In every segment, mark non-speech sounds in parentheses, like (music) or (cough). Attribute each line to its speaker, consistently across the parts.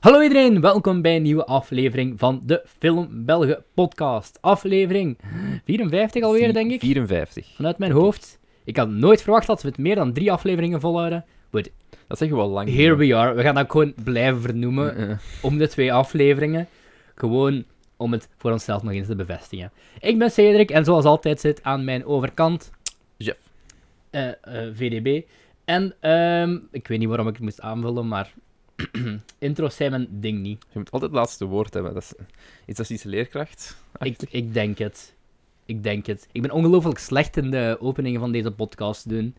Speaker 1: Hallo iedereen, welkom bij een nieuwe aflevering van de Film Belgen podcast. Aflevering 54 alweer, denk ik.
Speaker 2: 54.
Speaker 1: Vanuit mijn hoofd. Ik had nooit verwacht dat we het meer dan drie afleveringen volhouden. But
Speaker 2: Dat zeggen we al lang.
Speaker 1: here we are. We gaan dat gewoon blijven
Speaker 2: (laughs)
Speaker 1: vernoemen
Speaker 2: Eh, eh.
Speaker 1: om de twee afleveringen. Gewoon om het voor onszelf nog eens te bevestigen. Ik ben Cedric en zoals altijd zit aan mijn overkant...
Speaker 2: Jeff.
Speaker 1: eh, eh, VDB. En ehm, ik weet niet waarom ik het moest aanvullen, maar... (clears throat) Intro's zijn mijn ding niet.
Speaker 2: Je moet altijd het laatste woord hebben. Dat is, is dat iets leerkracht?
Speaker 1: Ik, ik denk het. Ik denk het. Ik ben ongelooflijk slecht in de openingen van deze podcast te doen.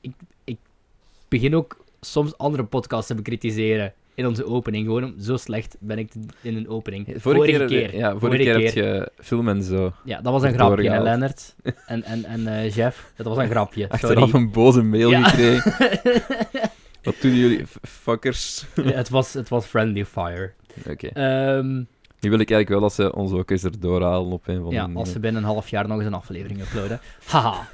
Speaker 1: Ik, ik begin ook soms andere podcasts te bekritiseren in onze opening. Gewoon om- zo slecht ben ik in een opening.
Speaker 2: Vorige, keer, Ja, vorige, keer, heb je film en zo.
Speaker 1: Ja, dat was een
Speaker 2: het
Speaker 1: grapje, hè,
Speaker 2: doorgehaald.
Speaker 1: Lennart. En, en, en eh, Jeff, dat was een grapje.
Speaker 2: Achteraf
Speaker 1: Sorry.
Speaker 2: een boze mail
Speaker 1: Ja. (laughs)
Speaker 2: gekregen. Wat doen jullie, f- fuckers?
Speaker 1: het, was, het was friendly fire.
Speaker 2: Oké.
Speaker 1: Ehm,
Speaker 2: Nu wil ik eigenlijk wel dat ze ons ook eens erdoor halen op een van
Speaker 1: ja, als ze binnen een half jaar nog eens een aflevering uploaden. Haha.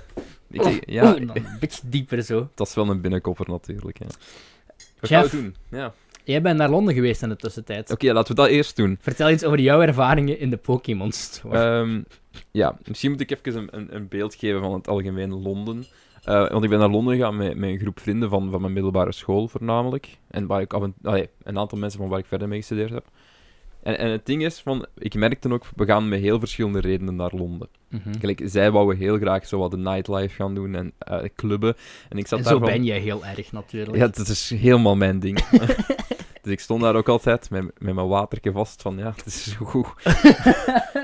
Speaker 2: ja,
Speaker 1: Oeh, dan een beetje dieper zo.
Speaker 2: dat is wel een binnenkopper natuurlijk. Ja. Wat
Speaker 1: Jeff.
Speaker 2: gaan we doen? Ja. Oké,
Speaker 1: Jij bent naar Londen geweest in de tussentijd.
Speaker 2: laten we dat eerst doen.
Speaker 1: Vertel iets over jouw ervaringen in de Pokémon Store.
Speaker 2: Ehm, ja, misschien moet ik even een, een, een beeld geven van het algemeen Londen. Eh, want ik ben naar Londen gegaan met, met een groep vrienden van, van mijn middelbare school voornamelijk. En waar ik af en, allee, een aantal mensen van waar ik verder mee gestudeerd heb. En, en het ding is, van, ik merkte ook, we gaan met heel verschillende redenen naar Londen.
Speaker 1: Mhm.
Speaker 2: Gelijk, zij wouden heel graag zo wat de nightlife gaan doen en eh, clubben. En ik zat
Speaker 1: En zo
Speaker 2: daarvan...
Speaker 1: ben jij heel erg natuurlijk.
Speaker 2: Ja, dat is helemaal mijn ding. (laughs) dus ik stond daar ook altijd met, met mijn waterke vast van, ja, het is zo goed.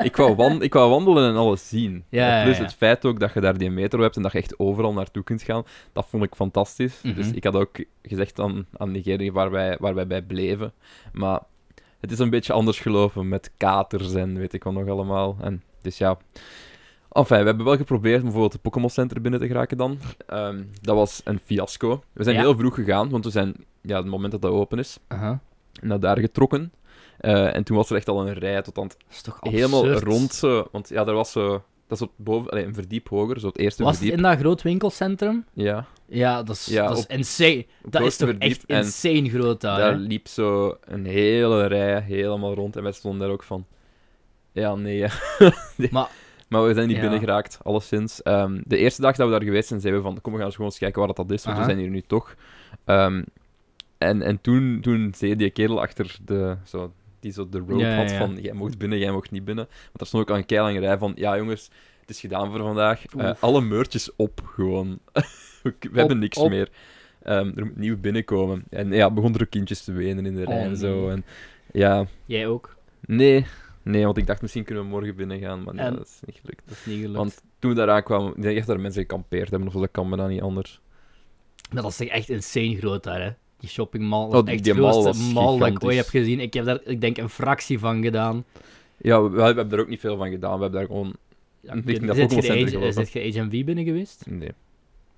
Speaker 2: ik, wou wan- ik wou wandelen en alles zien.
Speaker 1: Ja, ja,
Speaker 2: Plus
Speaker 1: ja.
Speaker 2: het feit ook dat je daar die metro hebt en dat je echt overal naartoe kunt gaan, dat vond ik fantastisch. Dus
Speaker 1: Mhm.
Speaker 2: ik had ook gezegd aan, aan diegene waar wij, waar wij bij bleven, maar het is een beetje anders gelopen met katers en weet ik wat nog allemaal. En, dus ja... Enfin, we hebben wel geprobeerd om bijvoorbeeld het Pokémon Center binnen te geraken dan. Ehm, dat was een fiasco. We zijn
Speaker 1: Ja.
Speaker 2: heel vroeg gegaan, want we zijn, ja, het moment dat dat open is,
Speaker 1: Aha.
Speaker 2: naar daar getrokken. Eh, en toen was er echt al een rij tot aan het
Speaker 1: Dat is toch
Speaker 2: helemaal
Speaker 1: absurd.
Speaker 2: rond. zo, want ja, daar was zo... Dat is op boven, allee, een verdiep hoger, zo het eerste
Speaker 1: Was het
Speaker 2: verdiep.
Speaker 1: in dat groot winkelcentrum?
Speaker 2: Ja,
Speaker 1: Ja, dat is,
Speaker 2: Ja,
Speaker 1: dat is
Speaker 2: op-
Speaker 1: insane.
Speaker 2: op
Speaker 1: Dat is
Speaker 2: hoogste
Speaker 1: toch
Speaker 2: verdiep.
Speaker 1: echt
Speaker 2: En
Speaker 1: insane groot daar.
Speaker 2: daar
Speaker 1: hè?
Speaker 2: liep zo een hele rij helemaal rond. En wij stonden daar ook van... Ja, (laughs) nee. ja.
Speaker 1: Maar-
Speaker 2: maar we zijn niet
Speaker 1: Ja.
Speaker 2: binnen geraakt, alleszins. Ehm, de eerste dag dat we daar geweest zijn, zeiden we van... Kom, we gaan eens gewoon eens kijken waar dat, dat is, want
Speaker 1: Aha.
Speaker 2: we zijn hier nu toch. Ehm, en en toen, toen zei die kerel achter de... Zo, die zo de rope
Speaker 1: Ja, ja,
Speaker 2: had
Speaker 1: ja.
Speaker 2: van... Jij mocht binnen, jij mocht niet binnen. Want daar stond ook al een keilange rij van... Ja, jongens, het is gedaan voor vandaag. Eh,
Speaker 1: Oef.
Speaker 2: alle meurtjes op, gewoon. (laughs) we k- we hebben niks
Speaker 1: op.
Speaker 2: meer. Ehm, er moet nieuw binnenkomen. En ja, begonnen er ook kindjes te wenen in de rij
Speaker 1: Oh,
Speaker 2: en
Speaker 1: nee.
Speaker 2: zo. En, ja,
Speaker 1: Jij ook.
Speaker 2: nee. Nee, want ik dacht misschien kunnen we morgen binnen gaan, maar nee,
Speaker 1: En-
Speaker 2: dat is niet gelukt.
Speaker 1: Dat is niet gelukt.
Speaker 2: Want toen we daar aankwamen, ik denk echt dat er mensen gekampeerd hebben, of zo, dat kan bijna niet anders.
Speaker 1: Maar dat is toch echt insane groot daar, hè? Die shoppingmall.
Speaker 2: Oh,
Speaker 1: Dat is
Speaker 2: die-
Speaker 1: echt
Speaker 2: die
Speaker 1: de grootste
Speaker 2: mall was
Speaker 1: mall dat ik
Speaker 2: gigantisch.
Speaker 1: ooit heb gezien. Ik heb daar, ik denk, een fractie van gedaan.
Speaker 2: Ja, we, we hebben daar ook niet veel van gedaan. We hebben daar gewoon... Ja, ik denk dat
Speaker 1: Zit je
Speaker 2: Pokémon Center
Speaker 1: de
Speaker 2: gelopen.
Speaker 1: H- zit je HMV binnen geweest?
Speaker 2: Nee.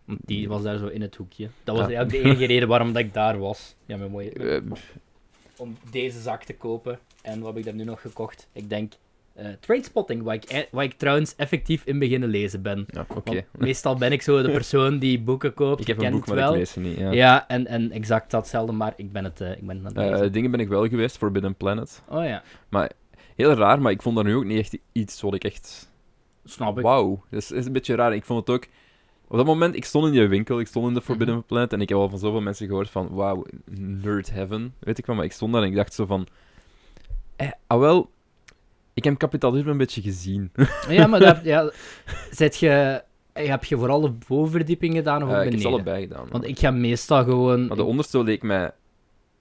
Speaker 1: Want die was daar zo in het hoekje. Dat was
Speaker 2: Mm. Ja.
Speaker 1: ja, de enige
Speaker 2: (laughs)
Speaker 1: reden waarom dat ik daar was. Ja, mijn mooie...
Speaker 2: Eh,
Speaker 1: om deze zak te kopen. En wat heb ik daar nu nog gekocht? Ik denk eh Tradespotting, waar ik, e- waar ik trouwens effectief in beginnen lezen ben.
Speaker 2: ja, oké.
Speaker 1: Want meestal ben ik zo de persoon die boeken koopt.
Speaker 2: Ik
Speaker 1: je
Speaker 2: heb een
Speaker 1: kent het
Speaker 2: boek, maar ik
Speaker 1: wel.
Speaker 2: lees het niet. Ja.
Speaker 1: Ja, en, en exact datzelfde, maar ik ben het, eh, ik ben het aan het
Speaker 2: Eh,
Speaker 1: lezen.
Speaker 2: dingen ben ik wel geweest, Forbidden Planet.
Speaker 1: oh ja,
Speaker 2: Heel raar, maar ik vond daar nu ook niet echt iets wat ik echt
Speaker 1: snap ik.
Speaker 2: Wauw, dat is, is een beetje raar. Ik vond het ook... Op dat moment, ik stond in die winkel, ik stond in de
Speaker 1: Mhm.
Speaker 2: Forbidden Planet en ik heb al van zoveel mensen gehoord van, wauw, nerd heaven, weet ik wel. Maar ik stond daar en ik dacht zo van... Eh, ah wel, ik heb kapitalisme een beetje gezien.
Speaker 1: Ja, maar
Speaker 2: (laughs)
Speaker 1: daar, ja, zet je, heb je vooral de bovenverdieping gedaan of
Speaker 2: Eh,
Speaker 1: op
Speaker 2: ik heb ze
Speaker 1: beneden?
Speaker 2: allebei gedaan.
Speaker 1: Want ik ga meestal gewoon...
Speaker 2: Maar de onderste leek mij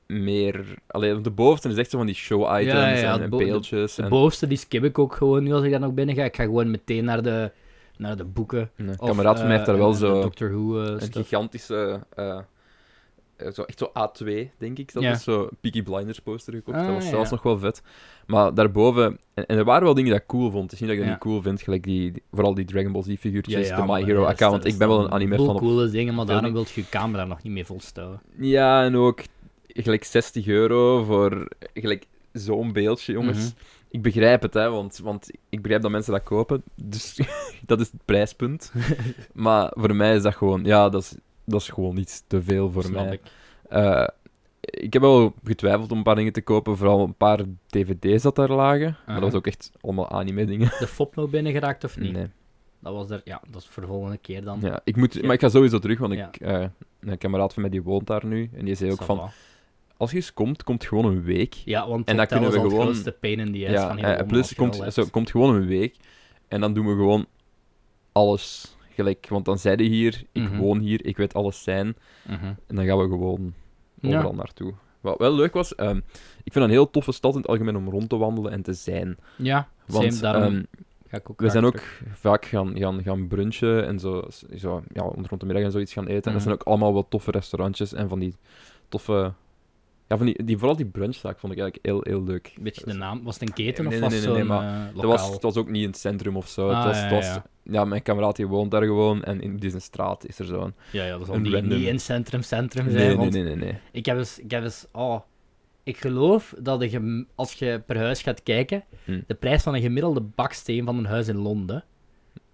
Speaker 2: meer... Allee, want de bovenste is echt zo van die show-items
Speaker 1: Ja, ja, ja,
Speaker 2: en,
Speaker 1: de
Speaker 2: en
Speaker 1: bo-
Speaker 2: peeltjes.
Speaker 1: De
Speaker 2: en-
Speaker 1: bovenste, die skip ik ook gewoon nu als ik daar nog binnen ga. Ik ga gewoon meteen naar de, naar de boeken.
Speaker 2: Nee, een
Speaker 1: Of,
Speaker 2: kameraad van mij
Speaker 1: eh,
Speaker 2: heeft daar wel
Speaker 1: en- en de
Speaker 2: zo...
Speaker 1: Doctor Who eh,
Speaker 2: een
Speaker 1: stuff.
Speaker 2: gigantische. eh, eh, zo, echt zo A2, denk ik. Dat
Speaker 1: Ja.
Speaker 2: is zo Peaky Blinders poster gekocht.
Speaker 1: Ah,
Speaker 2: dat was
Speaker 1: ja.
Speaker 2: zelfs nog wel vet. Maar daarboven... En, en er waren wel dingen die ik cool vond. Het is niet dat ik dat
Speaker 1: Ja.
Speaker 2: niet cool vind. Gelijk die, die- vooral die Dragon Ball Z-figuurtjes,
Speaker 1: Ja, ja,
Speaker 2: de My
Speaker 1: maar
Speaker 2: Hero
Speaker 1: ja,
Speaker 2: account.
Speaker 1: stel-
Speaker 2: Ik ben wel een
Speaker 1: stel-
Speaker 2: anime
Speaker 1: heel
Speaker 2: fan. op-
Speaker 1: coole dingen, maar
Speaker 2: film.
Speaker 1: daarom wil je je camera nog niet mee volstouwen.
Speaker 2: Ja, en ook gelijk 60 euro voor gelijk zo'n beeldje, jongens.
Speaker 1: Mhm.
Speaker 2: Ik begrijp het, hè, want, want ik begrijp dat mensen dat kopen. Dus (laughs) dat is
Speaker 1: (laughs)
Speaker 2: het prijspunt. maar voor mij is dat gewoon... Ja, dat is, dat is gewoon iets te veel voor
Speaker 1: Snap
Speaker 2: mij.
Speaker 1: ik.
Speaker 2: Eh, ik heb wel getwijfeld om een paar dingen te kopen. Vooral een paar dvd's dat daar lagen. Maar
Speaker 1: Aha.
Speaker 2: dat was ook echt allemaal
Speaker 1: (laughs)
Speaker 2: anime dingen.
Speaker 1: De fop nou binnen geraakt of niet?
Speaker 2: Nee.
Speaker 1: Dat was er, ja, dat is voor de volgende keer dan.
Speaker 2: Ja, ik moet,
Speaker 1: Ja.
Speaker 2: maar ik ga sowieso terug, want
Speaker 1: Ja.
Speaker 2: ik, eh, een kameraad van mij die woont daar nu. En die zei ook
Speaker 1: Ça
Speaker 2: van,
Speaker 1: va.
Speaker 2: als je eens komt, komt gewoon een week.
Speaker 1: Ja, want
Speaker 2: En
Speaker 1: en
Speaker 2: dat
Speaker 1: dat is
Speaker 2: kunnen we
Speaker 1: al
Speaker 2: gewoon-
Speaker 1: het grootste pain in die ass
Speaker 2: Ja,
Speaker 1: van heel
Speaker 2: eh,
Speaker 1: Londen, als
Speaker 2: plus
Speaker 1: je
Speaker 2: komt,
Speaker 1: al hebt.
Speaker 2: zo, komt gewoon een week. En dan doen we gewoon alles gelijk. Want dan zeiden hier, ik
Speaker 1: Mhm.
Speaker 2: woon hier, ik weet alles zijn.
Speaker 1: Mhm.
Speaker 2: En dan gaan we gewoon
Speaker 1: Ja.
Speaker 2: overal naartoe. Wat wel leuk was, ehm, ik vind een heel toffe stad in het algemeen om rond te wandelen en te zijn.
Speaker 1: Ja,
Speaker 2: Want
Speaker 1: same, daarom
Speaker 2: ehm,
Speaker 1: ga ik ook
Speaker 2: we
Speaker 1: graag
Speaker 2: zijn ook
Speaker 1: terug.
Speaker 2: vaak gaan, gaan, gaan brunchen en zo, zo ja, rond de middag en zoiets gaan eten. En dat
Speaker 1: Mhm.
Speaker 2: zijn ook allemaal wel toffe restaurantjes en van die toffe... Ja, van die, die, vooral die brunchzaak vond ik eigenlijk heel, heel leuk.
Speaker 1: Een beetje de naam. Was het een keten
Speaker 2: Nee,
Speaker 1: of
Speaker 2: nee,
Speaker 1: was het
Speaker 2: nee, nee,
Speaker 1: zo'n
Speaker 2: maar
Speaker 1: eh,
Speaker 2: Dat was,
Speaker 1: lokaal?
Speaker 2: het was ook niet in het centrum of zo.
Speaker 1: Ah,
Speaker 2: het was, het
Speaker 1: ja,
Speaker 2: was,
Speaker 1: ja.
Speaker 2: ja, mijn kameraad die woont daar gewoon en in deze straat is er zo'n.
Speaker 1: Ja, ja, dat zal
Speaker 2: een
Speaker 1: niet,
Speaker 2: random.
Speaker 1: niet in centrum centrum
Speaker 2: Nee,
Speaker 1: zijn.
Speaker 2: nee,
Speaker 1: want
Speaker 2: nee, nee, nee.
Speaker 1: Ik heb eens, ik heb eens, oh, ik geloof dat je, als je per huis gaat kijken,
Speaker 2: Hm.
Speaker 1: de prijs van een gemiddelde baksteen van een huis in Londen,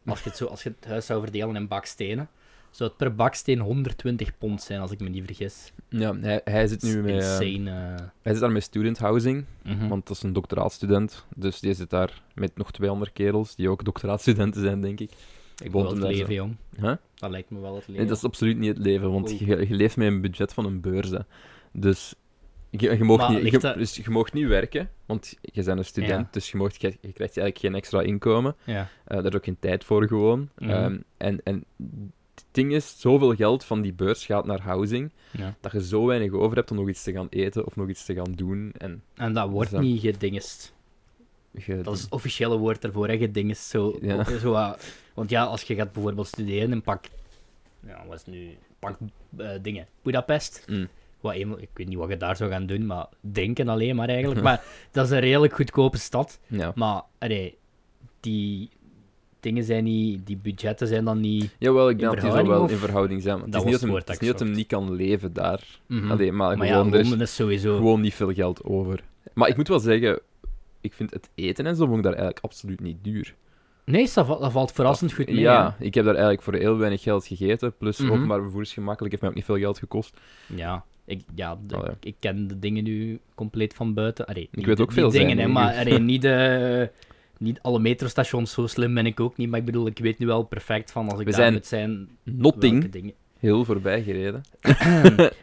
Speaker 1: als je het, zo, als je het huis zou verdelen in bakstenen, zou het per baksteen 120 pond zijn, als ik me niet vergis.
Speaker 2: Ja, hij, hij zit
Speaker 1: Dat is
Speaker 2: nu met, eh,
Speaker 1: insane. eh,
Speaker 2: hij zit daar met student housing,
Speaker 1: mhm.
Speaker 2: want dat is een doctoraatstudent. Dus die zit daar met nog twee andere kerels die ook doctoraatstudenten zijn, denk ik.
Speaker 1: ik wil
Speaker 2: woont
Speaker 1: het
Speaker 2: hem daar
Speaker 1: leven,
Speaker 2: zo.
Speaker 1: jong.
Speaker 2: Huh?
Speaker 1: Dat lijkt me wel het leven.
Speaker 2: Nee, dat is absoluut niet het leven, want
Speaker 1: Oeh.
Speaker 2: je, je leeft met een budget van een beurs. hè. Dus je, je, mag
Speaker 1: Maar
Speaker 2: niet,
Speaker 1: ligt
Speaker 2: je,
Speaker 1: dat-
Speaker 2: dus je mag niet werken, want je bent een student,
Speaker 1: Ja.
Speaker 2: dus je, mag, je, je krijgt eigenlijk geen extra inkomen.
Speaker 1: Ja.
Speaker 2: Eh, daar is ook geen tijd voor gewoon.
Speaker 1: Mhm.
Speaker 2: Ehm, en, en het ding is, zoveel geld van die beurs gaat naar housing,
Speaker 1: Ja.
Speaker 2: dat je zo weinig over hebt om nog iets te gaan eten of nog iets te gaan doen. En
Speaker 1: En dat wordt
Speaker 2: Dus dat-
Speaker 1: niet gedingest.
Speaker 2: je,
Speaker 1: Dat is het officiële woord daarvoor, hè, gedingest. Zo,
Speaker 2: Ja.
Speaker 1: ook zo, wat- want ja, als je gaat bijvoorbeeld studeren en pak... Ja, wat is het nu? Pak eh, dingen. Budapest.
Speaker 2: Mm.
Speaker 1: Wat eenmaal- ik weet niet wat je daar zou gaan doen, maar denken alleen maar eigenlijk. maar dat is een redelijk goedkope stad.
Speaker 2: Ja.
Speaker 1: Maar allee, die dingen zijn niet... Die budgetten zijn dan niet...
Speaker 2: Jawel, ik
Speaker 1: In
Speaker 2: denk dat die zo
Speaker 1: verhouding,
Speaker 2: wel
Speaker 1: of-
Speaker 2: in verhouding zijn. want Het
Speaker 1: Dat
Speaker 2: is niet
Speaker 1: was
Speaker 2: dat hem,
Speaker 1: het woord
Speaker 2: het is
Speaker 1: dat
Speaker 2: niet
Speaker 1: ik
Speaker 2: dat hem niet kan leven daar.
Speaker 1: Mhm.
Speaker 2: Allee, maar,
Speaker 1: maar ja,
Speaker 2: gewoon, dus- er is
Speaker 1: Londen is sowieso...
Speaker 2: gewoon niet veel geld over. Maar ik moet wel zeggen, ik vind het eten en zo vond ik daar eigenlijk absoluut niet duur.
Speaker 1: Nee, dat, va- dat valt verrassend goed mee.
Speaker 2: ja, ik heb daar eigenlijk voor heel weinig geld gegeten. Plus
Speaker 1: Mhm.
Speaker 2: openbaar vervoer is gemakkelijk, heeft mij ook niet veel geld gekost.
Speaker 1: hè. Ja. Ik, ja, de-
Speaker 2: Allee.
Speaker 1: ik ken de dingen nu compleet van buiten. Allee, niet
Speaker 2: weet
Speaker 1: de-
Speaker 2: ook
Speaker 1: niet
Speaker 2: veel zijn,
Speaker 1: dingen, hè,
Speaker 2: denk
Speaker 1: maar
Speaker 2: ik. (laughs)
Speaker 1: allee, niet, de, niet alle metrostations, zo slim ben ik ook niet. Maar ik bedoel, ik weet nu wel perfect van als ik
Speaker 2: We
Speaker 1: daar
Speaker 2: zijn
Speaker 1: moet zijn. welke
Speaker 2: Notting,
Speaker 1: dingen.
Speaker 2: heel voorbij gereden.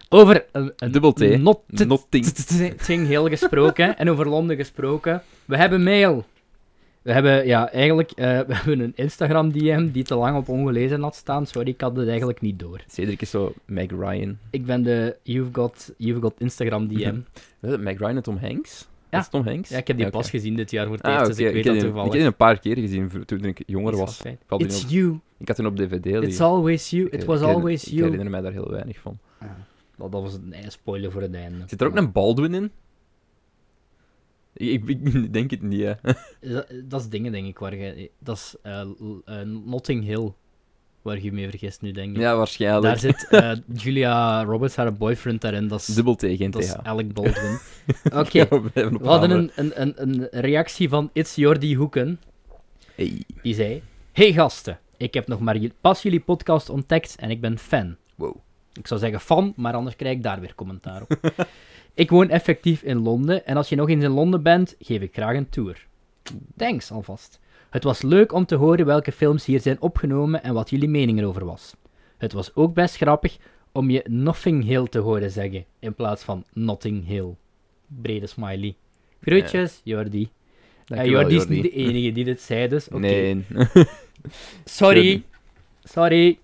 Speaker 1: Over een, een
Speaker 2: Dubbel T.
Speaker 1: not-
Speaker 2: Notting.
Speaker 1: Ting heel gesproken hè, en over Londen gesproken. We hebben mail. We hebben, ja, eigenlijk eh, (laughs) we hebben een Instagram-DM die te lang op ongelezen had staan. Sorry, ik had het eigenlijk niet door.
Speaker 2: Cedric is zo Meg Ryan.
Speaker 1: Ik ben de You've Got, you've got Instagram-DM.
Speaker 2: Weet je, Meg Ryan en Tom Hanks?
Speaker 1: Ja.
Speaker 2: Dat is Tom Hanks?
Speaker 1: Ja, ik heb die
Speaker 2: Ja, oké.
Speaker 1: pas gezien dit jaar voor het
Speaker 2: Ah,
Speaker 1: eerst,
Speaker 2: oké,
Speaker 1: dus ik weet
Speaker 2: heb
Speaker 1: dat
Speaker 2: die-
Speaker 1: toevallig.
Speaker 2: Ik heb die een paar keer gezien voor- toen ik jonger
Speaker 1: Is wel
Speaker 2: was.
Speaker 1: fijn.
Speaker 2: Ik had die
Speaker 1: It's
Speaker 2: op-
Speaker 1: you.
Speaker 2: Ik had toen op DVD
Speaker 1: It's
Speaker 2: liggen.
Speaker 1: always you.
Speaker 2: Ik-
Speaker 1: It
Speaker 2: ik
Speaker 1: was
Speaker 2: herinner-
Speaker 1: always
Speaker 2: Ik
Speaker 1: you.
Speaker 2: herinner mij daar heel weinig van.
Speaker 1: Ah, Dat, dat was een eh, spoiler voor het einde.
Speaker 2: Zit er ook een Baldwin in? Ik, ik- ik (laughs) denk het niet, hè.
Speaker 1: Dat, dat is dingen, denk ik, waar je... Dat is eh, l- eh, Notting Hill, waar je mee vergist nu, denk ik.
Speaker 2: Ja,
Speaker 1: Daar
Speaker 2: waarschijnlijk.
Speaker 1: zit eh, Julia Roberts, haar boyfriend, daarin. Dat is,
Speaker 2: Dubbel T, geen
Speaker 1: dat is
Speaker 2: TH.
Speaker 1: Alec Baldwin. Oké,
Speaker 2: (laughs) Ja, we blijven op
Speaker 1: we hadden
Speaker 2: hameren.
Speaker 1: een, een, een, een reactie van It's Jordi Hoeken.
Speaker 2: Hey.
Speaker 1: Die zei: Hey gasten, ik heb nog maar ju- pas jullie podcast ontdekt en ik ben fan.
Speaker 2: Wow.
Speaker 1: Ik zou zeggen fan, maar anders krijg ik daar weer commentaar op. (laughs) ik woon effectief in Londen en als je nog eens in Londen bent, geef ik graag een tour. Thanks alvast. Het was leuk om te horen welke films hier zijn opgenomen en wat jullie mening erover was. Het was ook best grappig om je Nothing Hill te horen zeggen in plaats van Notting Hill. Brede smiley. Groetjes, Jordi. Eh,
Speaker 2: Dankjewel,
Speaker 1: Jordi is niet de enige die dit zei, dus oké.
Speaker 2: Nee. (laughs)
Speaker 1: Sorry.
Speaker 2: Jordi.
Speaker 1: Sorry.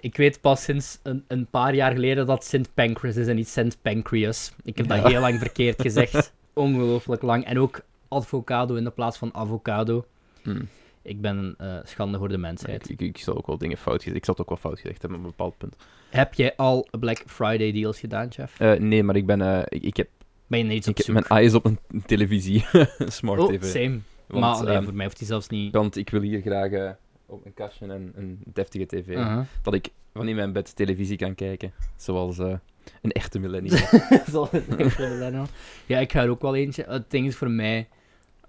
Speaker 1: Ik weet pas sinds een, een paar jaar geleden dat Sint Pancras is en niet Sint Pancreas. Ik heb
Speaker 2: Ja.
Speaker 1: dat heel lang
Speaker 2: (laughs)
Speaker 1: verkeerd gezegd. Ongelooflijk lang. En ook avocado in de plaats van avocado.
Speaker 2: Hm.
Speaker 1: Ik ben een eh, schande voor de
Speaker 2: Ik,
Speaker 1: mensheid.
Speaker 2: ik, ik zal ook wel dingen fout gezegd. Ik zal het ook wel fout gezegd hebben op een bepaald punt.
Speaker 1: Heb jij al Black Friday deals gedaan, Jeff?
Speaker 2: Eh, nee, maar ik ben... eh, ik, ik heb,
Speaker 1: Ben je naar iets op
Speaker 2: ik,
Speaker 1: zoek?
Speaker 2: mijn eye is op een televisie. (laughs) Een Smart
Speaker 1: oh,
Speaker 2: TV.
Speaker 1: same.
Speaker 2: Want,
Speaker 1: maar allee,
Speaker 2: ehm,
Speaker 1: voor mij hoeft hij zelfs niet...
Speaker 2: want ik wil hier graag eh, op een kastje en een deftige tv.
Speaker 1: Uh-huh.
Speaker 2: Dat ik van in mijn bed televisie kan kijken. Zoals eh, een echte millennial.
Speaker 1: (laughs) (laughs) Zal het echt wel zijn, hoor. ja, ik ga er ook wel eentje. Het ding is voor mij,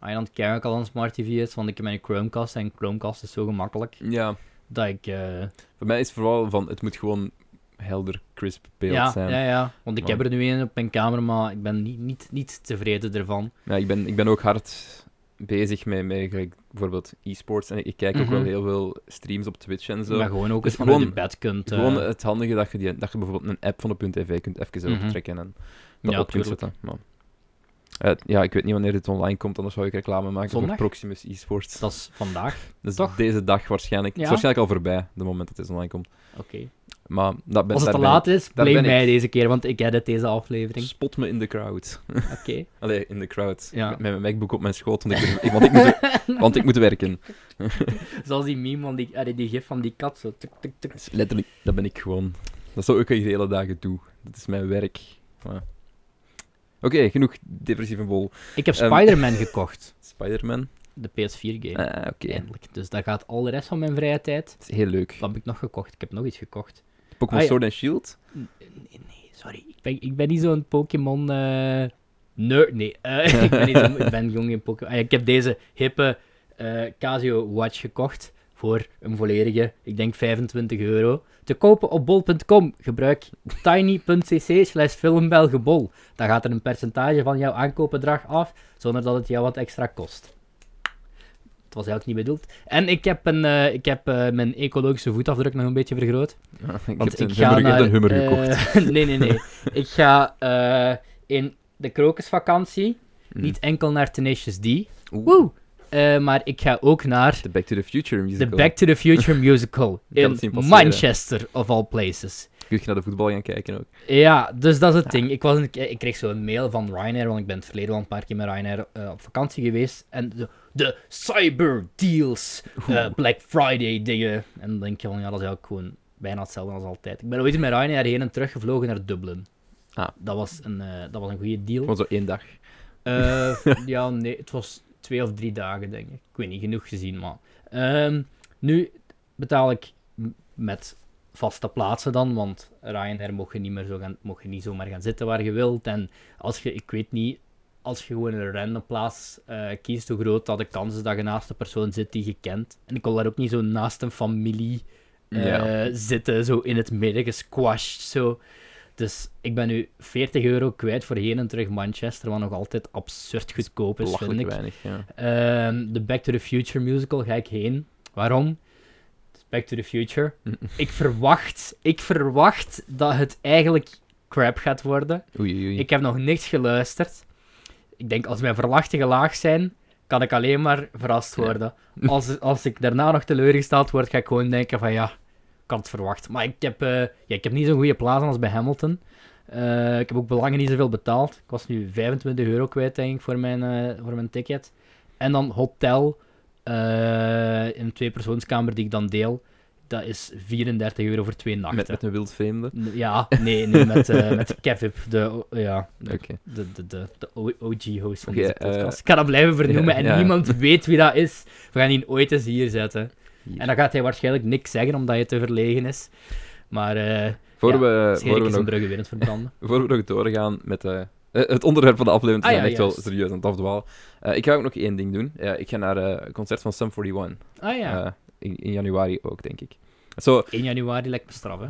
Speaker 1: Island Kerk al een smart TV is, want ik heb mijn Chromecast en Chromecast is zo gemakkelijk
Speaker 2: ja.
Speaker 1: dat ik. eh,
Speaker 2: Voor mij is het vooral van, het moet gewoon helder, crisp beeld
Speaker 1: ja,
Speaker 2: zijn.
Speaker 1: ja, ja. Want ik
Speaker 2: Maar-
Speaker 1: heb er nu een op mijn camera, maar ik ben niet, niet, niet tevreden ervan.
Speaker 2: Ja, ik, ben, ik ben ook hard bezig met, met gelijk bijvoorbeeld e-sports. En ik, ik kijk
Speaker 1: Mhm.
Speaker 2: ook wel heel veel streams op Twitch en zo.
Speaker 1: Maar gewoon ook
Speaker 2: Dus
Speaker 1: eens vanuit
Speaker 2: gewoon-
Speaker 1: je bed kunt... eh,
Speaker 2: Gewoon het handige dat je, die, dat je bijvoorbeeld een app van de .tv kunt even erop
Speaker 1: Mhm.
Speaker 2: trekken en dat
Speaker 1: ja,
Speaker 2: op kunt
Speaker 1: tuurlijk.
Speaker 2: zetten. Maar, eh, ja, ik weet niet wanneer dit online komt, anders zou ik reclame maken
Speaker 1: Zondag?
Speaker 2: voor Proximus eSports.
Speaker 1: Dat is vandaag.
Speaker 2: Dat is
Speaker 1: toch?
Speaker 2: deze dag waarschijnlijk. Het
Speaker 1: Ja.
Speaker 2: is waarschijnlijk al voorbij, de moment dat dit online komt.
Speaker 1: Oké.
Speaker 2: Maar dat ben,
Speaker 1: Als het te
Speaker 2: daar ben
Speaker 1: laat is,
Speaker 2: daar
Speaker 1: blame
Speaker 2: ben ik.
Speaker 1: mij deze keer, want ik edit deze
Speaker 2: ik-
Speaker 1: aflevering.
Speaker 2: Spot me in de crowd.
Speaker 1: Oké.
Speaker 2: Allee, in de crowd.
Speaker 1: Ja.
Speaker 2: Met mijn MacBook op mijn schoot, want ik, want ik, moet,
Speaker 1: (laughs)
Speaker 2: want ik moet werken.
Speaker 1: Zoals die meme van die, allee, die gif van die kat. Zo. Tuk, tuk, tuk.
Speaker 2: Dat is Dus letterlijk, dat ben ik gewoon. Dat is wat ik de hele dagen doe. Dat is mijn werk. Maar- Oké, genoeg depressieve bol.
Speaker 1: Ik heb
Speaker 2: Ehm.
Speaker 1: Spider-Man gekocht.
Speaker 2: Spider-Man.
Speaker 1: De PS4-game.
Speaker 2: Ah, oké.
Speaker 1: Eindelijk. Dus dat gaat al de rest van mijn vrije tijd.
Speaker 2: Dat is heel leuk.
Speaker 1: Wat heb ik nog gekocht? Ik heb nog iets gekocht.
Speaker 2: Pokémon
Speaker 1: Ah, ja.
Speaker 2: Sword and Shield.
Speaker 1: Sorry, ik ben, ik ben niet zo'n Pokémon. eh nerd. Nee, Eh, (laughs) ik, ben niet zo'n- ik ben gewoon geen Pokémon. Ah ja, ik heb deze hippe eh, Casio Watch gekocht. Voor een volledige, ik denk 25 euro. Te kopen op bol.com. Gebruik tiny.cc slash filmbelgebol. Dan gaat er een percentage van jouw aankoopbedrag af, zonder dat het jou wat extra kost. Het was eigenlijk niet bedoeld. En ik heb, een, eh, ik heb eh, mijn ecologische voetafdruk nog een beetje vergroot.
Speaker 2: Ah, ik
Speaker 1: Want
Speaker 2: heb een
Speaker 1: ik ga
Speaker 2: hummer, ik heb
Speaker 1: naar,
Speaker 2: een hummer
Speaker 1: eh,
Speaker 2: gekocht.
Speaker 1: (laughs) nee, nee, nee. ik ga eh, in de krokusvakantie
Speaker 2: Mm.
Speaker 1: niet enkel naar Tenacious D,
Speaker 2: Oeh,
Speaker 1: woe, eh, maar ik ga ook naar
Speaker 2: De Back to the Future
Speaker 1: de
Speaker 2: musical.
Speaker 1: Back to the
Speaker 2: (laughs)
Speaker 1: Future musical
Speaker 2: Ik had het
Speaker 1: in
Speaker 2: zien passeren.
Speaker 1: Manchester, of all places.
Speaker 2: Kun je naar de voetbal gaan kijken ook.
Speaker 1: Ja, dus dat is het ding. Ik, was een, ik kreeg zo'n mail van Ryanair, want ik ben het verleden al een paar keer met Ryanair eh, op vakantie geweest. En de, de cyber deals, eh, Black Friday dingen. En dan denk je van, ja, dat is eigenlijk gewoon bijna hetzelfde als altijd. Ik ben ooit met Ryanair heen en terug gevlogen naar Dublin.
Speaker 2: Ah.
Speaker 1: Dat, was een, eh, dat was een goede deal.
Speaker 2: Gewoon zo één dag.
Speaker 1: Eh, ja, nee, het was twee of drie dagen, denk ik. Ik weet niet, genoeg gezien, maar... Ehm, nu betaal ik m- met vaste plaatsen dan, want Ryanair mocht je niet meer zo gaan, mocht je niet zomaar gaan zitten waar je wilt. En als je, ik weet niet, als je gewoon een random plaats eh, kiest, hoe groot dat de kans is dat je naast de persoon zit die je kent. En ik wil daar ook niet zo naast een familie eh,
Speaker 2: Ja.
Speaker 1: zitten, zo in het midden gesquashed, zo. Dus ik ben nu 40 euro kwijt voor heen en terug Manchester, wat nog altijd absurd goedkoop is, vind
Speaker 2: Belachelijk
Speaker 1: ik.
Speaker 2: weinig. Ja.
Speaker 1: Ehm, de Back to the Future musical ga ik heen. Waarom? Het is Back to the Future. Ik verwacht, ik verwacht dat het eigenlijk crap gaat worden.
Speaker 2: Oei, oei, oei.
Speaker 1: Ik heb nog niks geluisterd. Ik denk, als mijn verwachtingen laag zijn, kan ik alleen maar verrast
Speaker 2: Ja.
Speaker 1: worden. Als, als ik daarna nog teleurgesteld word, ga ik gewoon denken van ja, ik had het verwacht. Maar ik heb, eh, ja, ik heb niet zo'n goede plaatsen als bij Hamilton. Eh, ik heb ook belangen niet zoveel betaald. Ik was nu 25 euro kwijt, denk ik, voor mijn, eh, voor mijn ticket. En dan hotel eh, in een tweepersoonskamer die ik dan deel. Dat is 34 euro voor twee nachten.
Speaker 2: met, met een wild vreemde.
Speaker 1: Ja, nee, nee met, eh (laughs) met Kevip, de, ja,
Speaker 2: Oké.
Speaker 1: de, de, de, de O- OG-host van
Speaker 2: Oké,
Speaker 1: deze
Speaker 2: eh,
Speaker 1: podcast. ik ga dat blijven vernoemen
Speaker 2: ja,
Speaker 1: en
Speaker 2: ja. (laughs)
Speaker 1: niemand weet wie dat is. We gaan die ooit eens hier zetten.
Speaker 2: Hier.
Speaker 1: En dan gaat hij waarschijnlijk niks zeggen omdat hij te verlegen is. Maar eh
Speaker 2: Voor,
Speaker 1: Ja,
Speaker 2: we, voor,
Speaker 1: Erik
Speaker 2: we
Speaker 1: is
Speaker 2: nog,
Speaker 1: een bruggen weer aan het
Speaker 2: (laughs)
Speaker 1: verbranden.
Speaker 2: voor we nog doorgaan met eh, eh, het onderwerp van de aflevering, we
Speaker 1: Ah,
Speaker 2: zijn
Speaker 1: ja,
Speaker 2: echt wel
Speaker 1: juist.
Speaker 2: serieus aan het afdwalen. Eh, ik ga ook nog één ding doen. Ja, ik ga naar eh, een concert van Sum 41.
Speaker 1: Ah ja,
Speaker 2: Eh, in, in januari ook, denk ik. Zo,
Speaker 1: 1 januari lijkt me straf, hè?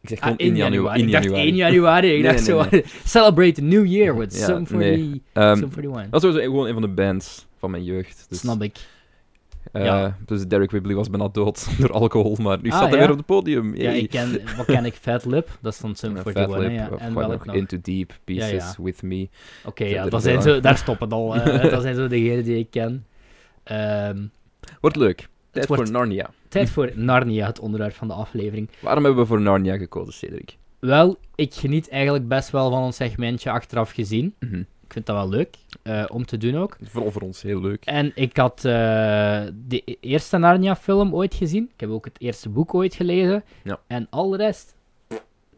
Speaker 2: ik zeg
Speaker 1: Ah,
Speaker 2: gewoon in januari. In
Speaker 1: Ik dacht
Speaker 2: januari.
Speaker 1: 1 januari. Ik
Speaker 2: (laughs) Nee,
Speaker 1: dacht
Speaker 2: nee,
Speaker 1: zo, (laughs) celebrate the new year with
Speaker 2: Ja,
Speaker 1: Sum 40,
Speaker 2: nee. Ehm,
Speaker 1: (laughs) Sum 41.
Speaker 2: dat is sowieso gewoon een van de bands van mijn jeugd. Dus,
Speaker 1: Snap ik.
Speaker 2: eh,
Speaker 1: ja.
Speaker 2: dus Derek Whibley was bijna dood (laughs) door alcohol, maar nu
Speaker 1: Ah,
Speaker 2: staat hij
Speaker 1: ja?
Speaker 2: weer op het podium.
Speaker 1: Ja,
Speaker 2: Yay. (laughs)
Speaker 1: ik ken, wat ken ik? Fat Lip, dat is dan Sum
Speaker 2: Eh,
Speaker 1: 41,
Speaker 2: Fat Lip,
Speaker 1: hè, ja.
Speaker 2: of
Speaker 1: En
Speaker 2: gewoon
Speaker 1: welk nog?
Speaker 2: Into Deep Pieces
Speaker 1: ja.
Speaker 2: With Me.
Speaker 1: Oké,
Speaker 2: Verder
Speaker 1: ja,
Speaker 2: veel
Speaker 1: dat zijn
Speaker 2: aan.
Speaker 1: zo, daar stoppen het al. eh. dat zijn zo degenen die ik ken. Ehm,
Speaker 2: Wordt leuk. Tijd
Speaker 1: wordt-
Speaker 2: voor Narnia.
Speaker 1: tijd voor Narnia, het onderwerp van de aflevering.
Speaker 2: Waarom hebben we voor Narnia gekozen, Cedric?
Speaker 1: Wel, ik geniet eigenlijk best wel van ons segmentje achteraf gezien.
Speaker 2: Mhm.
Speaker 1: Ik vind dat wel leuk eh, om te doen ook.
Speaker 2: Vooral voor ons heel leuk.
Speaker 1: En ik had eh, de e- eerste Narnia-film ooit gezien. Ik heb ook het eerste boek ooit gelezen.
Speaker 2: Ja.
Speaker 1: En al de rest,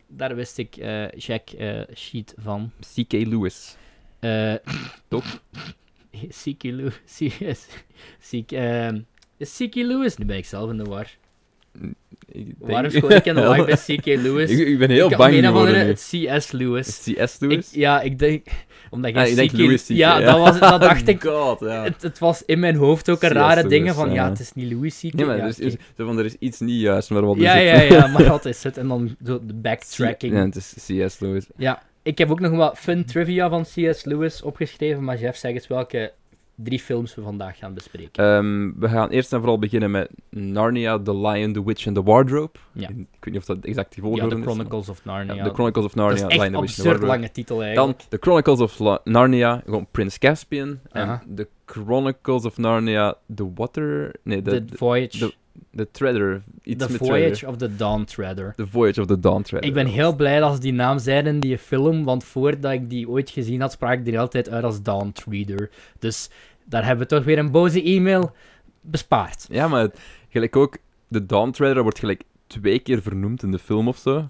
Speaker 1: daar wist ik eh Jack eh, Sheet van.
Speaker 2: C.K. Lewis.
Speaker 1: Eh,
Speaker 2: Top.
Speaker 1: (laughs) C.K. (laughs) Lewis. C.K. ehm, is C.K. Lewis? Nu ben ik zelf in de war.
Speaker 2: Ik denk-
Speaker 1: Waarom scoor ik in
Speaker 2: (laughs)
Speaker 1: de laag bij C.K. Lewis?
Speaker 2: Ik, ik ben
Speaker 1: Ik
Speaker 2: heel
Speaker 1: kan op
Speaker 2: bang
Speaker 1: een of
Speaker 2: geworden
Speaker 1: andere
Speaker 2: nu.
Speaker 1: het C.S. Lewis.
Speaker 2: CS
Speaker 1: Ik,
Speaker 2: Lewis?
Speaker 1: ja, ik denk... Omdat je
Speaker 2: Ah, ik denk
Speaker 1: C.K.
Speaker 2: Lewis C.K.,
Speaker 1: Ja,
Speaker 2: ja.
Speaker 1: dat, was, dat
Speaker 2: (laughs)
Speaker 1: dacht ik.
Speaker 2: Oh God, ja.
Speaker 1: Het, het was in mijn hoofd ook een
Speaker 2: C.S.
Speaker 1: rare
Speaker 2: Lewis,
Speaker 1: dingen van...
Speaker 2: ja.
Speaker 1: Ja, het is niet Louis C.K.
Speaker 2: Nee, maar
Speaker 1: ja,
Speaker 2: er, is,
Speaker 1: oké.
Speaker 2: is- zo van, er is iets niet juist met wat er
Speaker 1: ja,
Speaker 2: zit.
Speaker 1: ja,
Speaker 2: (laughs)
Speaker 1: ja, maar dat is het. En dan zo de backtracking.
Speaker 2: Ja, het is CS Lewis.
Speaker 1: Ja, ik heb ook nog wat fun trivia van C.S. Lewis opgeschreven, maar Jeff, zeg eens welke drie films we vandaag gaan bespreken.
Speaker 2: Ehm, we gaan eerst en vooral beginnen met Narnia, The Lion, The Witch and The Wardrobe.
Speaker 1: Ja.
Speaker 2: Ik weet niet Eh, of dat exact die
Speaker 1: ja,
Speaker 2: volgorde
Speaker 1: The
Speaker 2: is.
Speaker 1: Chronicles of
Speaker 2: Ja,
Speaker 1: Narnia.
Speaker 2: The Chronicles of
Speaker 1: dat
Speaker 2: Narnia,
Speaker 1: is
Speaker 2: The
Speaker 1: echt
Speaker 2: Lion,
Speaker 1: een
Speaker 2: The Witch and The
Speaker 1: absurd
Speaker 2: Wardrobe.
Speaker 1: lange titel eigenlijk.
Speaker 2: Dan The Chronicles of La- Narnia, gewoon Prins Caspian.
Speaker 1: Aha.
Speaker 2: En The Chronicles of Narnia, The Water... Nee, The,
Speaker 1: the
Speaker 2: the,
Speaker 1: Voyage,
Speaker 2: de- the Treader. Iets
Speaker 1: the
Speaker 2: met
Speaker 1: voyage
Speaker 2: Treader.
Speaker 1: of the Dawn Treader.
Speaker 2: The Voyage of the Dawn Treader.
Speaker 1: Ik ben heel blij dat ze die naam zeiden in die film, want voordat ik die ooit gezien had, sprak ik die altijd uit als Dawn Treader. Dus daar hebben we toch weer een boze e-mail bespaard.
Speaker 2: Ja, maar het- gelijk ook... The Dawn Treader wordt gelijk twee keer vernoemd in de film of zo.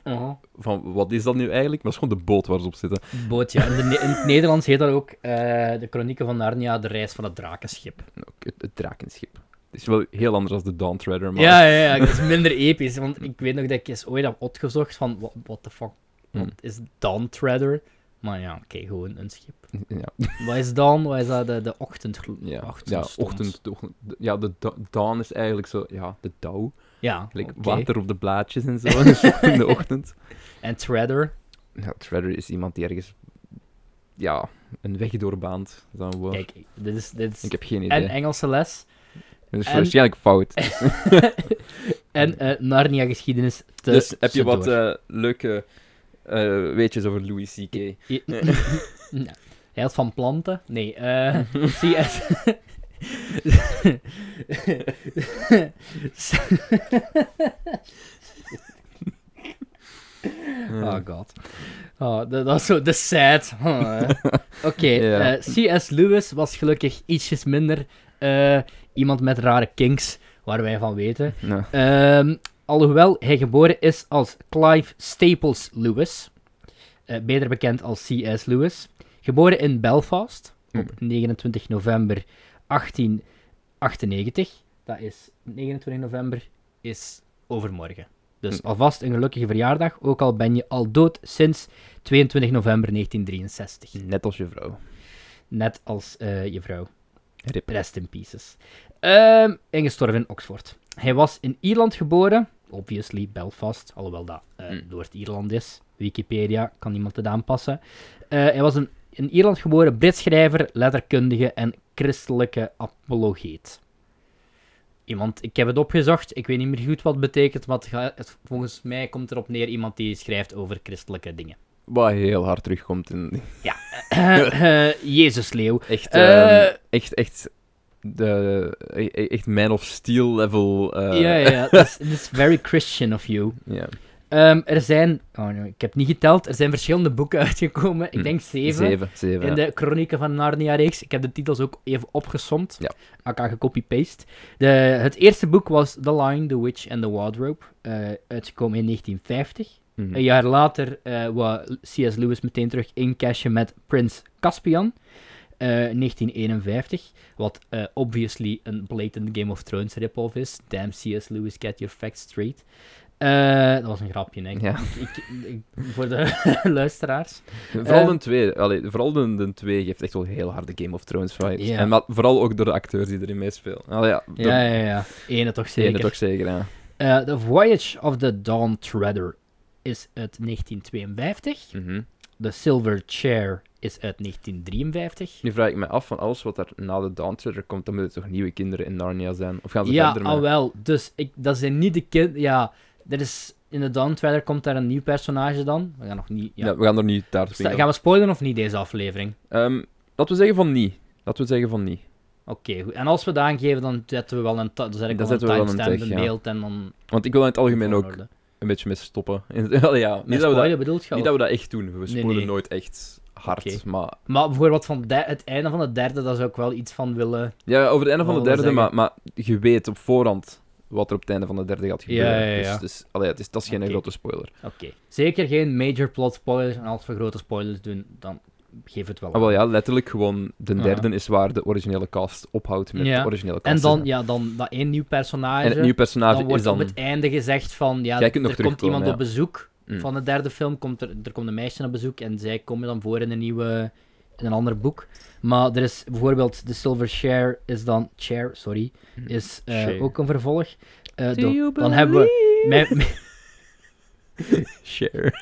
Speaker 2: Van, wat is dat nu eigenlijk? Maar het is gewoon de boot waar ze op zitten.
Speaker 1: Boot, ja. In, de Ne- in het Nederlands heet dat ook eh, de Chronieken van Narnia, de reis van het drakenschip.
Speaker 2: Ook Het, het drakenschip. Het is wel heel anders dan de Dawn Treader, maar...
Speaker 1: Ja, ja, ja. Het is minder episch. Want ik weet nog dat ik eens ooit heb opgezocht van, wa- what the fuck, wat
Speaker 2: Hmm.
Speaker 1: is Dawn Treader? Maar ja, oké, gewoon een schip.
Speaker 2: Ja,
Speaker 1: Wat is Dawn? Wat is dat? De, de ochtend...
Speaker 2: ja, ja,
Speaker 1: ochtendstond.
Speaker 2: ochtend, de ochtend- de- ja, de da- dawn is eigenlijk zo, ja, de dauw.
Speaker 1: Ja,
Speaker 2: Gelijk
Speaker 1: oké.
Speaker 2: water op de blaadjes
Speaker 1: (laughs)
Speaker 2: en zo in de ochtend.
Speaker 1: En Treader.
Speaker 2: Ja, Treader is iemand die ergens, ja, een weg doorbaant. is dat een woord?
Speaker 1: Kijk, dit is... Dit is
Speaker 2: Ik heb geen idee.
Speaker 1: en Engelse les.
Speaker 2: Dat is
Speaker 1: en-
Speaker 2: waarschijnlijk fout.
Speaker 1: En eh, Narnia-geschiedenis te
Speaker 2: Hmm. dus heb je
Speaker 1: te
Speaker 2: wat
Speaker 1: door.
Speaker 2: eh, leuke eh, weetjes over Louis C.K.?
Speaker 1: Je- (laughs) Nee. Hij had van planten? Nee. eh (laughs) CS.
Speaker 2: (laughs)
Speaker 1: (laughs)
Speaker 2: Ah,
Speaker 1: oh god. Oh, dat, dat is zo de sad. Huh. Oké,
Speaker 2: Ja.
Speaker 1: eh, C.S. Lewis was gelukkig ietsjes minder eh, iemand met rare kinks, waar wij van weten.
Speaker 2: Nou,
Speaker 1: Ehm, alhoewel hij geboren is als Clive Staples Lewis, eh, beter bekend als C.S. Lewis. Geboren in Belfast op 29 november 1898. Dat is 29 november, is overmorgen. Dus alvast een gelukkige verjaardag, ook al ben je al dood sinds 22 november 1963.
Speaker 2: net als je vrouw.
Speaker 1: Net als eh, je vrouw.
Speaker 2: Rip.
Speaker 1: Rest in pieces. Ehm, en gestorven in Oxford. Hij was in Ierland geboren. Obviously Belfast, alhoewel dat eh,
Speaker 2: Hmm.
Speaker 1: Noord-Ierland is. Wikipedia, kan niemand het aanpassen. Eh, hij was een in Ierland geboren Brits schrijver, letterkundige en christelijke apologeet. Iemand, ik heb het opgezocht, ik weet niet meer goed wat het betekent, maar het ga- het- volgens mij komt erop neer iemand die schrijft over christelijke dingen. (coughs)
Speaker 2: Wat heel hard terugkomt in... (laughs)
Speaker 1: Eh, Jezusleeuw.
Speaker 2: Echt,
Speaker 1: Eh.
Speaker 2: ehm, echt, echt... De, e- e- echt Man of Steel level. eh,
Speaker 1: Ja, ja,
Speaker 2: (laughs)
Speaker 1: ja. This is very Christian of you.
Speaker 2: ja.
Speaker 1: Ehm, er zijn, oh nee, ik heb niet geteld, er zijn verschillende boeken (laughs) uitgekomen. Ik
Speaker 2: Hm,
Speaker 1: denk zeven.
Speaker 2: Zeven, zeven,
Speaker 1: In
Speaker 2: ja.
Speaker 1: de Chronieken van Narnia-reeks. Ik heb de titels ook even opgesomd.
Speaker 2: Ja.
Speaker 1: Aka gecopy-paste. De- Het eerste boek was The Lion, The Witch and The Wardrobe. eh, uitgekomen in 1950.
Speaker 2: Mhm.
Speaker 1: Een jaar later eh wou C.S. Lewis meteen terug incashen met Prins Caspian. eh, 1951, wat eh, obviously een blatant Game of Thrones rip-off is. Damn C.S. Lewis, get your facts straight. Eh, dat was een grapje, denk ik.
Speaker 2: Ja.
Speaker 1: Ik- ik- voor de (laughs) luisteraars.
Speaker 2: Vooral
Speaker 1: Eh,
Speaker 2: de twee. Allee, vooral de, de twee geeft echt wel heel harde Game of Thrones vibes.
Speaker 1: Ja.
Speaker 2: En maar vooral ook door de acteurs die erin meespelen. Allee, ja, de,
Speaker 1: Ja, ja, ja. Ene toch
Speaker 2: die ene
Speaker 1: zeker.
Speaker 2: toch zeker, ja.
Speaker 1: Eh, the Voyage of the Dawn Treader is uit 1952.
Speaker 2: Mhm.
Speaker 1: The Silver Chair is uit 1953.
Speaker 2: Nu vraag ik me af van alles wat er na de Dawn Treader komt, dan moeten toch nieuwe kinderen in Narnia zijn? Of gaan ze
Speaker 1: Ja,
Speaker 2: verder met...
Speaker 1: al wel. Dus ik, dat zijn niet de kind. Ja, er is in de Dawn Treader komt daar een nieuw personage dan. We gaan nog niet. Ja.
Speaker 2: Ja, we gaan er niet daar Ehm,
Speaker 1: Sta- gaan we spoileren of niet deze aflevering?
Speaker 2: Laten we zeggen van niet. Laten we zeggen van niet.
Speaker 1: Oké, goed. En als we dat aangeven, dan zetten we wel een, ta- dan zet ik
Speaker 2: Dan
Speaker 1: wel
Speaker 2: zetten we
Speaker 1: een
Speaker 2: wel een
Speaker 1: timestamp in
Speaker 2: tag, ja.
Speaker 1: beeld en dan.
Speaker 2: Want ik wil in het algemeen
Speaker 1: gewoon
Speaker 2: ook
Speaker 1: orde.
Speaker 2: een beetje mee stoppen. (laughs) Allee, ja,
Speaker 1: Met
Speaker 2: niet, dat we dat,
Speaker 1: spoilen bedoelt je?
Speaker 2: niet
Speaker 1: of-
Speaker 2: dat we dat echt doen. We spoelen
Speaker 1: nee.
Speaker 2: nooit echt hard.
Speaker 1: Oké.
Speaker 2: Maar
Speaker 1: Maar bijvoorbeeld van de- het einde van de derde, daar zou ik wel iets van willen.
Speaker 2: Ja, over het einde
Speaker 1: Wat
Speaker 2: van de
Speaker 1: wil dat
Speaker 2: derde, maar, maar je weet op voorhand wat er op het einde van de derde gaat gebeuren.
Speaker 1: Ja, ja, ja.
Speaker 2: Dus, dus allee, het is, dat is geen
Speaker 1: Oké.
Speaker 2: grote spoiler.
Speaker 1: Oké. Zeker geen major plot spoilers. En als we grote spoilers doen, dan geef het wel.
Speaker 2: Ah,
Speaker 1: aan.
Speaker 2: wel ja, letterlijk gewoon de
Speaker 1: Ja.
Speaker 2: derde is waar de originele cast ophoudt met
Speaker 1: Ah. Ja.
Speaker 2: de originele cast.
Speaker 1: en dan, ja, dan dat één nieuw personage.
Speaker 2: en het nieuwe
Speaker 1: dan
Speaker 2: personage
Speaker 1: wordt
Speaker 2: is dan...
Speaker 1: op het einde gezegd van, ja,
Speaker 2: Jij
Speaker 1: er
Speaker 2: kunt nog
Speaker 1: komt
Speaker 2: terugkomen,
Speaker 1: iemand
Speaker 2: ja.
Speaker 1: op bezoek
Speaker 2: Mm.
Speaker 1: van de derde film. Komt er, er komt een meisje op bezoek en zij komen dan voor in een nieuwe, in een ander boek. Maar er is bijvoorbeeld The Silver Share is dan, Chair, sorry,
Speaker 2: Mm.
Speaker 1: is eh,
Speaker 2: Share.
Speaker 1: ook een vervolg. Eh, dan- dan hebben we... Mijn, (laughs)
Speaker 2: Share.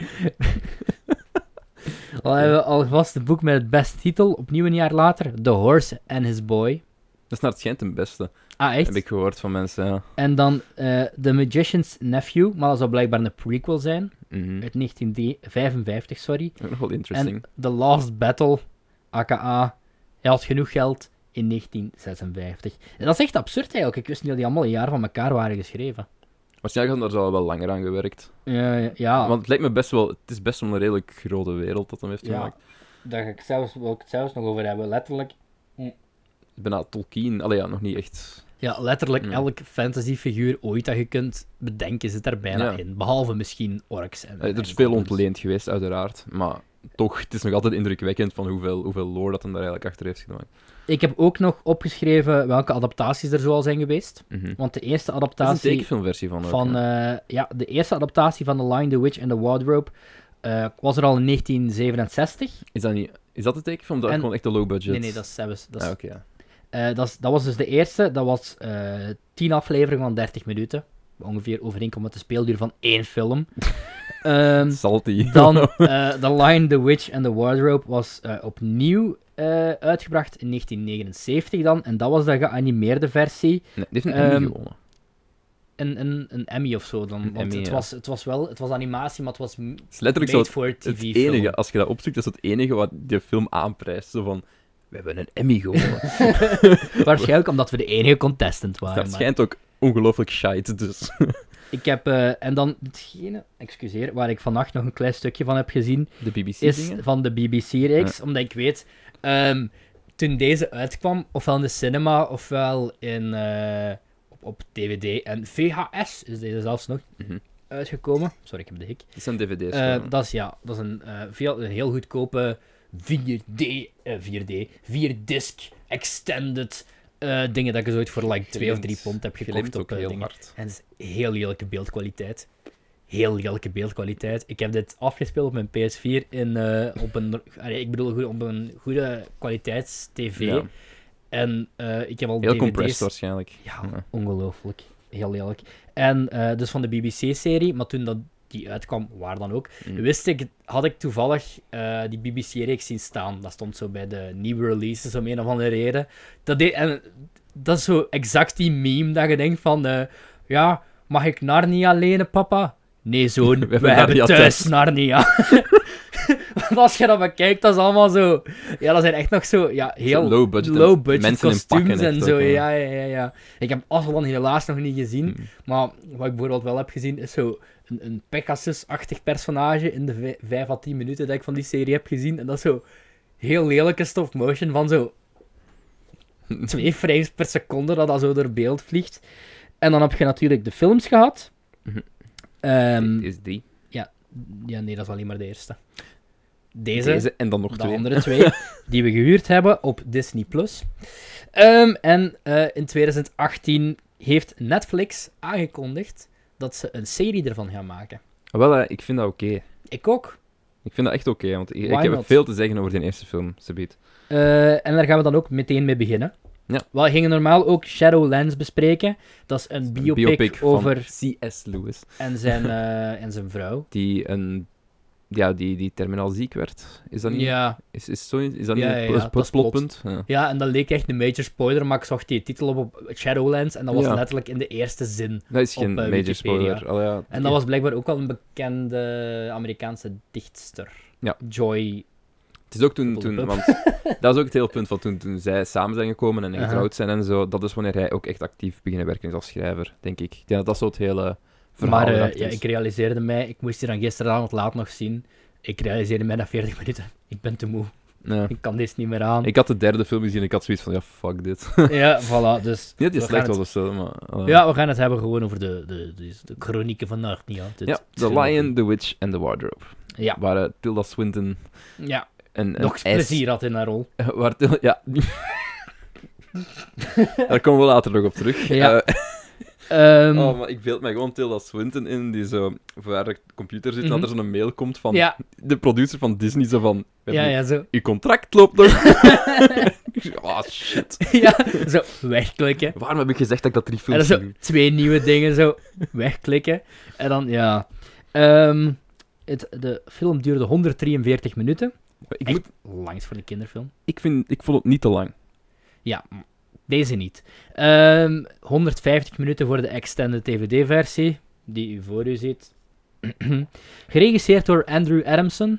Speaker 1: Al hebben we alvast het boek met het beste titel, opnieuw een jaar later, The Horse and His Boy.
Speaker 2: (laughs) Dat is naar het schijnt het beste,
Speaker 1: Ah, echt?
Speaker 2: heb ik gehoord van mensen, ja.
Speaker 1: En dan eh, The Magician's Nephew, maar dat zou blijkbaar een prequel zijn,
Speaker 2: Mhm.
Speaker 1: uit 1955, sorry.
Speaker 2: Ook nog wel interesting.
Speaker 1: The Last Battle, aka Hij had genoeg geld in 1956. En dat is echt absurd eigenlijk, ik wist niet dat die allemaal een jaar van elkaar waren geschreven.
Speaker 2: Waarschijnlijk hadden daar dus al wel langer aan gewerkt.
Speaker 1: Ja, ja, ja.
Speaker 2: Want het lijkt me best wel... Het is best wel een redelijk grote wereld dat hem heeft
Speaker 1: Ja.
Speaker 2: gemaakt.
Speaker 1: daar ga ik, zelfs, wil ik het zelfs nog over hebben, letterlijk.
Speaker 2: Bijna Tolkien. Allee, ja, nog niet echt.
Speaker 1: Ja, letterlijk
Speaker 2: Ja.
Speaker 1: elk fantasyfiguur ooit dat je kunt bedenken zit er bijna
Speaker 2: Ja.
Speaker 1: in. Behalve misschien orks. En,
Speaker 2: Eh, Er
Speaker 1: en
Speaker 2: is veel
Speaker 1: goblins.
Speaker 2: ontleend geweest, uiteraard. Maar toch, het is nog altijd indrukwekkend van hoeveel, hoeveel lore dat hem daar eigenlijk achter heeft gemaakt.
Speaker 1: Ik heb ook nog opgeschreven welke adaptaties er zoal zijn geweest.
Speaker 2: Mhm.
Speaker 1: Want de eerste
Speaker 2: Er is een
Speaker 1: adaptatie
Speaker 2: tekenfilmversie van ook,
Speaker 1: van...
Speaker 2: hè.
Speaker 1: eh, ja, de eerste adaptatie van The Lion, The Witch and The Wardrobe eh, was er al in 1967.
Speaker 2: Is dat, niet, is dat de tekenfilm? Dat
Speaker 1: En-
Speaker 2: gewoon echt een low budget...
Speaker 1: Nee, nee, dat is... Dat, is, dat, is-
Speaker 2: Ah, oké, ja.
Speaker 1: eh, dat, is- dat was dus de eerste. Dat was eh 10 afleveringen van 30 minuten. Ongeveer overeenkomt met de speelduur van één
Speaker 2: (laughs)
Speaker 1: film. Ehm,
Speaker 2: Salty.
Speaker 1: Dan eh, The Lion, The Witch and The Wardrobe was eh, opnieuw eh, uitgebracht in 1979 dan. En dat was de geanimeerde versie.
Speaker 2: Nee, die heeft een
Speaker 1: Ehm,
Speaker 2: Emmy gewonnen.
Speaker 1: Een, een, een Emmy of zo dan.
Speaker 2: Een
Speaker 1: Want
Speaker 2: Emmy,
Speaker 1: het,
Speaker 2: ja.
Speaker 1: was, het was wel... Het was animatie, maar het was m-
Speaker 2: Het is letterlijk zo
Speaker 1: made
Speaker 2: het,
Speaker 1: for TV
Speaker 2: het
Speaker 1: film.
Speaker 2: enige, als je dat opzoekt, dat is het enige wat de film aanprijst. Zo van, we hebben een Emmy
Speaker 1: (laughs)
Speaker 2: gewonnen.
Speaker 1: Ah, Waarschijnlijk omdat we de enige contestant
Speaker 2: dat
Speaker 1: waren. maar-
Speaker 2: schijnt ook ongelooflijk
Speaker 1: (laughs)
Speaker 2: shite, dus...
Speaker 1: Ik heb... eh, en dan hetgene... Excuseer, waar ik vannacht nog een klein stukje van heb gezien.
Speaker 2: De BBC
Speaker 1: is van de BBC-reeks. Omdat ik weet, ehm, toen deze uitkwam, ofwel in de cinema, ofwel in, eh, op, op DVD en VHS is deze zelfs nog
Speaker 2: Mhm.
Speaker 1: uitgekomen. Sorry, ik heb de hik.
Speaker 2: Dat zijn dvd's.
Speaker 1: Eh,
Speaker 2: gewoon.
Speaker 1: dat is, ja, dat is een, eh, veel, een heel goedkope 4D, eh, 4D, 4-disc extended eh, dingen dat ik eens ooit voor like 2 of 3
Speaker 2: Glimt.
Speaker 1: pond heb
Speaker 2: Glimt
Speaker 1: gekocht
Speaker 2: ook
Speaker 1: op eh,
Speaker 2: heel
Speaker 1: dingen.
Speaker 2: hard.
Speaker 1: En het is heel lelijke beeldkwaliteit. Heel lelijke beeldkwaliteit. Ik heb dit afgespeeld op mijn PS4 in, eh, op een, (laughs) allee, ik bedoel, goed- op een goede kwaliteits tv.
Speaker 2: Ja.
Speaker 1: En eh, ik heb al
Speaker 2: Heel
Speaker 1: DVD's.
Speaker 2: compressed waarschijnlijk.
Speaker 1: Ja,
Speaker 2: Ja.
Speaker 1: ongelooflijk. Heel lelijk. En eh, dus van de BBC-serie, maar toen dat die uitkwam, waar dan ook,
Speaker 2: Mm.
Speaker 1: wist ik, had ik toevallig eh, die BBC-reeks zien staan. Dat stond zo bij de nieuwe releases om een of andere reden. Dat, deed, en, dat is zo exact die meme dat je denkt van, eh, ja, mag ik Narnia lenen, papa? Nee,
Speaker 2: (laughs)
Speaker 1: zoon, we,
Speaker 2: hebben
Speaker 1: hebben
Speaker 2: Narnia
Speaker 1: thuis,
Speaker 2: thuis.
Speaker 1: Narnia. Want (laughs) als je dat bekijkt, dat is allemaal zo... Ja, dat zijn echt nog zo... Ja, heel
Speaker 2: low budget en
Speaker 1: low budget
Speaker 2: mensen in
Speaker 1: kostuums
Speaker 2: pakken echt
Speaker 1: en
Speaker 2: ook,
Speaker 1: zo.
Speaker 2: hè.
Speaker 1: Ja, ja, ja, ja. Ik heb Aslan helaas nog niet gezien.
Speaker 2: Hmm.
Speaker 1: Maar wat ik bijvoorbeeld wel heb gezien, is zo een, een Pegasus-achtig personage in de vij- 5 à 10 minuten dat ik van die serie heb gezien. En dat is zo heel lelijke stop-motion van zo
Speaker 2: (laughs)
Speaker 1: 2 frames per seconde dat dat zo door beeld vliegt. En dan heb je natuurlijk de films gehad.
Speaker 2: Mhm.
Speaker 1: Ehm,
Speaker 2: is die.
Speaker 1: ja, nee, dat is alleen maar de eerste.
Speaker 2: Deze,
Speaker 1: Deze,
Speaker 2: en dan nog
Speaker 1: de
Speaker 2: twee. (laughs)
Speaker 1: andere twee, die we gehuurd hebben op Disney+. Plus. en eh, in 2018 heeft Netflix aangekondigd dat ze een serie ervan gaan maken.
Speaker 2: Ah, Wel, eh, ik vind dat oké.
Speaker 1: Ik ook.
Speaker 2: Ik vind dat echt oké, want ik, ik
Speaker 1: Why
Speaker 2: heb
Speaker 1: not?
Speaker 2: veel te zeggen over die eerste film, Sabit.
Speaker 1: Eh, en daar gaan we dan ook meteen mee beginnen.
Speaker 2: Ja.
Speaker 1: We gingen normaal ook Shadowlands bespreken. Dat is een biopic, over
Speaker 2: van C.S. Lewis,
Speaker 1: en zijn, eh, en zijn vrouw.
Speaker 2: die een... Ja, die, die terminaal ziek werd. Is dat niet?
Speaker 1: Ja.
Speaker 2: Is, is, zo, is dat niet
Speaker 1: Ja,
Speaker 2: een
Speaker 1: ja,
Speaker 2: pl-
Speaker 1: ja, dat is
Speaker 2: plotpunt? Ja.
Speaker 1: ja, en dat leek echt een major spoiler, maar ik zocht die titel op op Shadowlands en dat was
Speaker 2: Ja.
Speaker 1: letterlijk in de eerste zin.
Speaker 2: Dat is
Speaker 1: Op,
Speaker 2: geen
Speaker 1: eh,
Speaker 2: major
Speaker 1: Wikipedia.
Speaker 2: spoiler. Allee, ja,
Speaker 1: En dat was blijkbaar ook wel een bekende Amerikaanse dichtster.
Speaker 2: Ja.
Speaker 1: Joy.
Speaker 2: Het is ook toen,
Speaker 1: Pop,
Speaker 2: toen
Speaker 1: pop.
Speaker 2: want
Speaker 1: (laughs)
Speaker 2: dat is ook het hele punt van toen, toen zij samen zijn gekomen en
Speaker 1: Aha.
Speaker 2: getrouwd zijn en zo. Dat is wanneer hij ook echt actief beginnen werken is als schrijver, denk ik. Ik denk dat dat zo het hele verhaal
Speaker 1: maar eh,
Speaker 2: erachter
Speaker 1: ja,
Speaker 2: is.
Speaker 1: ik realiseerde mij, ik moest die dan gisteravond laat nog zien. Ik realiseerde mij na 40 (laughs) minuten, ik ben te moe.
Speaker 2: Ja.
Speaker 1: Ik kan deze niet meer aan.
Speaker 2: Ik had de derde film gezien en ik had zoiets van, ja, fuck dit.
Speaker 1: (laughs)
Speaker 2: (laughs)
Speaker 1: Ja, voilà. Dus
Speaker 2: Niet dat
Speaker 1: we
Speaker 2: die
Speaker 1: gaan
Speaker 2: slecht
Speaker 1: het-
Speaker 2: was of zo, maar... eh,
Speaker 1: Ja, we gaan het hebben gewoon over de, de, de, de chronieken van Narnia. dit
Speaker 2: ja, The
Speaker 1: trilogie.
Speaker 2: Lion, The Witch en The Wardrobe.
Speaker 1: Ja,
Speaker 2: Waar eh, Tilda Swinton
Speaker 1: ja.
Speaker 2: een, een
Speaker 1: nog
Speaker 2: ijs-
Speaker 1: plezier had in haar rol.
Speaker 2: (laughs) Waar, ja. (laughs) Daar komen we later nog op terug.
Speaker 1: Ja.
Speaker 2: Eh,
Speaker 1: Ehm,
Speaker 2: oh, maar ik beeld mij gewoon Tilda Swinton in, die zo voor haar computer zit, en
Speaker 1: Mhm.
Speaker 2: dat er zo'n mail komt van
Speaker 1: ja,
Speaker 2: de producer van Disney, zo van... we
Speaker 1: ja,
Speaker 2: hebben-
Speaker 1: ja, zo. (laughs)
Speaker 2: Uw contract loopt nog. Ik zo, Ah, shit.
Speaker 1: ja, zo wegklikken.
Speaker 2: Waarom heb ik gezegd dat ik dat drie
Speaker 1: En dan
Speaker 2: films
Speaker 1: zo
Speaker 2: ging
Speaker 1: twee nieuwe dingen zo (laughs) wegklikken. En dan, ja. Ehm, het, de film duurde 143 minuten.
Speaker 2: doen? Ik,
Speaker 1: Echt
Speaker 2: moet,
Speaker 1: langs voor een kinderfilm.
Speaker 2: ik, vind, ik vond het niet te lang.
Speaker 1: Ja, m- deze niet. Ehm, 150 minuten voor de extended DVD-versie, die u voor u ziet. (clears throat) Geregisseerd door Andrew Adamson.
Speaker 2: Die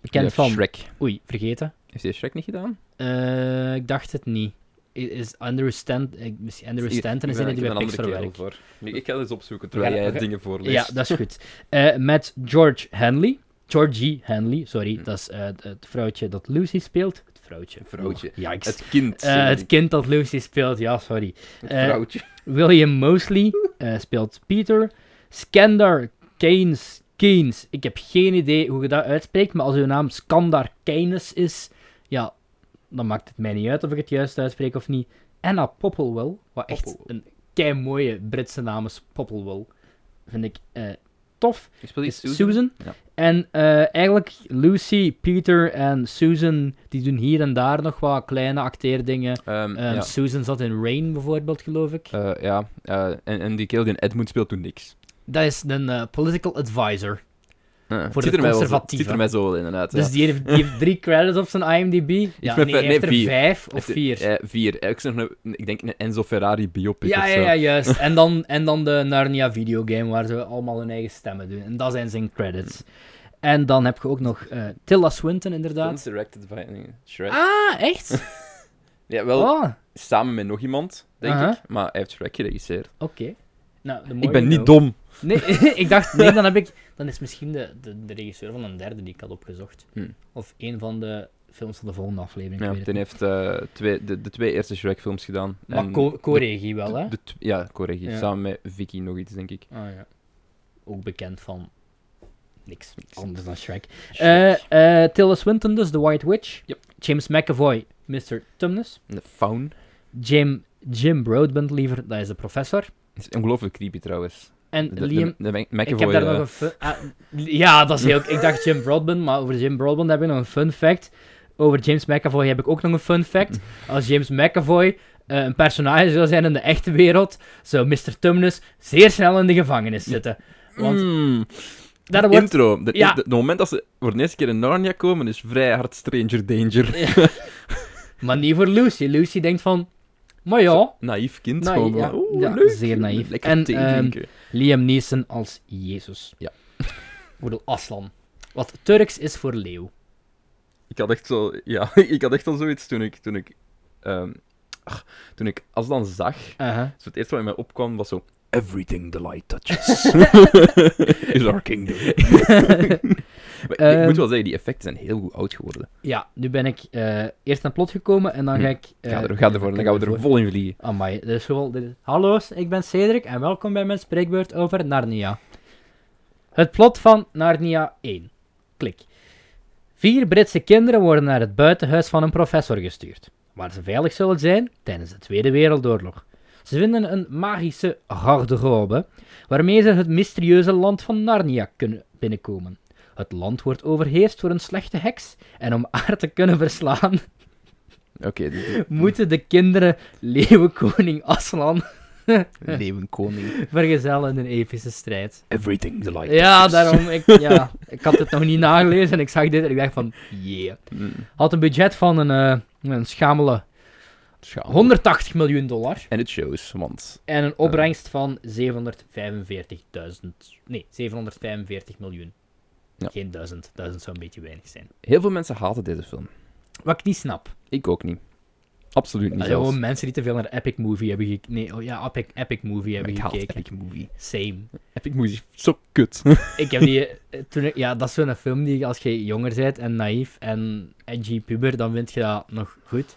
Speaker 1: Bekend
Speaker 2: heeft
Speaker 1: van...
Speaker 2: Shrek.
Speaker 1: Oei, vergeten.
Speaker 2: Heeft hij Shrek niet gedaan?
Speaker 1: Eh, ik dacht het niet. I- Is Andrew Stanton... eh, misschien Andrew Stanton is
Speaker 2: Ik
Speaker 1: ene
Speaker 2: ben-
Speaker 1: die
Speaker 2: ik
Speaker 1: bij
Speaker 2: ben een
Speaker 1: Pixar
Speaker 2: andere
Speaker 1: werkt.
Speaker 2: kerel voor. Ik, ik ga het eens opzoeken terwijl
Speaker 1: Ja,
Speaker 2: jij
Speaker 1: oké.
Speaker 2: dingen voorleest.
Speaker 1: Ja, dat is goed. Eh, met George Henley. Georgie Henley, sorry.
Speaker 2: Hm.
Speaker 1: Dat is eh, het- het vrouwtje dat Lucy speelt. Het vrouwtje.
Speaker 2: Vrouwtje.
Speaker 1: Oeh, Yikes.
Speaker 2: Het kind.
Speaker 1: Eh, het
Speaker 2: sorry.
Speaker 1: kind dat Lucy speelt, ja, sorry.
Speaker 2: Het
Speaker 1: eh,
Speaker 2: vrouwtje.
Speaker 1: William Mosley eh, speelt Peter. Skandar Keynes. Keynes. Ik heb geen idee hoe je dat uitspreekt, maar als uw naam Skandar Keynes is, ja, dan maakt het mij niet uit of ik het juist uitspreek of niet. Anna Popplewell, wat echt
Speaker 2: Popplewell.
Speaker 1: een kei mooie Britse naam is, Popplewell. Vind ik eh, tof.
Speaker 2: Is speelt
Speaker 1: Is Susan.
Speaker 2: Ja.
Speaker 1: En eh, eigenlijk Lucy, Peter en Susan, die doen hier en daar nog wat kleine acteerdingen.
Speaker 2: Ehm,
Speaker 1: Ehm,
Speaker 2: ja.
Speaker 1: Susan zat in Rain bijvoorbeeld, geloof ik.
Speaker 2: Eh, ja. eh, en, en die kerel die in Edmund speelt doet niks.
Speaker 1: Dat is een eh, political advisor.
Speaker 2: Eh, het
Speaker 1: de
Speaker 2: zit er mij wel zo- het
Speaker 1: conservatieven.
Speaker 2: zit er mij zo wel in, inderdaad.
Speaker 1: Dus
Speaker 2: ja.
Speaker 1: die heeft, die heeft drie credits op zijn IMDb. Ja, nee,
Speaker 2: met vijf-
Speaker 1: hij heeft
Speaker 2: nee,
Speaker 1: er
Speaker 2: vier.
Speaker 1: vijf of
Speaker 2: Heeft er-
Speaker 1: vier.
Speaker 2: eh, vier. Eh, ik, zeg nog een- ik denk een Enzo Ferrari biopic
Speaker 1: Ja,
Speaker 2: of
Speaker 1: ja,
Speaker 2: zo.
Speaker 1: ja,
Speaker 2: (laughs)
Speaker 1: juist. en, dan, en dan de Narnia videogame waar ze allemaal hun eigen stemmen doen. En dat zijn zijn credits. En dan heb je ook nog eh Tilla Swinton,
Speaker 2: Films
Speaker 1: inderdaad.
Speaker 2: directed by eh, Shrek.
Speaker 1: Ah, echt?
Speaker 2: Ja, wel
Speaker 1: Oh, oké.
Speaker 2: samen met nog iemand, denk
Speaker 1: Aha.
Speaker 2: ik. Maar hij heeft Shrek geregisseerd.
Speaker 1: Nou, de
Speaker 2: ik ben
Speaker 1: dom.
Speaker 2: niet dom.
Speaker 1: Nee, (laughs) ik dacht, nee, dan heb ik... Dan is misschien de, de, de regisseur van een derde die ik had opgezocht.
Speaker 2: Hmm.
Speaker 1: Of een van de films van de volgende aflevering. ik
Speaker 2: Ja,
Speaker 1: weet het
Speaker 2: die heeft eh, twee, de, de twee eerste Shrek-films gedaan.
Speaker 1: Maar
Speaker 2: En
Speaker 1: co- co-regie wel, hè?
Speaker 2: de tw- ja, correct.
Speaker 1: Ja.
Speaker 2: Samen met Vicky nog iets, denk ik.
Speaker 1: Ah, ja. Ook bekend van niks anders dan Shrek.
Speaker 2: Shrek.
Speaker 1: Eh, eh, Tilda Swinton dus, The White Witch.
Speaker 2: Yep.
Speaker 1: James McAvoy, Mr. Tumnus.
Speaker 2: En de Faun.
Speaker 1: Jim, Jim Broadbent liever, dat is de professor.
Speaker 2: Dat is ongelooflijk creepy, trouwens.
Speaker 1: En
Speaker 2: De, de,
Speaker 1: Liam...
Speaker 2: de Mac-
Speaker 1: ik
Speaker 2: McAvoy,
Speaker 1: heb daar
Speaker 2: eh,
Speaker 1: nog een fun... ah, ja, dat is heel... ik dacht Jim Broadbent, maar over Jim Broadbent heb ik nog een fun fact. Over James McAvoy heb ik ook nog een fun fact. Als James McAvoy eh, een personage zou zijn in de echte wereld, zou Mr. Tumnus zeer snel in de gevangenis zitten. Want
Speaker 2: Mm,
Speaker 1: daar
Speaker 2: de
Speaker 1: wordt
Speaker 2: intro. De,
Speaker 1: Ja.
Speaker 2: de- het moment dat ze voor de eerste keer in Narnia komen, is vrij hard Stranger Danger.
Speaker 1: Maar niet voor Lucy. Lucy denkt van... Maar ja,
Speaker 2: Naïef kind,
Speaker 1: Naïef,
Speaker 2: gewoon.
Speaker 1: ja.
Speaker 2: van, oeh,
Speaker 1: Ja,
Speaker 2: leuk.
Speaker 1: zeer naïef.
Speaker 2: Lekker
Speaker 1: En,
Speaker 2: thee
Speaker 1: ehm,
Speaker 2: drinken.
Speaker 1: Liam Neeson als Jezus.
Speaker 2: Ja.
Speaker 1: Ik bedoel, Aslan. Wat Turks is voor leeuw.
Speaker 2: Ik had echt zo... Ja, (laughs) ik had echt al zoiets toen ik... Toen ik, ehm, ach, toen ik Aslan zag, zo het eerste wat in mij opkwam was zo... (laughs) Everything the light touches (laughs) is our kingdom. Maar ik
Speaker 1: Ehm,
Speaker 2: moet wel zeggen, die effecten zijn heel goed oud geworden.
Speaker 1: Ja, nu ben ik eh, eerst naar plot gekomen en dan ga
Speaker 2: Hm.
Speaker 1: ik... eh,
Speaker 2: Ga, er, ga ervoor, dan gaan we er vol in vliegen.
Speaker 1: Amai, dit is gewoon... dit is- Hallo's, ik ben Cedric en welkom bij mijn spreekbeurt over Narnia. Het plot van Narnia 1. Klik. Vier Britse kinderen worden naar het buitenhuis van een professor gestuurd, waar ze veilig zullen zijn tijdens de Tweede Wereldoorlog. Ze vinden een magische garderobe, waarmee ze het mysterieuze land van Narnia kunnen binnenkomen. Het land wordt overheerst door een slechte heks, en om (laughs) haar te kunnen verslaan, (laughs)
Speaker 2: Oké, de-
Speaker 1: moeten de kinderen Leeuwenkoning Aslan
Speaker 2: de leeuwenkoning.
Speaker 1: vergezellen in een epische strijd.
Speaker 2: Everything the light
Speaker 1: Ja,
Speaker 2: touches.
Speaker 1: daarom. Ik, ja, ik had het nog niet nagelezen en ik zag dit en ik dacht van, yeah.
Speaker 2: Mm.
Speaker 1: Had een budget van een, eh, een schamele
Speaker 2: Schaam.
Speaker 1: 180 miljoen dollar
Speaker 2: En het shows, want
Speaker 1: en een opbrengst van 745.000. Nee, 745 miljoen.
Speaker 2: Ja.
Speaker 1: Geen duizend. Duizend zou een beetje weinig zijn.
Speaker 2: heel veel mensen haten deze film.
Speaker 1: Wat ik niet snap.
Speaker 2: Ik ook niet. Absoluut niet
Speaker 1: Dat zijn
Speaker 2: zelfs.
Speaker 1: gewoon mensen die te veel naar Epic Movie hebben gekeken. Nee, oh ja, Epic, Epic Movie
Speaker 2: Maar
Speaker 1: hebben
Speaker 2: ik haat
Speaker 1: gekeken.
Speaker 2: Epic Movie.
Speaker 1: Same.
Speaker 2: Epic Movie is zo
Speaker 1: (laughs)
Speaker 2: kut.
Speaker 1: Ik heb die... eh, Toen ik- ja, dat is zo'n film die als je jonger bent en naïef en edgy puber, dan vind je dat nog goed.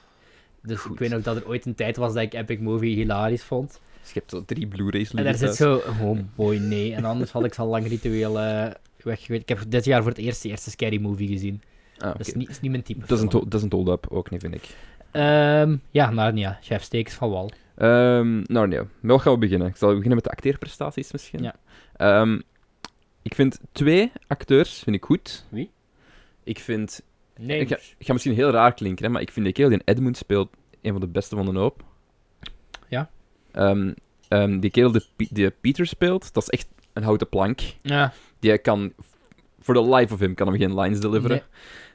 Speaker 1: Dus
Speaker 2: Goed.
Speaker 1: ik weet nog dat er ooit een tijd was dat ik Epic Movie hilarisch vond.
Speaker 2: Dus je hebt zo drie Blu-rays
Speaker 1: En daar zit zo... Oh boy, nee. En anders had ik ze al lang ritueel eh weggegooid. Ik heb dit jaar voor het eerst de eerste Scary Movie gezien.
Speaker 2: Ah,
Speaker 1: Dat is
Speaker 2: oké.
Speaker 1: niet, is niet mijn type.
Speaker 2: Dat is een
Speaker 1: film.
Speaker 2: to- dat is een hold-up ook niet, vind ik.
Speaker 1: Ehm, ja, Narnia. Chef Steaks van Wal.
Speaker 2: Ehm, nou, nee. Met wat gaan we beginnen? Ik zal beginnen met de acteerprestaties misschien.
Speaker 1: Ja.
Speaker 2: Ehm, ik vind twee acteurs vind ik goed.
Speaker 1: Wie?
Speaker 2: Ik vind...
Speaker 1: Nee.
Speaker 2: Ik ga, ik ga misschien heel raar klinken, hè, maar ik vind de kerel die in Edmund speelt een van de beste van de hoop.
Speaker 1: Ja.
Speaker 2: Ehm, ehm, die kerel die, Pi- die Peter speelt, dat is echt een houten plank.
Speaker 1: Ja,
Speaker 2: Die kan... Voor de life of him kan hem geen lines deliveren.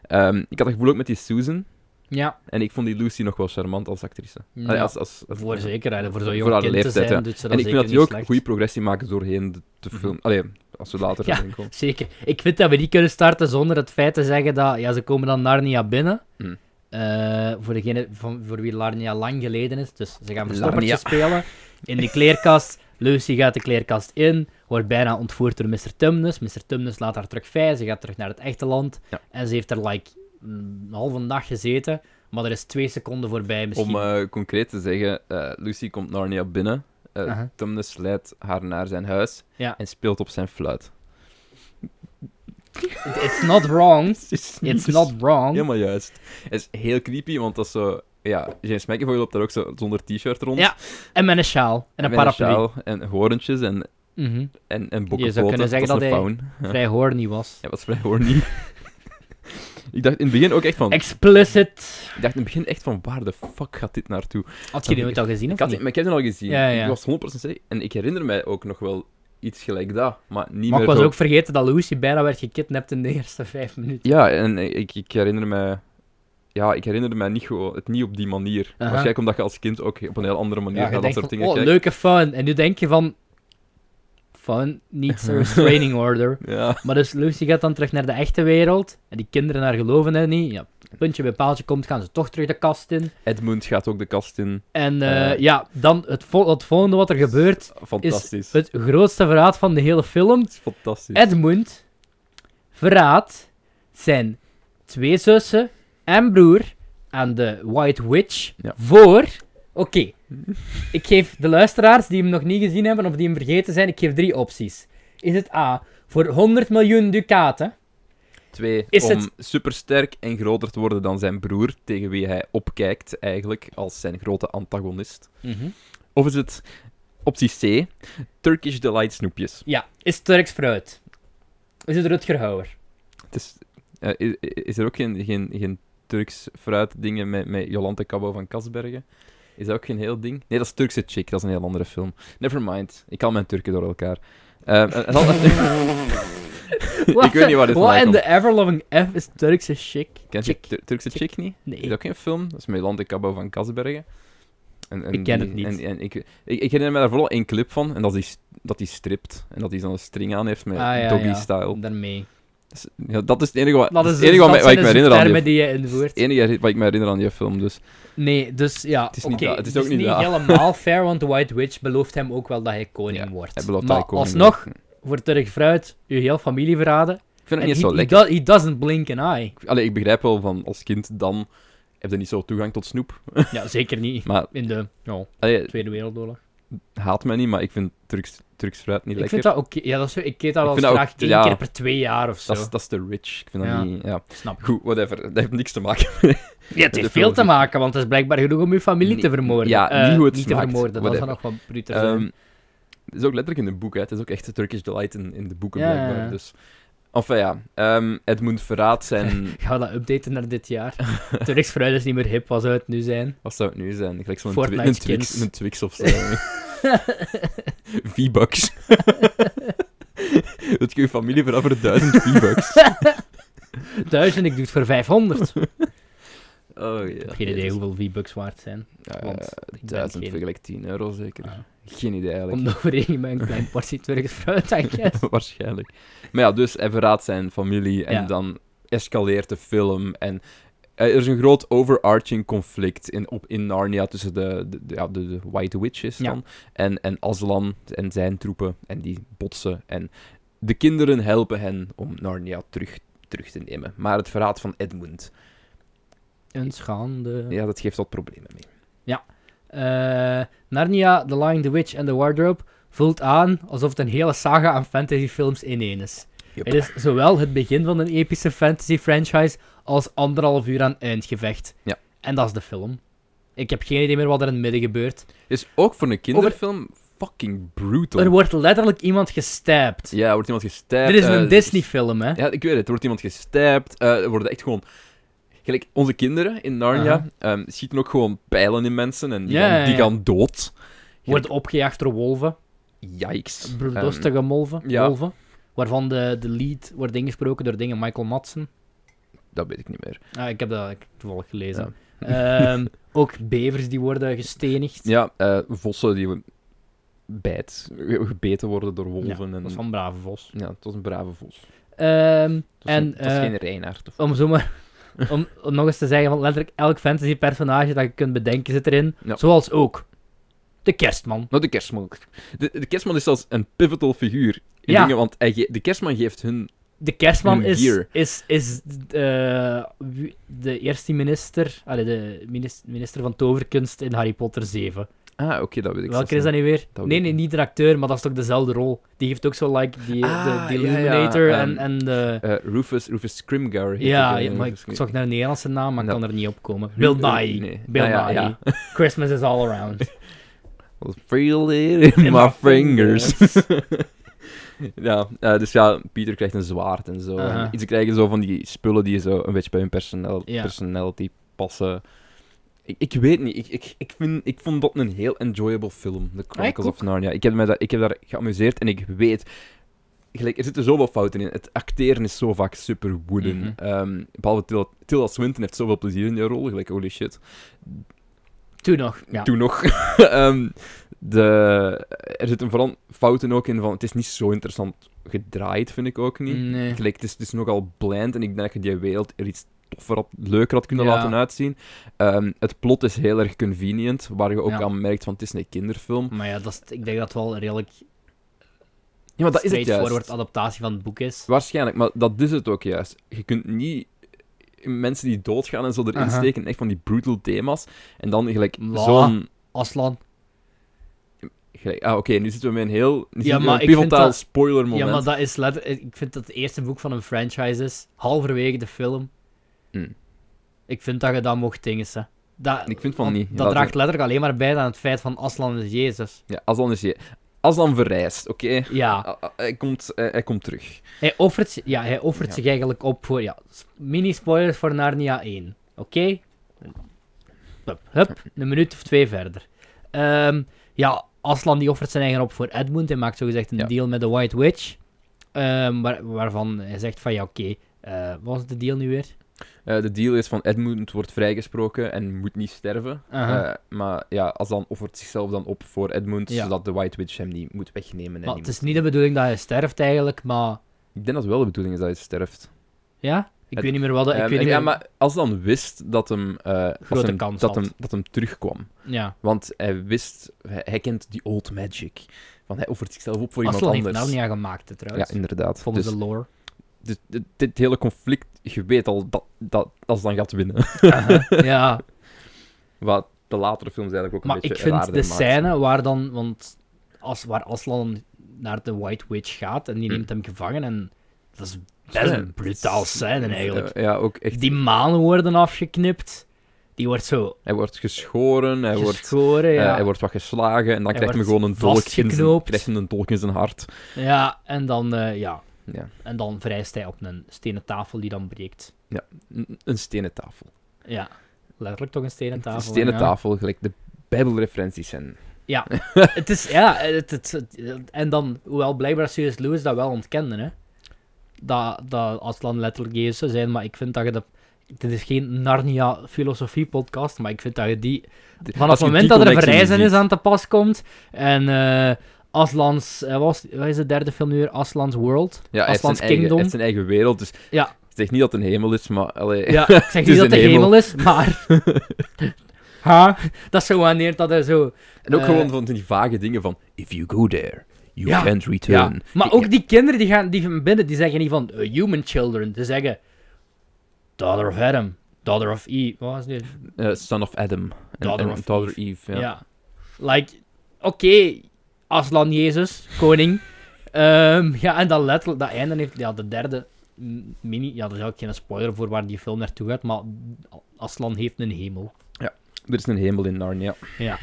Speaker 2: Ehm, ik had het gevoel ook met die Susan.
Speaker 1: ja.
Speaker 2: En ik vond die Lucy nog wel charmant als actrice.
Speaker 1: ja.
Speaker 2: Allee, als, als, als,
Speaker 1: voor
Speaker 2: als-
Speaker 1: zeker, hè. voor zo'n
Speaker 2: Voor
Speaker 1: jong
Speaker 2: haar
Speaker 1: kind te
Speaker 2: leeftijd,
Speaker 1: zijn,
Speaker 2: ja.
Speaker 1: doet ze dat
Speaker 2: en ik
Speaker 1: zeker
Speaker 2: vind dat die ook
Speaker 1: niet slecht. Mhm.
Speaker 2: goede progressie maken doorheen de, de film. Allee, als we later
Speaker 1: Ja.
Speaker 2: erin komen.
Speaker 1: Zeker. Ik vind dat we niet kunnen starten zonder het feit te zeggen dat ja, ze komen dan Narnia binnen.
Speaker 2: Hmm.
Speaker 1: Eh, voor degene van, voor wie Narnia lang geleden is. Dus ze gaan
Speaker 2: Larnia.
Speaker 1: verstoppertje spelen. In die kleerkast. Lucy gaat de kleerkast in. Wordt bijna ontvoerd door Mr. Tumnus. Mr. Tumnus laat haar terug vrij. Ze gaat terug naar het echte land.
Speaker 2: Ja.
Speaker 1: En ze heeft er like een halve dag gezeten. Maar er is twee seconden voorbij (laughs) misschien.
Speaker 2: Om eh, concreet te zeggen, eh, Lucy komt Narnia binnen. eh
Speaker 1: Aha.
Speaker 2: Tumnus leidt haar naar zijn huis
Speaker 1: Ja.
Speaker 2: en speelt op zijn fluit.
Speaker 1: It's not wrong. (laughs)
Speaker 2: (laughs)
Speaker 1: It's not wrong.
Speaker 2: Dus Helemaal juist. Het is heel creepy, want dat is zo... Ja, James McAvoy loopt daar ook zo zonder t-shirt rond.
Speaker 1: Ja, En met een sjaal. En een
Speaker 2: met
Speaker 1: paraplu.
Speaker 2: sjaal en horentjes en,
Speaker 1: Mhm.
Speaker 2: en, en
Speaker 1: Je
Speaker 2: bokkenpoten.
Speaker 1: zou kunnen zeggen
Speaker 2: is
Speaker 1: dat
Speaker 2: een
Speaker 1: hij-
Speaker 2: faun.
Speaker 1: Vrij horny was.
Speaker 2: (laughs) Ja, dat is vrij horny.
Speaker 1: (laughs)
Speaker 2: ik dacht in het begin ook echt van...
Speaker 1: Explicit.
Speaker 2: Ik dacht in het begin echt van, waar de fuck gaat dit naartoe?
Speaker 1: Had je die ooit al gezien?
Speaker 2: Ik,
Speaker 1: Of
Speaker 2: had,
Speaker 1: niet?
Speaker 2: maar ik heb het al gezien.
Speaker 1: Ja, ja.
Speaker 2: Ik was 100% zeker. En ik herinner mij ook nog wel iets gelijk dat. Maar niet
Speaker 1: Maar ik
Speaker 2: meer
Speaker 1: was
Speaker 2: zo-
Speaker 1: ook vergeten dat Lucy bijna werd gekidnapt in de eerste vijf minuten.
Speaker 2: Ja, en ik, ik herinner mij... Ja, ik herinner mij niet gewoon, het niet op die manier. Waarschijnlijk omdat je als kind ook op een heel andere manier
Speaker 1: Ja, je
Speaker 2: naar dat
Speaker 1: denkt
Speaker 2: soort
Speaker 1: van,
Speaker 2: dingen
Speaker 1: oh,
Speaker 2: kijkt.
Speaker 1: leuke fun. En nu denk je van... Fun needs
Speaker 2: (laughs)
Speaker 1: a restraining order.
Speaker 2: Ja.
Speaker 1: Maar dus Lucy gaat dan terug naar de echte wereld. En die kinderen daar geloven er niet. Ja, puntje bij paaltje komt, gaan ze toch terug de kast in.
Speaker 2: Edmund gaat ook de kast in.
Speaker 1: En eh,
Speaker 2: Eh.
Speaker 1: ja, dan het, vol- het volgende wat er gebeurt...
Speaker 2: Fantastisch.
Speaker 1: Het grootste verraad van de hele film.
Speaker 2: is fantastisch.
Speaker 1: Edmund verraadt zijn twee zussen en broer aan de White Witch
Speaker 2: Ja.
Speaker 1: voor... Oké,
Speaker 2: (laughs)
Speaker 1: ik geef de luisteraars die hem nog niet gezien hebben of die hem vergeten zijn, ik geef drie opties. Is het A, voor 100 miljoen ducaten?
Speaker 2: Twee,
Speaker 1: Is
Speaker 2: om
Speaker 1: het-
Speaker 2: supersterk en groter te worden dan zijn broer, tegen wie hij opkijkt eigenlijk als zijn grote antagonist. Of is het optie C, Turkish Delight snoepjes?
Speaker 1: Ja, is het Turks fruit? Is het Rutger Hauer?
Speaker 2: Het is, eh, i- i- is er ook geen, geen, geen Turks fruit dingen met, met Jolante Cabo van Kasbergen? Is dat ook geen heel ding? Nee, dat is Turkse Chick, dat is een heel andere film. Never mind, ik haal mijn Turken door elkaar. Eh, eh, het had-
Speaker 1: (laughs)
Speaker 2: (laughs) ik weet niet waar
Speaker 1: What
Speaker 2: dit vandaan
Speaker 1: in
Speaker 2: komt.
Speaker 1: the ever-loving F is Turkse chic?
Speaker 2: Ken je
Speaker 1: Chick.
Speaker 2: Tur- Turkse
Speaker 1: Chick.
Speaker 2: Chick, niet?
Speaker 1: Nee.
Speaker 2: Is dat ook geen film? Dat is met Jolante Cabo van Kasbergen. En, en
Speaker 1: Ik ken
Speaker 2: die-
Speaker 1: het niet.
Speaker 2: En, en ik, ik, ik herinner me daar vooral één clip van, en dat is dat hij stript. En dat hij zo'n string aan heeft met
Speaker 1: Ah, ja, ja.
Speaker 2: doggy-style.
Speaker 1: Daarmee.
Speaker 2: Dus, ja, dat is het enige wat,
Speaker 1: Dat is
Speaker 2: het enige wat, mij-
Speaker 1: dat
Speaker 2: wat ik
Speaker 1: zijn
Speaker 2: me
Speaker 1: de
Speaker 2: herinner aan die
Speaker 1: zoektermen die je invoert.
Speaker 2: Het enige wat ik me herinner aan die film, dus...
Speaker 1: Nee, dus ja,
Speaker 2: Het is niet
Speaker 1: oké,
Speaker 2: waar, het is ook niet waar. (laughs)
Speaker 1: helemaal fair, want de White Witch belooft hem ook wel dat hij koning
Speaker 2: Ja,
Speaker 1: wordt.
Speaker 2: Hij belooft
Speaker 1: maar
Speaker 2: dat hij koning
Speaker 1: alsnog,
Speaker 2: wordt.
Speaker 1: voor Turk fruit, je heel familie verraden.
Speaker 2: Ik vind
Speaker 1: En
Speaker 2: het niet
Speaker 1: he-
Speaker 2: zo
Speaker 1: he
Speaker 2: lekker.
Speaker 1: do- He, doesn't blink an
Speaker 2: (laughs)
Speaker 1: eye.
Speaker 2: Allee, ik begrijp wel van als kind dan heb je niet zo toegang tot snoep.
Speaker 1: Ja, zeker niet.
Speaker 2: Maar
Speaker 1: In de ja,
Speaker 2: allee,
Speaker 1: Tweede Wereldoorlog.
Speaker 2: haat mij niet, maar ik vind Turks, Turks fruit niet
Speaker 1: Ik
Speaker 2: lekker.
Speaker 1: vind dat oké. Ja, dat is, zo- ik eet dat
Speaker 2: Ik
Speaker 1: wel
Speaker 2: vind dat ook-
Speaker 1: graag één
Speaker 2: ja.
Speaker 1: keer per twee jaar of zo.
Speaker 2: dat, is, dat is te rich. Ik vind
Speaker 1: Ja.
Speaker 2: dat niet. Ja.
Speaker 1: Snap ik.
Speaker 2: Goed, whatever. Dat heeft niks te maken.
Speaker 1: Ja, het
Speaker 2: de
Speaker 1: heeft
Speaker 2: film
Speaker 1: veel te
Speaker 2: is-
Speaker 1: maken, want het is blijkbaar genoeg om je familie
Speaker 2: Niet-
Speaker 1: te vermoorden.
Speaker 2: ja,
Speaker 1: Eh,
Speaker 2: niet hoe het
Speaker 1: Niet te
Speaker 2: smaakt,
Speaker 1: vermoorden, dat zou nog
Speaker 2: whatever.
Speaker 1: wat bruter zijn.
Speaker 2: Ehm het is ook letterlijk in de boeken. Hè. Het is ook echt de Turkish delight in, in de boeken,
Speaker 1: Ja,
Speaker 2: blijkbaar.
Speaker 1: ja, ja.
Speaker 2: Dus. Enfin ja, Ehm Edmund verraadt
Speaker 1: (laughs)
Speaker 2: zijn...
Speaker 1: Gaan we dat updaten naar dit
Speaker 2: (laughs)
Speaker 1: jaar? Turks fruit is niet meer hip, wat zou het nu zijn? (laughs)
Speaker 2: Wat zou het nu zijn? Gelijk zo'n twi-
Speaker 1: Fortnite
Speaker 2: een Twix,
Speaker 1: skins.
Speaker 2: een
Speaker 1: (laughs)
Speaker 2: Twix of zo. (laughs) V-bucks. (laughs) Dat kun je familie vanaf voor 1000 V-bucks.
Speaker 1: Duizend, ik doe het voor 500.
Speaker 2: Oh
Speaker 1: Ik heb geen idee hoeveel V-Bucks waard zijn. want ik ben
Speaker 2: 1000
Speaker 1: geen-
Speaker 2: vergelijk 10 euro zeker.
Speaker 1: Ah.
Speaker 2: Geen idee eigenlijk.
Speaker 1: Om de overeening met een klein portie Turks fruit, I
Speaker 2: (laughs)
Speaker 1: guess.
Speaker 2: Waarschijnlijk. Maar ja, dus hij verraadt zijn familie en
Speaker 1: Ja.
Speaker 2: dan escaleert de film. En eh, er is een groot overarching conflict in, op, in Narnia tussen de, de, de- ja, de, de White Witches
Speaker 1: Ja.
Speaker 2: dan, en, en Aslan en zijn troepen. En die botsen. En de kinderen helpen hen om Narnia terug, terug te nemen. Maar het verraad van Edmund,
Speaker 1: Een schande.
Speaker 2: ja, dat geeft wat problemen mee.
Speaker 1: Eh, Narnia, The Lion, The Witch en The Wardrobe voelt aan alsof het een hele saga aan fantasyfilms in één is.
Speaker 2: Yep.
Speaker 1: Het is zowel het begin van een epische fantasy franchise als anderhalf uur aan eindgevecht.
Speaker 2: Ja.
Speaker 1: En dat is de film. Ik heb geen idee meer wat er in het midden gebeurt.
Speaker 2: Is ook voor een kinderfilm fucking brutal.
Speaker 1: Er wordt letterlijk iemand gestapt.
Speaker 2: Ja, er wordt iemand gestapt.
Speaker 1: Dit is een
Speaker 2: eh,
Speaker 1: Disney-film, hè?
Speaker 2: Ja, ik weet het. Er wordt iemand gestapt. eh, er worden echt gewoon... Gelijk, onze kinderen in Narnia
Speaker 1: Aha.
Speaker 2: ehm, schieten ook gewoon pijlen in mensen en die,
Speaker 1: Ja,
Speaker 2: gaan,
Speaker 1: ja,
Speaker 2: die
Speaker 1: ja.
Speaker 2: gaan dood.
Speaker 1: Wordt opgejaagd door wolven.
Speaker 2: Yikes. Ehm,
Speaker 1: Bloeddorstige molven,
Speaker 2: ja.
Speaker 1: wolven. Waarvan de, de lead wordt ingesproken door dingen Michael Madsen.
Speaker 2: Ehm, dat weet ik niet meer.
Speaker 1: Ah, ik heb dat ik- toevallig gelezen.
Speaker 2: (laughs)
Speaker 1: Ehm, ook bevers die worden gestenigd.
Speaker 2: Ja, eh, vossen die bijt, gebeten worden door wolven.
Speaker 1: Ja,
Speaker 2: en...
Speaker 1: Dat is van Brave Vos.
Speaker 2: Ja, het was een brave vos.
Speaker 1: Ehm,
Speaker 2: Het was,
Speaker 1: En,
Speaker 2: een- het was
Speaker 1: eh,
Speaker 2: geen Reinaard. Of...
Speaker 1: om
Speaker 2: (laughs)
Speaker 1: zomaar... Om, om nog eens te zeggen, want letterlijk elk fantasy-personage dat je kunt bedenken zit erin.
Speaker 2: Ja.
Speaker 1: Zoals ook de kerstman.
Speaker 2: Nou, de kerstman. De, de kerstman is zelfs een pivotal figuur. In
Speaker 1: Ja.
Speaker 2: dingen, want hij ge- de kerstman geeft hun...
Speaker 1: De kerstman
Speaker 2: Een
Speaker 1: is,
Speaker 2: year.
Speaker 1: is, is eh, wie- de eerste minister, allee, de minis- minister van toverkunst in Harry Potter 7.
Speaker 2: Ah, oké, dat weet ik zelfs
Speaker 1: Welke is dat
Speaker 2: niet.
Speaker 1: nu weer?
Speaker 2: weet
Speaker 1: nee,
Speaker 2: ik
Speaker 1: nee,
Speaker 2: niet.
Speaker 1: niet de acteur, maar dat is toch dezelfde rol. Die heeft ook zo like die,
Speaker 2: Ah,
Speaker 1: de, de
Speaker 2: ja, ja,
Speaker 1: Illuminator en,
Speaker 2: ehm,
Speaker 1: en de...
Speaker 2: Eh, Rufus, Rufus Scrimgeour. heet
Speaker 1: Ja,
Speaker 2: hij, eh,
Speaker 1: maar ik
Speaker 2: Rufus
Speaker 1: zocht naar een Nederlandse naam, maar ik
Speaker 2: Ja.
Speaker 1: kan er niet op komen.
Speaker 2: Ru-
Speaker 1: Bill
Speaker 2: eh,
Speaker 1: Nye.
Speaker 2: nee.
Speaker 1: Bill
Speaker 2: Ah, ja,
Speaker 1: Nye.
Speaker 2: ja.
Speaker 1: (laughs) Christmas is all around.
Speaker 2: Feel it in my fingers. (laughs) ja, eh, dus ja, Pieter krijgt een zwaard en zo.
Speaker 1: Aha.
Speaker 2: En ze krijgen zo van die spullen die zo een beetje bij hun personal,
Speaker 1: Ja.
Speaker 2: personality passen. Ik, ik weet niet, ik, ik, ik, vind, ik vond dat een heel enjoyable film, The Chronicles
Speaker 1: ook.
Speaker 2: of Narnia. Ik heb, mij daar, ik heb daar geamuseerd en ik weet... Gelijk, er zitten zoveel fouten in. Het acteren is zo vaak super wooden.
Speaker 1: Mhm.
Speaker 2: Ehm, behalve Tilda, Tilda Swinton heeft zoveel plezier in die rol. Gelijk, holy shit.
Speaker 1: Toen nog, ja.
Speaker 2: Toen nog. (laughs) Ehm, de, er zitten vooral fouten ook in van... Het is niet zo interessant gedraaid, vind ik ook niet.
Speaker 1: Nee.
Speaker 2: Gelijk, het, is, het is nogal bland en ik denk dat je die wereld er iets toffer, had, leuker had kunnen
Speaker 1: Ja.
Speaker 2: laten uitzien. Ehm, het plot is heel erg convenient, waar je ook
Speaker 1: Ja.
Speaker 2: aan merkt van het is een kinderfilm.
Speaker 1: Maar ja, dat is, ik denk dat het wel een redelijk
Speaker 2: Ja, maar dat is het
Speaker 1: straightforward
Speaker 2: juist.
Speaker 1: adaptatie van het boek is.
Speaker 2: Waarschijnlijk, maar dat is het ook juist. Je kunt niet mensen die doodgaan en zo erin
Speaker 1: Aha.
Speaker 2: steken, echt van die brutal thema's. En dan gelijk
Speaker 1: Ja.
Speaker 2: zo'n...
Speaker 1: Aslan.
Speaker 2: Gelijk- ah, oké, nu zitten we met een heel
Speaker 1: Ja,
Speaker 2: ja,
Speaker 1: maar ik vind
Speaker 2: pivotaal
Speaker 1: dat-
Speaker 2: spoiler moment.
Speaker 1: Ja, maar dat is letter... Ik vind dat het eerste boek van een franchise is. Halverwege de film.
Speaker 2: Hmm.
Speaker 1: Ik vind dat je dat mocht dingessen. Dat,
Speaker 2: Ik vind van
Speaker 1: want
Speaker 2: niet.
Speaker 1: Dat
Speaker 2: Laten we-
Speaker 1: draagt letterlijk alleen maar bij aan het feit van Aslan is Jezus.
Speaker 2: Ja, Aslan is je. Aslan verrijst, oké?
Speaker 1: Ja,
Speaker 2: Ah, ah, Hij, komt, eh, hij komt terug.
Speaker 1: hij offert, z- ja, hij offert
Speaker 2: Ja.
Speaker 1: zich eigenlijk op voor... Ja, s- mini-spoilers voor Narnia 1. Oké? Hup, hup, een minuut of twee verder. Ehm, ja, Aslan die offert zijn eigen op voor Edmund. Hij maakt zogezegd een
Speaker 2: Ja.
Speaker 1: deal met de White Witch. Ehm, waar- waarvan hij zegt van ja, oké, eh, wat was de deal nu weer?
Speaker 2: Eh, de deal is van Edmund wordt vrijgesproken en moet niet sterven.
Speaker 1: Aha.
Speaker 2: Eh, maar ja, Aslan offert zichzelf dan op voor Edmund,
Speaker 1: Ja.
Speaker 2: zodat de White Witch hem niet moet wegnemen. En
Speaker 1: Maar
Speaker 2: niet
Speaker 1: het is niet de bedoeling dat hij sterft eigenlijk, maar
Speaker 2: moet- Ik denk dat wel de bedoeling is dat hij sterft.
Speaker 1: ja, ik
Speaker 2: Het-
Speaker 1: weet niet meer wat. Ik
Speaker 2: Ehm,
Speaker 1: weet niet
Speaker 2: ja,
Speaker 1: meer...
Speaker 2: maar Aslan wist dat hem, eh, dat
Speaker 1: Grote
Speaker 2: hem,
Speaker 1: kans
Speaker 2: dat
Speaker 1: had.
Speaker 2: hem, dat hem terugkwam.
Speaker 1: ja.
Speaker 2: Want hij wist, hij, hij kent die old magic. Want hij offert zichzelf op voor
Speaker 1: Aslan heeft
Speaker 2: iemand anders.
Speaker 1: Narnia gemaakt hè,
Speaker 2: ja,
Speaker 1: trouwens.
Speaker 2: inderdaad.
Speaker 1: volgens
Speaker 2: Dus-
Speaker 1: de
Speaker 2: (laughs)
Speaker 1: lore.
Speaker 2: Dus dit, dit hele conflict, je weet al dat, dat Aslan gaat winnen. (laughs)
Speaker 1: Aha, ja,
Speaker 2: Wat de latere films eigenlijk ook een
Speaker 1: maar ik
Speaker 2: beetje
Speaker 1: vind de
Speaker 2: raarder maakt.
Speaker 1: scène waar dan, want als, waar Aslan naar de White Witch gaat en die
Speaker 2: Hm.
Speaker 1: neemt hem gevangen en dat is best
Speaker 2: Ja.
Speaker 1: een brutaal scène eigenlijk.
Speaker 2: Eh, Ja, ook echt.
Speaker 1: Die manen worden afgeknipt, die wordt zo
Speaker 2: Hij wordt geschoren, hij wordt,
Speaker 1: geschoren,
Speaker 2: eh,
Speaker 1: ja.
Speaker 2: hij wordt wat geslagen en dan
Speaker 1: Hij
Speaker 2: krijgt hij
Speaker 1: wordt
Speaker 2: gewoon een dolk, in zijn,
Speaker 1: vastgeknoopt.
Speaker 2: krijgt hem een dolk in zijn hart.
Speaker 1: ja, en dan, eh, ja,
Speaker 2: Ja.
Speaker 1: en dan vrijst hij op een stenen tafel die dan breekt.
Speaker 2: Een, een stenen tafel.
Speaker 1: Ja, letterlijk toch een stenen tafel.
Speaker 2: Een stenen
Speaker 1: ja.
Speaker 2: tafel, gelijk de Bijbelreferenties zijn.
Speaker 1: Het is, ja, het, het- het- en dan, hoewel blijkbaar C.S. Lewis dat wel ontkende, hè. Dat, dat Aslan letterlijk Jezus zou zijn, maar ik vind dat je dat... Dit is geen Narnia-filosofie-podcast, maar ik vind dat je die... Vanaf het
Speaker 2: Als je
Speaker 1: moment dat
Speaker 2: die
Speaker 1: er
Speaker 2: connectie niet
Speaker 1: verrijzenis
Speaker 2: ziet.
Speaker 1: aan te pas komt, en eh Aslans... eh, wat, was, wat is de derde film nu weer? Aslan's World?
Speaker 2: Ja, hij heeft, zijn
Speaker 1: Aslan's
Speaker 2: eigen, hij
Speaker 1: Kingdom.
Speaker 2: heeft zijn eigen wereld, dus
Speaker 1: Ja.
Speaker 2: ik zeg niet dat het een hemel is, maar... Allee,
Speaker 1: Ja, ik zeg
Speaker 2: Het
Speaker 1: niet
Speaker 2: is
Speaker 1: dat
Speaker 2: een
Speaker 1: de hemel.
Speaker 2: hemel.
Speaker 1: is, maar... (laughs) ha? Dat is zo wanneer dat er zo...
Speaker 2: (laughs) en ook
Speaker 1: eh,
Speaker 2: gewoon van die vage dingen van... If you go there, you
Speaker 1: Ja.
Speaker 2: can't return.
Speaker 1: Maar
Speaker 2: Ik-
Speaker 1: ook die kinderen die gaan die van binnen, die zeggen niet van eh, human children. Ze zeggen daughter of Adam, daughter of Eve. Wat was het? nu?
Speaker 2: eh, Son of Adam. En-
Speaker 1: Daughter
Speaker 2: en
Speaker 1: of
Speaker 2: Daughter Eve. ja.
Speaker 1: Ja. Like, oké, Aslan Jezus, koning. (laughs) Ehm, ja, en dat, letterlijk, dat einde heeft... Ja, de derde mm, mini... Ja, daar is ook geen spoiler voor waar die film naartoe gaat, maar Aslan heeft een hemel. (coughs)
Speaker 2: Er is een hemel in Narnia.
Speaker 1: Ja.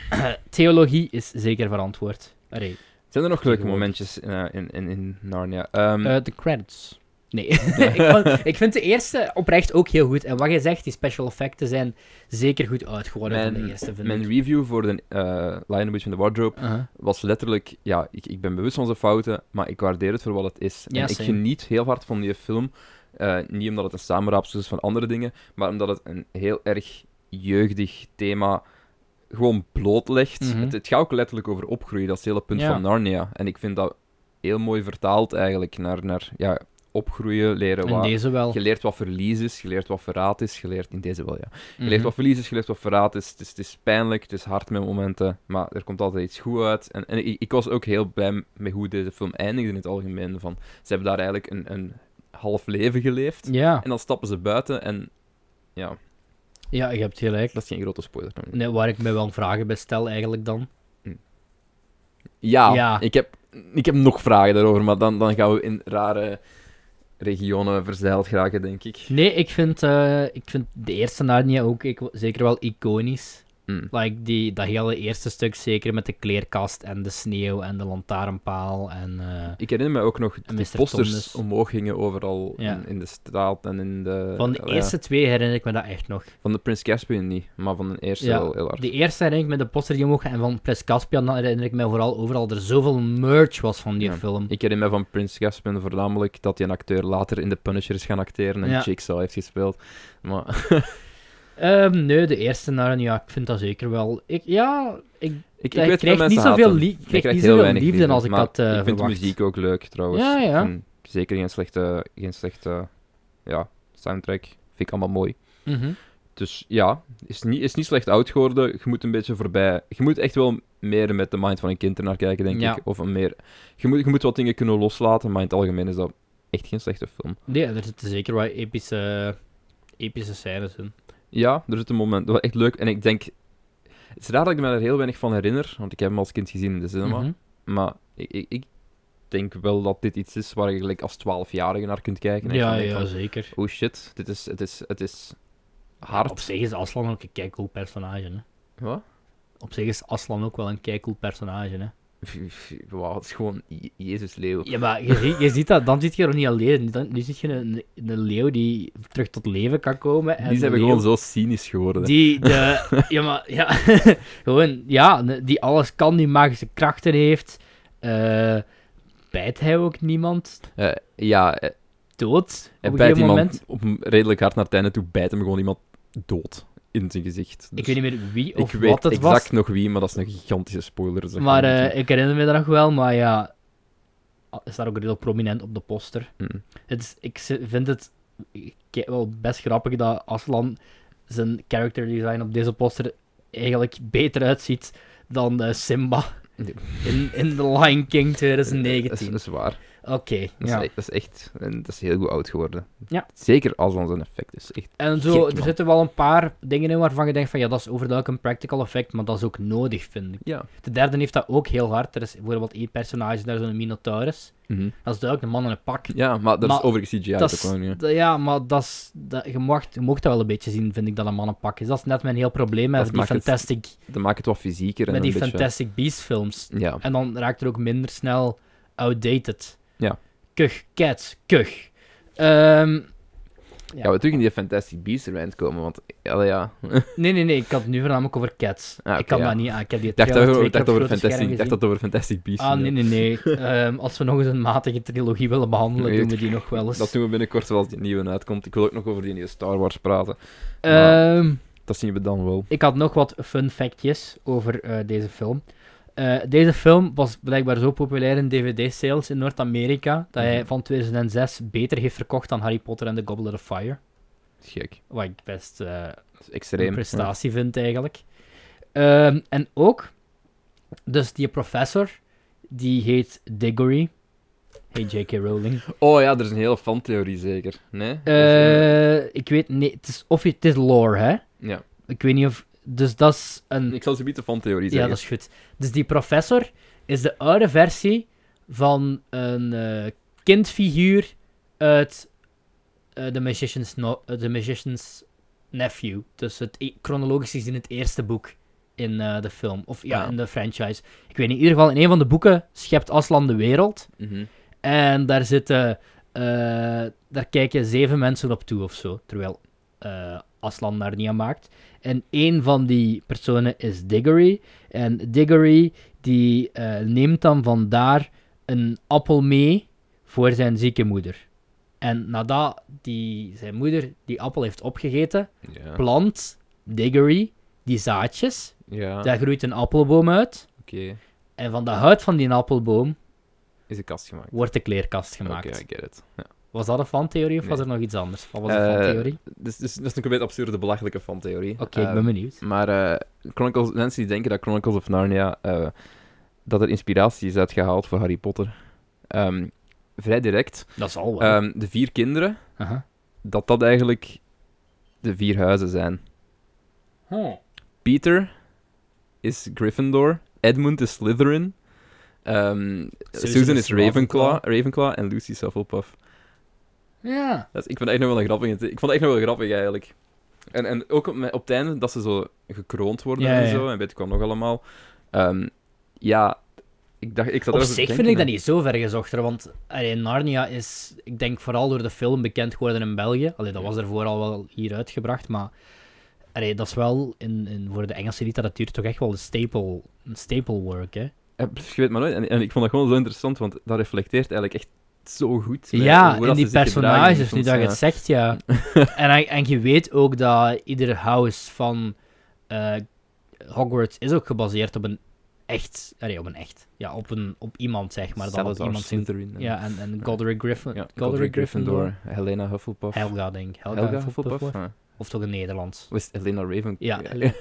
Speaker 1: Theologie is zeker verantwoord. Allee,
Speaker 2: Zijn er nog leuke
Speaker 1: Tegenwoordig.
Speaker 2: momentjes eh, in, in, in Narnia? Ehm,
Speaker 1: eh, de credits.
Speaker 2: (laughs)
Speaker 1: Nee. (laughs) ik, vond- ik vind de eerste oprecht ook heel goed. En wat je zegt, die special effecten zijn zeker goed uitgeworden van de
Speaker 2: Mijn-
Speaker 1: eerste, vind
Speaker 2: mijn
Speaker 1: ik.
Speaker 2: review voor de eh Lion, the Witch and the Wardrobe
Speaker 1: Uh-huh.
Speaker 2: was letterlijk... Ja, ik, ik ben bewust van zijn fouten, maar ik waardeer het voor wat het is.
Speaker 1: Ja,
Speaker 2: en ik
Speaker 1: same.
Speaker 2: geniet heel hard van die film. Eh, niet omdat het een samenraapsel is van andere dingen, maar omdat het een heel erg jeugdig thema gewoon blootlegt.
Speaker 1: Mhm.
Speaker 2: het, het gaat ook letterlijk over opgroeien, dat is het hele punt
Speaker 1: Ja.
Speaker 2: van Narnia. En ik vind dat heel mooi vertaald eigenlijk naar, naar ja, opgroeien, leren
Speaker 1: En
Speaker 2: waar...
Speaker 1: deze wel.
Speaker 2: Je leert wat verlies is, je leert wat verraad is, je leert in deze wel, ja. Je leert
Speaker 1: Mhm.
Speaker 2: wat verlies is, je leert wat verraad is. Het is, het is pijnlijk, het is hard met momenten, maar er komt altijd iets goed uit. En, en ik, ik was ook heel blij met hoe deze film eindigde in het algemeen. Van, ze hebben daar eigenlijk een, een half leven geleefd.
Speaker 1: Ja.
Speaker 2: En dan stappen ze buiten en ja,
Speaker 1: ja, je hebt gelijk.
Speaker 2: dat is geen grote spoiler. maar-
Speaker 1: Nee, waar ik me wel vragen bij stel eigenlijk dan.
Speaker 2: Ja,
Speaker 1: Ja.
Speaker 2: Ik, heb, ik heb nog vragen daarover, maar dan, dan gaan we in rare regionen verzeild geraken, denk ik.
Speaker 1: Nee, ik vind, eh, ik vind de eerste Narnia ook ik, zeker wel iconisch.
Speaker 2: Mm.
Speaker 1: Like die, dat hele eerste stuk, zeker met de kleerkast en de sneeuw en de lantaarnpaal. En, eh,
Speaker 2: Ik herinner me ook nog dat
Speaker 1: En
Speaker 2: die
Speaker 1: Mr.
Speaker 2: posters
Speaker 1: Tondes.
Speaker 2: omhoog gingen overal
Speaker 1: Ja.
Speaker 2: in, in de straat en in de...
Speaker 1: van de
Speaker 2: ja.
Speaker 1: eerste twee herinner ik me dat echt nog.
Speaker 2: Van de Prins Caspian niet, maar van de eerste
Speaker 1: Ja,
Speaker 2: wel heel hard.
Speaker 1: De eerste herinner ik me de poster die omhoog ging en van Prins Caspian dan herinner ik me vooral overal er zoveel merch was van die
Speaker 2: Ja.
Speaker 1: film.
Speaker 2: Ik herinner me van Prins Caspian voornamelijk dat hij een acteur later in The Punisher is gaan acteren en
Speaker 1: Ja.
Speaker 2: Jigsaw heeft gespeeld. Maar
Speaker 1: Ehm, nee, de eerste Narnia, ik vind dat zeker wel. Ik, ja, ik,
Speaker 2: ik,
Speaker 1: ik
Speaker 2: ik weet veel
Speaker 1: krijg
Speaker 2: mensen
Speaker 1: niet zoveel,
Speaker 2: haten.
Speaker 1: lie- ik
Speaker 2: Ik
Speaker 1: krijg
Speaker 2: krijg
Speaker 1: niet
Speaker 2: heel
Speaker 1: zoveel
Speaker 2: weinig
Speaker 1: liefde als ik
Speaker 2: maar
Speaker 1: dat eh
Speaker 2: Ik vind de
Speaker 1: verwacht.
Speaker 2: muziek ook leuk trouwens.
Speaker 1: Ja, ja.
Speaker 2: Ik vind zeker geen slechte, geen slechte ja, soundtrack. Vind ik allemaal mooi.
Speaker 1: Mhm.
Speaker 2: Dus ja, is niet, is niet slecht oud geworden. Je moet een beetje voorbij. Je moet echt wel meer met de mind van een kind ernaar kijken, denk
Speaker 1: Ja.
Speaker 2: ik. Of een meer. Je moet, je moet wat dingen kunnen loslaten, maar in het algemeen is dat echt geen slechte film.
Speaker 1: Nee, er zitten zeker wel epische, epische scènes in.
Speaker 2: Ja, er zit een moment. Dat was echt leuk. En ik denk. Het is raar dat ik me daar heel weinig van herinner, want ik heb hem als kind gezien in de cinema.
Speaker 1: Mhm.
Speaker 2: Maar ik, ik, ik denk wel dat dit iets is waar je gelijk als 12-jarige naar kunt kijken. En
Speaker 1: Ja,
Speaker 2: je denkt
Speaker 1: ja,
Speaker 2: van,
Speaker 1: zeker.
Speaker 2: oh shit, dit is, het is, het is
Speaker 1: Op
Speaker 2: hard.
Speaker 1: zich is Aslan ook een keicool personage. Hè.
Speaker 2: Wat?
Speaker 1: Op zich is Aslan ook wel een keicool personage. Hè.
Speaker 2: Wauw, het is gewoon Je- Jezus Leeuw.
Speaker 1: Ja, maar je, ziet- je ziet dat, dan zit je er niet alleen. Dan, nu zit je een, een leeuw die terug tot leven kan komen. En
Speaker 2: Die
Speaker 1: een
Speaker 2: zijn we
Speaker 1: leeuw
Speaker 2: gewoon zo cynisch geworden.
Speaker 1: Die, de, (laughs) ja, maar, ja, gewoon, ja, ne- die alles kan, die magische krachten heeft. Eh bijt hij ook niemand
Speaker 2: Eh, ja, eh,
Speaker 1: dood?
Speaker 2: hij
Speaker 1: op een
Speaker 2: bijt
Speaker 1: gegeven
Speaker 2: iemand
Speaker 1: moment.
Speaker 2: op een redelijk hard naar het einde toe, bijt hem gewoon iemand dood in zijn gezicht.
Speaker 1: Ik
Speaker 2: Dus
Speaker 1: weet niet meer wie
Speaker 2: ik
Speaker 1: of
Speaker 2: weet
Speaker 1: wat het
Speaker 2: exact
Speaker 1: was.
Speaker 2: nog wie, maar dat is een gigantische spoiler. dus dat
Speaker 1: Maar
Speaker 2: gaan we niet
Speaker 1: eh, ik herinner me dat nog wel, maar ja. ah, Is daar ook heel prominent op de poster.
Speaker 2: Mhm.
Speaker 1: Het is, ik z- vind het ke- wel best grappig dat Aslan zijn character design op deze poster eigenlijk beter uitziet dan eh, Simba
Speaker 2: Nee.
Speaker 1: in, in The Lion King
Speaker 2: eh, Dat is,
Speaker 1: 2019.
Speaker 2: dat is waar.
Speaker 1: Oké,
Speaker 2: Dat,
Speaker 1: ja.
Speaker 2: is, e- dat is echt... en Dat is heel goed oud geworden.
Speaker 1: Ja.
Speaker 2: Zeker als dan zijn effect is echt...
Speaker 1: En zo,
Speaker 2: Gek,
Speaker 1: er
Speaker 2: man.
Speaker 1: zitten wel een paar dingen in waarvan je denkt van ja, dat is overduidelijk een practical effect, maar dat is ook nodig, vind ik.
Speaker 2: Ja.
Speaker 1: De derde heeft dat ook heel hard. Er is bijvoorbeeld één personage, daar is zo'n Minotaurus.
Speaker 2: Mhm.
Speaker 1: Dat is duidelijk een man in een pak.
Speaker 2: Ja, maar dat
Speaker 1: Maar
Speaker 2: is overigens CGI
Speaker 1: Dat
Speaker 2: ook
Speaker 1: is-
Speaker 2: wel. ja.
Speaker 1: dat- ja, maar dat is, dat, je, mocht, je mocht dat wel een beetje zien, vind ik, dat een mannenpak is. Dat is net mijn heel probleem met
Speaker 2: Dat
Speaker 1: die,
Speaker 2: maakt het
Speaker 1: fantastic,
Speaker 2: Dat maakt het wat fysieker en
Speaker 1: met die
Speaker 2: een beetje...
Speaker 1: fantastic Beast films.
Speaker 2: Ja.
Speaker 1: En dan raakt er ook minder snel outdated.
Speaker 2: Ja.
Speaker 1: Kuch, cats, kuch. Ehm, Ja.
Speaker 2: Gaan we terug in die Fantastic Beasts rant komen, want... Ja, ja.
Speaker 1: nee, nee, nee, ik had het nu voornamelijk over cats.
Speaker 2: Ah, oké,
Speaker 1: ik kan
Speaker 2: ja.
Speaker 1: dat niet aan, ik heb die
Speaker 2: Ik dacht, dat
Speaker 1: trailer
Speaker 2: we-
Speaker 1: twee
Speaker 2: ik dacht,
Speaker 1: keer op
Speaker 2: dat we
Speaker 1: grote
Speaker 2: Fantastic,
Speaker 1: scherm
Speaker 2: ik dacht
Speaker 1: gezien.
Speaker 2: dat over Fantastic Beasts
Speaker 1: Ah,
Speaker 2: gingen.
Speaker 1: nee, nee, nee. Ehm, als we nog eens een matige trilogie willen behandelen,
Speaker 2: Nee,
Speaker 1: doen we die nog wel eens.
Speaker 2: Dat doen we binnenkort wel als die nieuwe uitkomt. Ik wil ook nog over die nieuwe Star Wars praten.
Speaker 1: Ehm,
Speaker 2: Dat zien we dan wel.
Speaker 1: Ik had nog wat fun factjes over eh, deze film. Eh, deze film was blijkbaar zo populair in DVD-sales in Noord-Amerika dat hij
Speaker 2: Mhm.
Speaker 1: van 2006 beter heeft verkocht dan Harry Potter en The Goblet of Fire.
Speaker 2: Gek.
Speaker 1: Wat ik best eh,
Speaker 2: Dat is
Speaker 1: een
Speaker 2: extreem. Ja.
Speaker 1: prestatie vind eigenlijk. Ehm, en ook, dus die professor, die heet Diggory. Hey J.K.
Speaker 2: (laughs)
Speaker 1: Rowling.
Speaker 2: Oh ja, er is een hele fantheorie zeker. Nee? Dat is, eh,
Speaker 1: Eh, ik weet niet, het is, of het is lore, hè?
Speaker 2: ja.
Speaker 1: Ik weet niet of. Dus dat is een
Speaker 2: Ik zal ze niet de fantheorie
Speaker 1: Ja,
Speaker 2: zeggen.
Speaker 1: dat is goed. Dus die professor is de oude versie van een eh, kindfiguur uit eh, The, Magician's no- eh, The Magician's Nephew. Dus het e- chronologisch gezien het eerste boek in eh, de film. Of ja,
Speaker 2: Ah.
Speaker 1: in de franchise. Ik weet niet, in ieder geval in een van de boeken schept Aslan de wereld.
Speaker 2: Mhm.
Speaker 1: En daar zitten, eh, daar kijken zeven mensen op toe of zo. Terwijl eh, Aslan daar niet aan maakt. En één van die personen is Diggory. En Diggory die eh, neemt dan vandaar een appel mee voor zijn zieke moeder. En nadat die, zijn moeder die appel heeft opgegeten,
Speaker 2: Ja.
Speaker 1: plant Diggory die zaadjes.
Speaker 2: Ja, oké.
Speaker 1: Daar groeit een appelboom uit. En van de huid van die appelboom
Speaker 2: Is een kast gemaakt.
Speaker 1: wordt de kleerkast gemaakt.
Speaker 2: Oké, I get it. Ja.
Speaker 1: Was dat een fantheorie of was er nog iets anders? Wat was een
Speaker 2: Eh,
Speaker 1: fantheorie?
Speaker 2: Dus, dus, dat is een compleet absurde, belachelijke fantheorie.
Speaker 1: Oké, ik ben benieuwd.
Speaker 2: Maar eh, Chronicles, mensen die denken dat Chronicles of Narnia eh, dat er inspiratie is uitgehaald voor Harry Potter. Ehm, vrij direct.
Speaker 1: Dat zal wel.
Speaker 2: Ehm, de vier kinderen,
Speaker 1: Aha.
Speaker 2: dat dat eigenlijk de vier huizen zijn. Peter is Gryffindor, Edmund is Slytherin, ehm, Susan, is Ravenclaw, Ravenclaw en Lucy is Hufflepuff.
Speaker 1: Ja.
Speaker 2: Dat is- ik vond het echt nog wel een grappig. Ik vond het echt nog wel grappig eigenlijk. En, en ook op, op het einde dat ze zo gekroond worden
Speaker 1: Ja,
Speaker 2: en
Speaker 1: ja.
Speaker 2: zo. En weet ik wat nog allemaal. Ehm, ja, ik dacht. Ik zat
Speaker 1: Op
Speaker 2: erover te
Speaker 1: zich vind
Speaker 2: denken,
Speaker 1: ik dat
Speaker 2: hè.
Speaker 1: niet zo ver gezocht, hoor, want allee, Narnia is, ik denk, vooral door de film bekend geworden in België. Allee, dat was ervoor al wel hier uitgebracht, maar allee, dat is wel in, in, voor de Engelse literatuur toch echt wel een staple, een staple work, hè?
Speaker 2: Eh, pff, Je weet maar nooit. En, en ik vond dat gewoon zo interessant, want dat reflecteert eigenlijk echt zo goed. bij
Speaker 1: Ja,
Speaker 2: hoe
Speaker 1: en
Speaker 2: dat
Speaker 1: die
Speaker 2: ze zich gedragen
Speaker 1: personages,
Speaker 2: in
Speaker 1: nu
Speaker 2: films,
Speaker 1: dat je
Speaker 2: ja.
Speaker 1: het zegt,
Speaker 2: (laughs)
Speaker 1: ja. en, hij- en je weet ook dat ieder house van eh, Hogwarts is ook gebaseerd op een echt... allee, op een echt. Ja, op, een, op iemand, zeg maar. Dan op
Speaker 2: Salazar
Speaker 1: iemand zijn...
Speaker 2: Slytherin en-
Speaker 1: Ja, en, en Godric Griffin...
Speaker 2: ja,
Speaker 1: Godric, Gryffindor.
Speaker 2: Helena Hufflepuff.
Speaker 1: Helga, denk ik. Helga,
Speaker 2: Helga
Speaker 1: Hufflepuff,
Speaker 2: Hufflepuff?
Speaker 1: hoor.
Speaker 2: Ja.
Speaker 1: Of toch een
Speaker 2: (laughs)
Speaker 1: Nederlands.
Speaker 2: Of is het Helena Ravenclaw?
Speaker 1: Ja,
Speaker 2: Ja.
Speaker 1: Helena-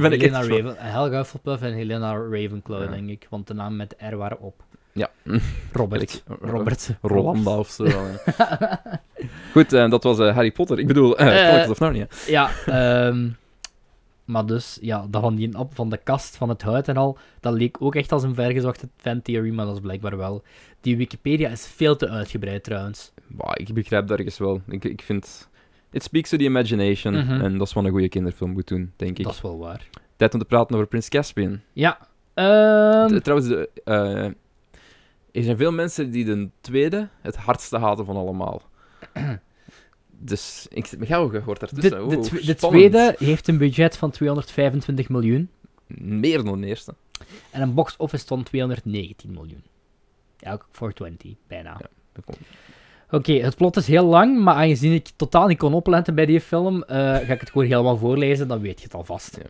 Speaker 1: ja,
Speaker 2: ben ik
Speaker 1: Helena
Speaker 2: echt zo-
Speaker 1: Raven, Helga Hufflepuff en Helena Ravenclaw,
Speaker 2: Ja.
Speaker 1: denk ik. Want de naam met de R waren op.
Speaker 2: (laughs) Ja. (laughs)
Speaker 1: Robert.
Speaker 2: Ro-
Speaker 1: Robert.
Speaker 2: Rolanda of zo.
Speaker 1: (laughs)
Speaker 2: Goed, eh, dat was eh, Harry Potter. Ik bedoel, eh
Speaker 1: Eh,
Speaker 2: Chronicles of Narnia.
Speaker 1: Ja, ehm, maar dus, ja, dat van die app van de kast, van het huid en al, dat leek ook echt als een vergezochte fantheorie, maar dat is blijkbaar wel. Die Wikipedia is veel te uitgebreid trouwens.
Speaker 2: Bah, ik begrijp dat ergens wel. Ik, ik vind... It speaks to the imagination.
Speaker 1: Mhm.
Speaker 2: En dat is wat een goede kinderfilm moet doen, denk ik.
Speaker 1: Dat is wel waar.
Speaker 2: Tijd om te praten over Prins Caspian.
Speaker 1: Ja, ehm,
Speaker 2: T- Trouwens, de, eh, er zijn veel mensen die de tweede het hardste haten
Speaker 1: (clears throat)
Speaker 2: van allemaal. dus ik zit met jou gehoord
Speaker 1: de,
Speaker 2: daartussen.
Speaker 1: de,
Speaker 2: Oeh,
Speaker 1: tw- de
Speaker 2: spannend.
Speaker 1: tweede heeft een budget van 225 miljoen
Speaker 2: Meer dan de eerste.
Speaker 1: en een box office van 219 miljoen. Ja, ook 420, bijna.
Speaker 2: Dat komt-
Speaker 1: Oké, het plot is heel lang, maar aangezien ik totaal niet kon opletten bij die film, eh, ga ik het gewoon helemaal voorlezen, dan weet je het alvast.
Speaker 2: Ja.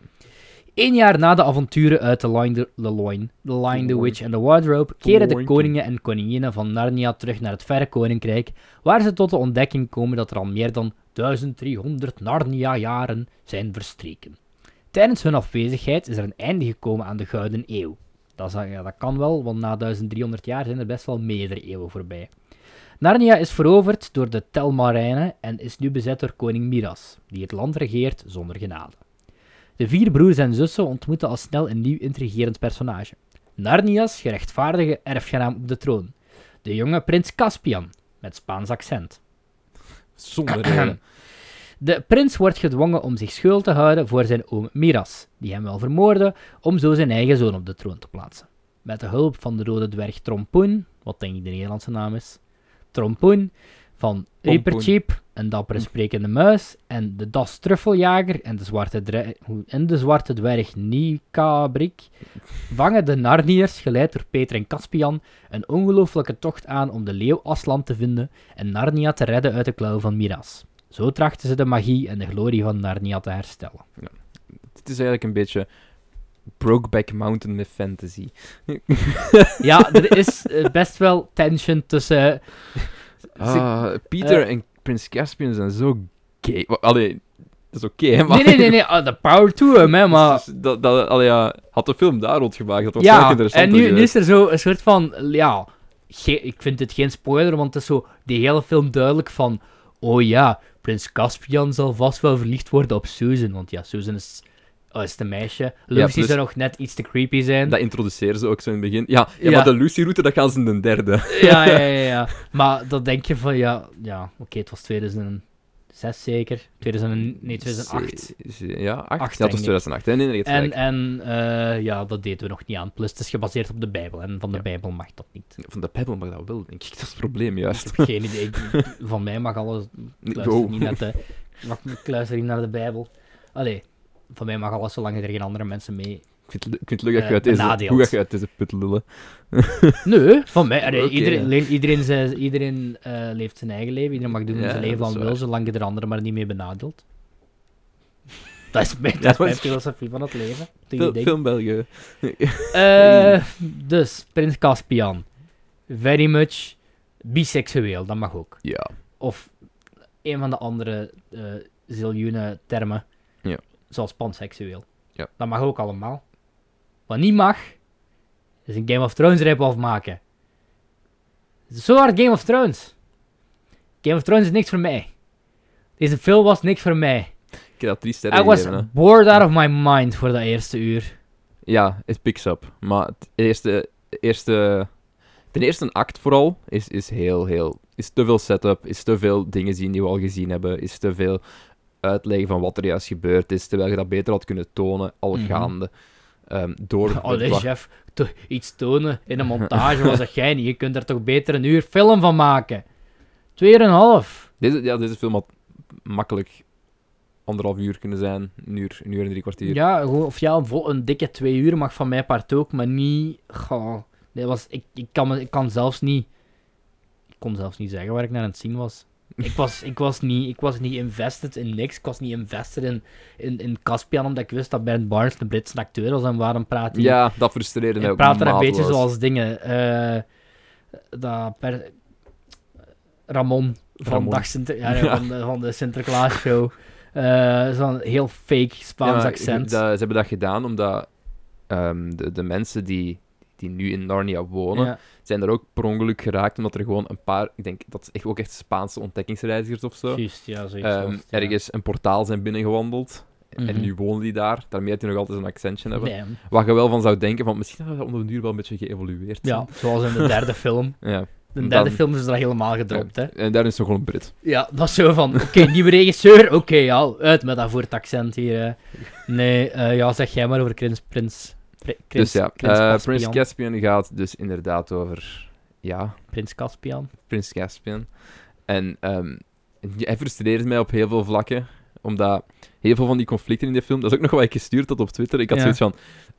Speaker 1: Eén jaar na de avonturen uit The Lion, the, the Loin, The Lion, The
Speaker 2: Loin.
Speaker 1: Witch en The Wardrobe, keren de
Speaker 2: Loin.
Speaker 1: koningen en koninginnen van Narnia terug naar het verre koninkrijk, waar ze tot de ontdekking komen dat er al meer dan 1300 Narnia-jaren zijn verstreken. Tijdens hun afwezigheid is er een einde gekomen aan de Gouden Eeuw. Dat, is- ja, dat kan wel, want na 1300 jaar zijn er best wel meerdere eeuwen voorbij. Narnia is veroverd door de Telmarijnen en is nu bezet door koning Miras, die het land regeert zonder genade. De vier broers en zussen ontmoeten al snel een nieuw intrigerend personage. Narnia's gerechtvaardige erfgenaam op de troon. De jonge prins Caspian, met Spaans accent. (clears throat)
Speaker 2: Zonder reden.
Speaker 1: De prins wordt gedwongen om zich schuil te houden voor zijn oom Miras, die hem wil vermoorden om zo zijn eigen zoon op de troon te plaatsen. Met de hulp van de rode dwerg Trompoen, wat denk ik de Nederlandse naam is, Trompoen, van Rippercheep, een dappere sprekende muis, en de das Truffeljager en de zwarte, dre- en de zwarte dwerg Nikabrik, vangen de Narniërs, geleid door Peter en Caspian, een ongelooflijke tocht aan om de leeuw Aslan te vinden en Narnia te redden uit de klauw van Miras. Zo trachten ze de magie en de glorie van Narnia te herstellen.
Speaker 2: Dit is eigenlijk een beetje Brokeback Mountain met fantasy.
Speaker 1: (laughs) Ja, er is eh, best wel tension
Speaker 2: (laughs)
Speaker 1: tussen. eh,
Speaker 2: Ah, Pieter en Prins Caspian zijn zo gay. Wa- Allee, dat is oké, hè, maar...
Speaker 1: Nee, nee, nee, nee, ah, de power to hem, hè, maar.
Speaker 2: (laughs) Dus- dus dat, dat, allee, ja, had de film daar rondgemaakt, dat was ja,
Speaker 1: Ja,
Speaker 2: interessant.
Speaker 1: en nu, nu is er zo een soort van. Ja, ge- ik vind dit geen spoiler, want het is zo die hele film duidelijk van. Oh ja, Prins Caspian zal vast wel verliefd worden op Susan. Want ja, Susan is oh, is het een meisje? Lucy
Speaker 2: plus-
Speaker 1: zou nog net iets te creepy zijn.
Speaker 2: Dat introduceren ze ook zo in het begin. Ja, ja,
Speaker 1: Ja.
Speaker 2: maar de Lucy-route, dat gaan ze in de derde.
Speaker 1: Ja, ja, ja, ja. Maar dan denk je van, ja, ja oké, het was 2006 zeker. 2000, nee, 2008.
Speaker 2: Ze- ze- eh, Ja, 8.
Speaker 1: Acht,
Speaker 2: ja,
Speaker 1: denk
Speaker 2: dat
Speaker 1: ik.
Speaker 2: was 2008. hè. Nee, nee, je hebt
Speaker 1: En,
Speaker 2: gelijk.
Speaker 1: en eh, ja, dat deden we nog niet aan. Plus, het is gebaseerd op de Bijbel. En van de
Speaker 2: Ja.
Speaker 1: Bijbel mag dat niet.
Speaker 2: Van de Pebble mag dat wel, denk ik. Dat is het probleem,
Speaker 1: Ik
Speaker 2: juist.
Speaker 1: heb geen
Speaker 2: (laughs)
Speaker 1: idee. Ik- van mij mag alles. Ik luister,
Speaker 2: Wow.
Speaker 1: niet, naar de, mag- ik luister niet naar de Bijbel. Allee, van mij mag alles zolang er geen andere mensen mee.
Speaker 2: Ik vind het, le- ik vind het leuk dat je
Speaker 1: Eh,
Speaker 2: uit deze,
Speaker 1: benadeeld.
Speaker 2: hoe dat je uit deze put lullen.
Speaker 1: Nee, van mij. allee,
Speaker 2: Oké.
Speaker 1: iedereen alleen iedereen, zijn- iedereen eh, leeft zijn eigen leven. Iedereen mag doen wat
Speaker 2: Ja,
Speaker 1: zijn
Speaker 2: dat
Speaker 1: leven
Speaker 2: is
Speaker 1: aan wil,
Speaker 2: waar.
Speaker 1: zolang je er anderen maar niet mee benadeelt. (laughs) Dat is mijn, dat
Speaker 2: Ja,
Speaker 1: is
Speaker 2: maar-
Speaker 1: mijn filosofie van het leven. Doe je
Speaker 2: Fil-
Speaker 1: ding.
Speaker 2: film België.
Speaker 1: Eh, dus, Prins Caspian. Very much biseksueel, dat mag ook.
Speaker 2: Ja.
Speaker 1: Of een van de andere eh ziljoenen termen.
Speaker 2: Ja.
Speaker 1: Zoals panseksueel.
Speaker 2: Ja.
Speaker 1: Dat mag ook allemaal. Wat niet mag, is een Game of Thrones rip-off maken. Zo hard Game of Thrones. Game of Thrones is niks voor mij. Deze film was niks voor mij.
Speaker 2: Ik heb dat drie
Speaker 1: I
Speaker 2: sterren
Speaker 1: was
Speaker 2: gegeven. hè.
Speaker 1: bored out of my mind voor dat eerste
Speaker 2: (laughs)
Speaker 1: uur.
Speaker 2: Ja, het picks up. Maar het eerste... eerste ten eerste een act vooral is, is heel, heel... Is te veel setup, is te veel dingen zien die we al gezien hebben, is te veel uitleggen van wat er juist gebeurd is, terwijl je dat beter had kunnen tonen, al
Speaker 1: Mhm.
Speaker 2: gaande. ehm,
Speaker 1: (laughs)
Speaker 2: door...
Speaker 1: Allee,
Speaker 2: wa-
Speaker 1: chef. to- iets tonen in
Speaker 2: (laughs)
Speaker 1: een montage was dat jij niet. Je kunt er toch beter een uur film van maken. Tweeënhalf.
Speaker 2: Deze, ja, deze film had makkelijk anderhalf uur kunnen zijn. Een uur, een uur en drie kwartier.
Speaker 1: Ja, gewoon, of ja, vo- een dikke twee uur mag van mijn part ook, maar niet. Goh, nee, was, ik, ik, kan, me- ik kan zelfs niet. Ik kon zelfs niet zeggen waar ik naar aan het zien was. Ik was, ik was, niet, ik was niet invested in niks. Ik was niet invested in, in, in Caspian, omdat ik wist dat Bernd Barnes de Britse acteur was. En waarom praat hij
Speaker 2: Ja, dat frustreerde mij
Speaker 1: ik
Speaker 2: ook
Speaker 1: praat er een beetje
Speaker 2: maatloos.
Speaker 1: zoals dingen. eh, dat per- Ramon van,
Speaker 2: Ramon.
Speaker 1: Dag Sinter- ja,
Speaker 2: (laughs) Ja.
Speaker 1: Van, de, van de Sinterklaas show. Eh, Zo'n heel fake
Speaker 2: Ja,
Speaker 1: Spaans
Speaker 2: maar
Speaker 1: accent.
Speaker 2: dat- ze hebben dat gedaan omdat ehm, de, de mensen die, die nu in Narnia wonen,
Speaker 1: Ja.
Speaker 2: zijn er ook per ongeluk geraakt omdat er gewoon een paar, ik denk dat is echt ook echt Spaanse ontdekkingsreizigers of zo,
Speaker 1: Juist, ja, zoiets
Speaker 2: ehm,
Speaker 1: was het, ja.
Speaker 2: ergens een portaal zijn binnengewandeld. En
Speaker 1: Mhm.
Speaker 2: nu wonen die daar, daarmee dat die nog altijd een accentje hebben.
Speaker 1: Nee,
Speaker 2: Waar je wel van zou denken, van misschien hebben we onder de duur wel een beetje geëvolueerd.
Speaker 1: ja, zoals in de
Speaker 2: (laughs)
Speaker 1: derde film.
Speaker 2: zijn. ja.
Speaker 1: De
Speaker 2: Hm. Dan-
Speaker 1: derde film is dat helemaal gedropt, hè.
Speaker 2: En daar is nog gewoon een Brit.
Speaker 1: Ja, dat is zo van, oké, nieuwe regisseur, oké, ja, uit met dat voertaccent hier. hè. Nee, eh, ja, zeg jij maar over Prins... Prins, Pri- Prins
Speaker 2: dus ja,
Speaker 1: Prins
Speaker 2: eh,
Speaker 1: Caspian.
Speaker 2: Prins Caspian gaat dus inderdaad over. Ja,
Speaker 1: Prins Caspian.
Speaker 2: Prins Caspian. En ehm, hij frustreert mij op heel veel vlakken. Omdat heel veel van die conflicten in die film. Dat is ook nog wat ik gestuurd had op Twitter. Ik had
Speaker 1: Ja.
Speaker 2: zoiets van.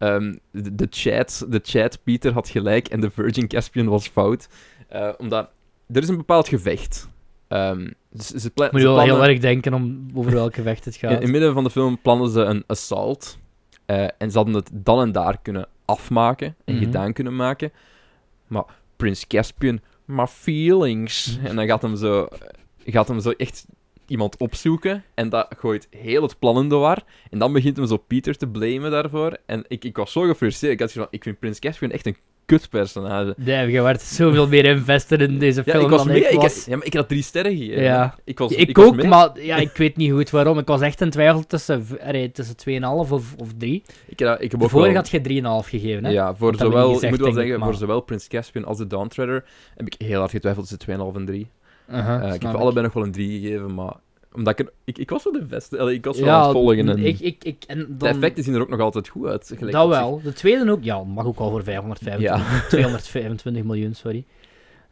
Speaker 2: ehm, de, de chat, de chat Pieter had gelijk en de Virgin Caspian was fout. Eh, omdat er is een bepaald gevecht. Ehm ze, ze pla-
Speaker 1: Moet
Speaker 2: ze
Speaker 1: je wel
Speaker 2: plannen-
Speaker 1: heel erg denken om over welk gevecht het
Speaker 2: in,
Speaker 1: gaat.
Speaker 2: in het midden van de film plannen ze een assault. eh, en ze hadden het dan en daar kunnen afmaken en
Speaker 1: Mhm.
Speaker 2: gedaan kunnen maken. Maar Prins Caspian,
Speaker 1: (laughs)
Speaker 2: my feelings. En dan gaat hem zo, gaat hem zo echt iemand opzoeken. En dat gooit heel het plan in de war. En dan begint hem zo Peter te blamen daarvoor. En ik, ik was zo gefrustreerd. Ik had zoiets van, ik vind Prins Caspian echt een kutpersonage.
Speaker 1: Damn, je werd zoveel meer invested in deze
Speaker 2: Ja,
Speaker 1: film
Speaker 2: ik was
Speaker 1: dan
Speaker 2: mega-
Speaker 1: ik
Speaker 2: ik,
Speaker 1: was.
Speaker 2: ja, maar ik had drie sterren gegeven.
Speaker 1: Ja.
Speaker 2: Ik, was,
Speaker 1: Ik,
Speaker 2: was
Speaker 1: ook,
Speaker 2: mee.
Speaker 1: maar ja, ik weet niet goed waarom. Ik was echt in twijfel tussen, v- allee, tussen 2,5 of, of 3.
Speaker 2: Ik, heb- ik heb ook
Speaker 1: De vorige
Speaker 2: wel-
Speaker 1: had je 3,5 gegeven, hè?
Speaker 2: Ja, voor
Speaker 1: dat hebben we niet
Speaker 2: zowel, ik
Speaker 1: gezegd,
Speaker 2: moet wel
Speaker 1: denk
Speaker 2: zeggen,
Speaker 1: ik, maar-
Speaker 2: voor zowel Prins Caspian als de Dawn Treader heb ik heel hard getwijfeld tussen 2,5 en 3.
Speaker 1: Aha,
Speaker 2: Eh, ik
Speaker 1: snap
Speaker 2: heb allebei nog wel een 3 gegeven, maar omdat ik, er- ik, ik was wel de beste, allee, ik was wel
Speaker 1: Ja,
Speaker 2: aan het volgen. En
Speaker 1: Ik, ik, ik, en
Speaker 2: De
Speaker 1: dan,
Speaker 2: effecten zien er ook nog altijd goed uit. gelijk
Speaker 1: dat
Speaker 2: op zich.
Speaker 1: wel. De tweede ook. Ja, mag ook al voor 525
Speaker 2: Ja.
Speaker 1: 225 miljoen, sorry.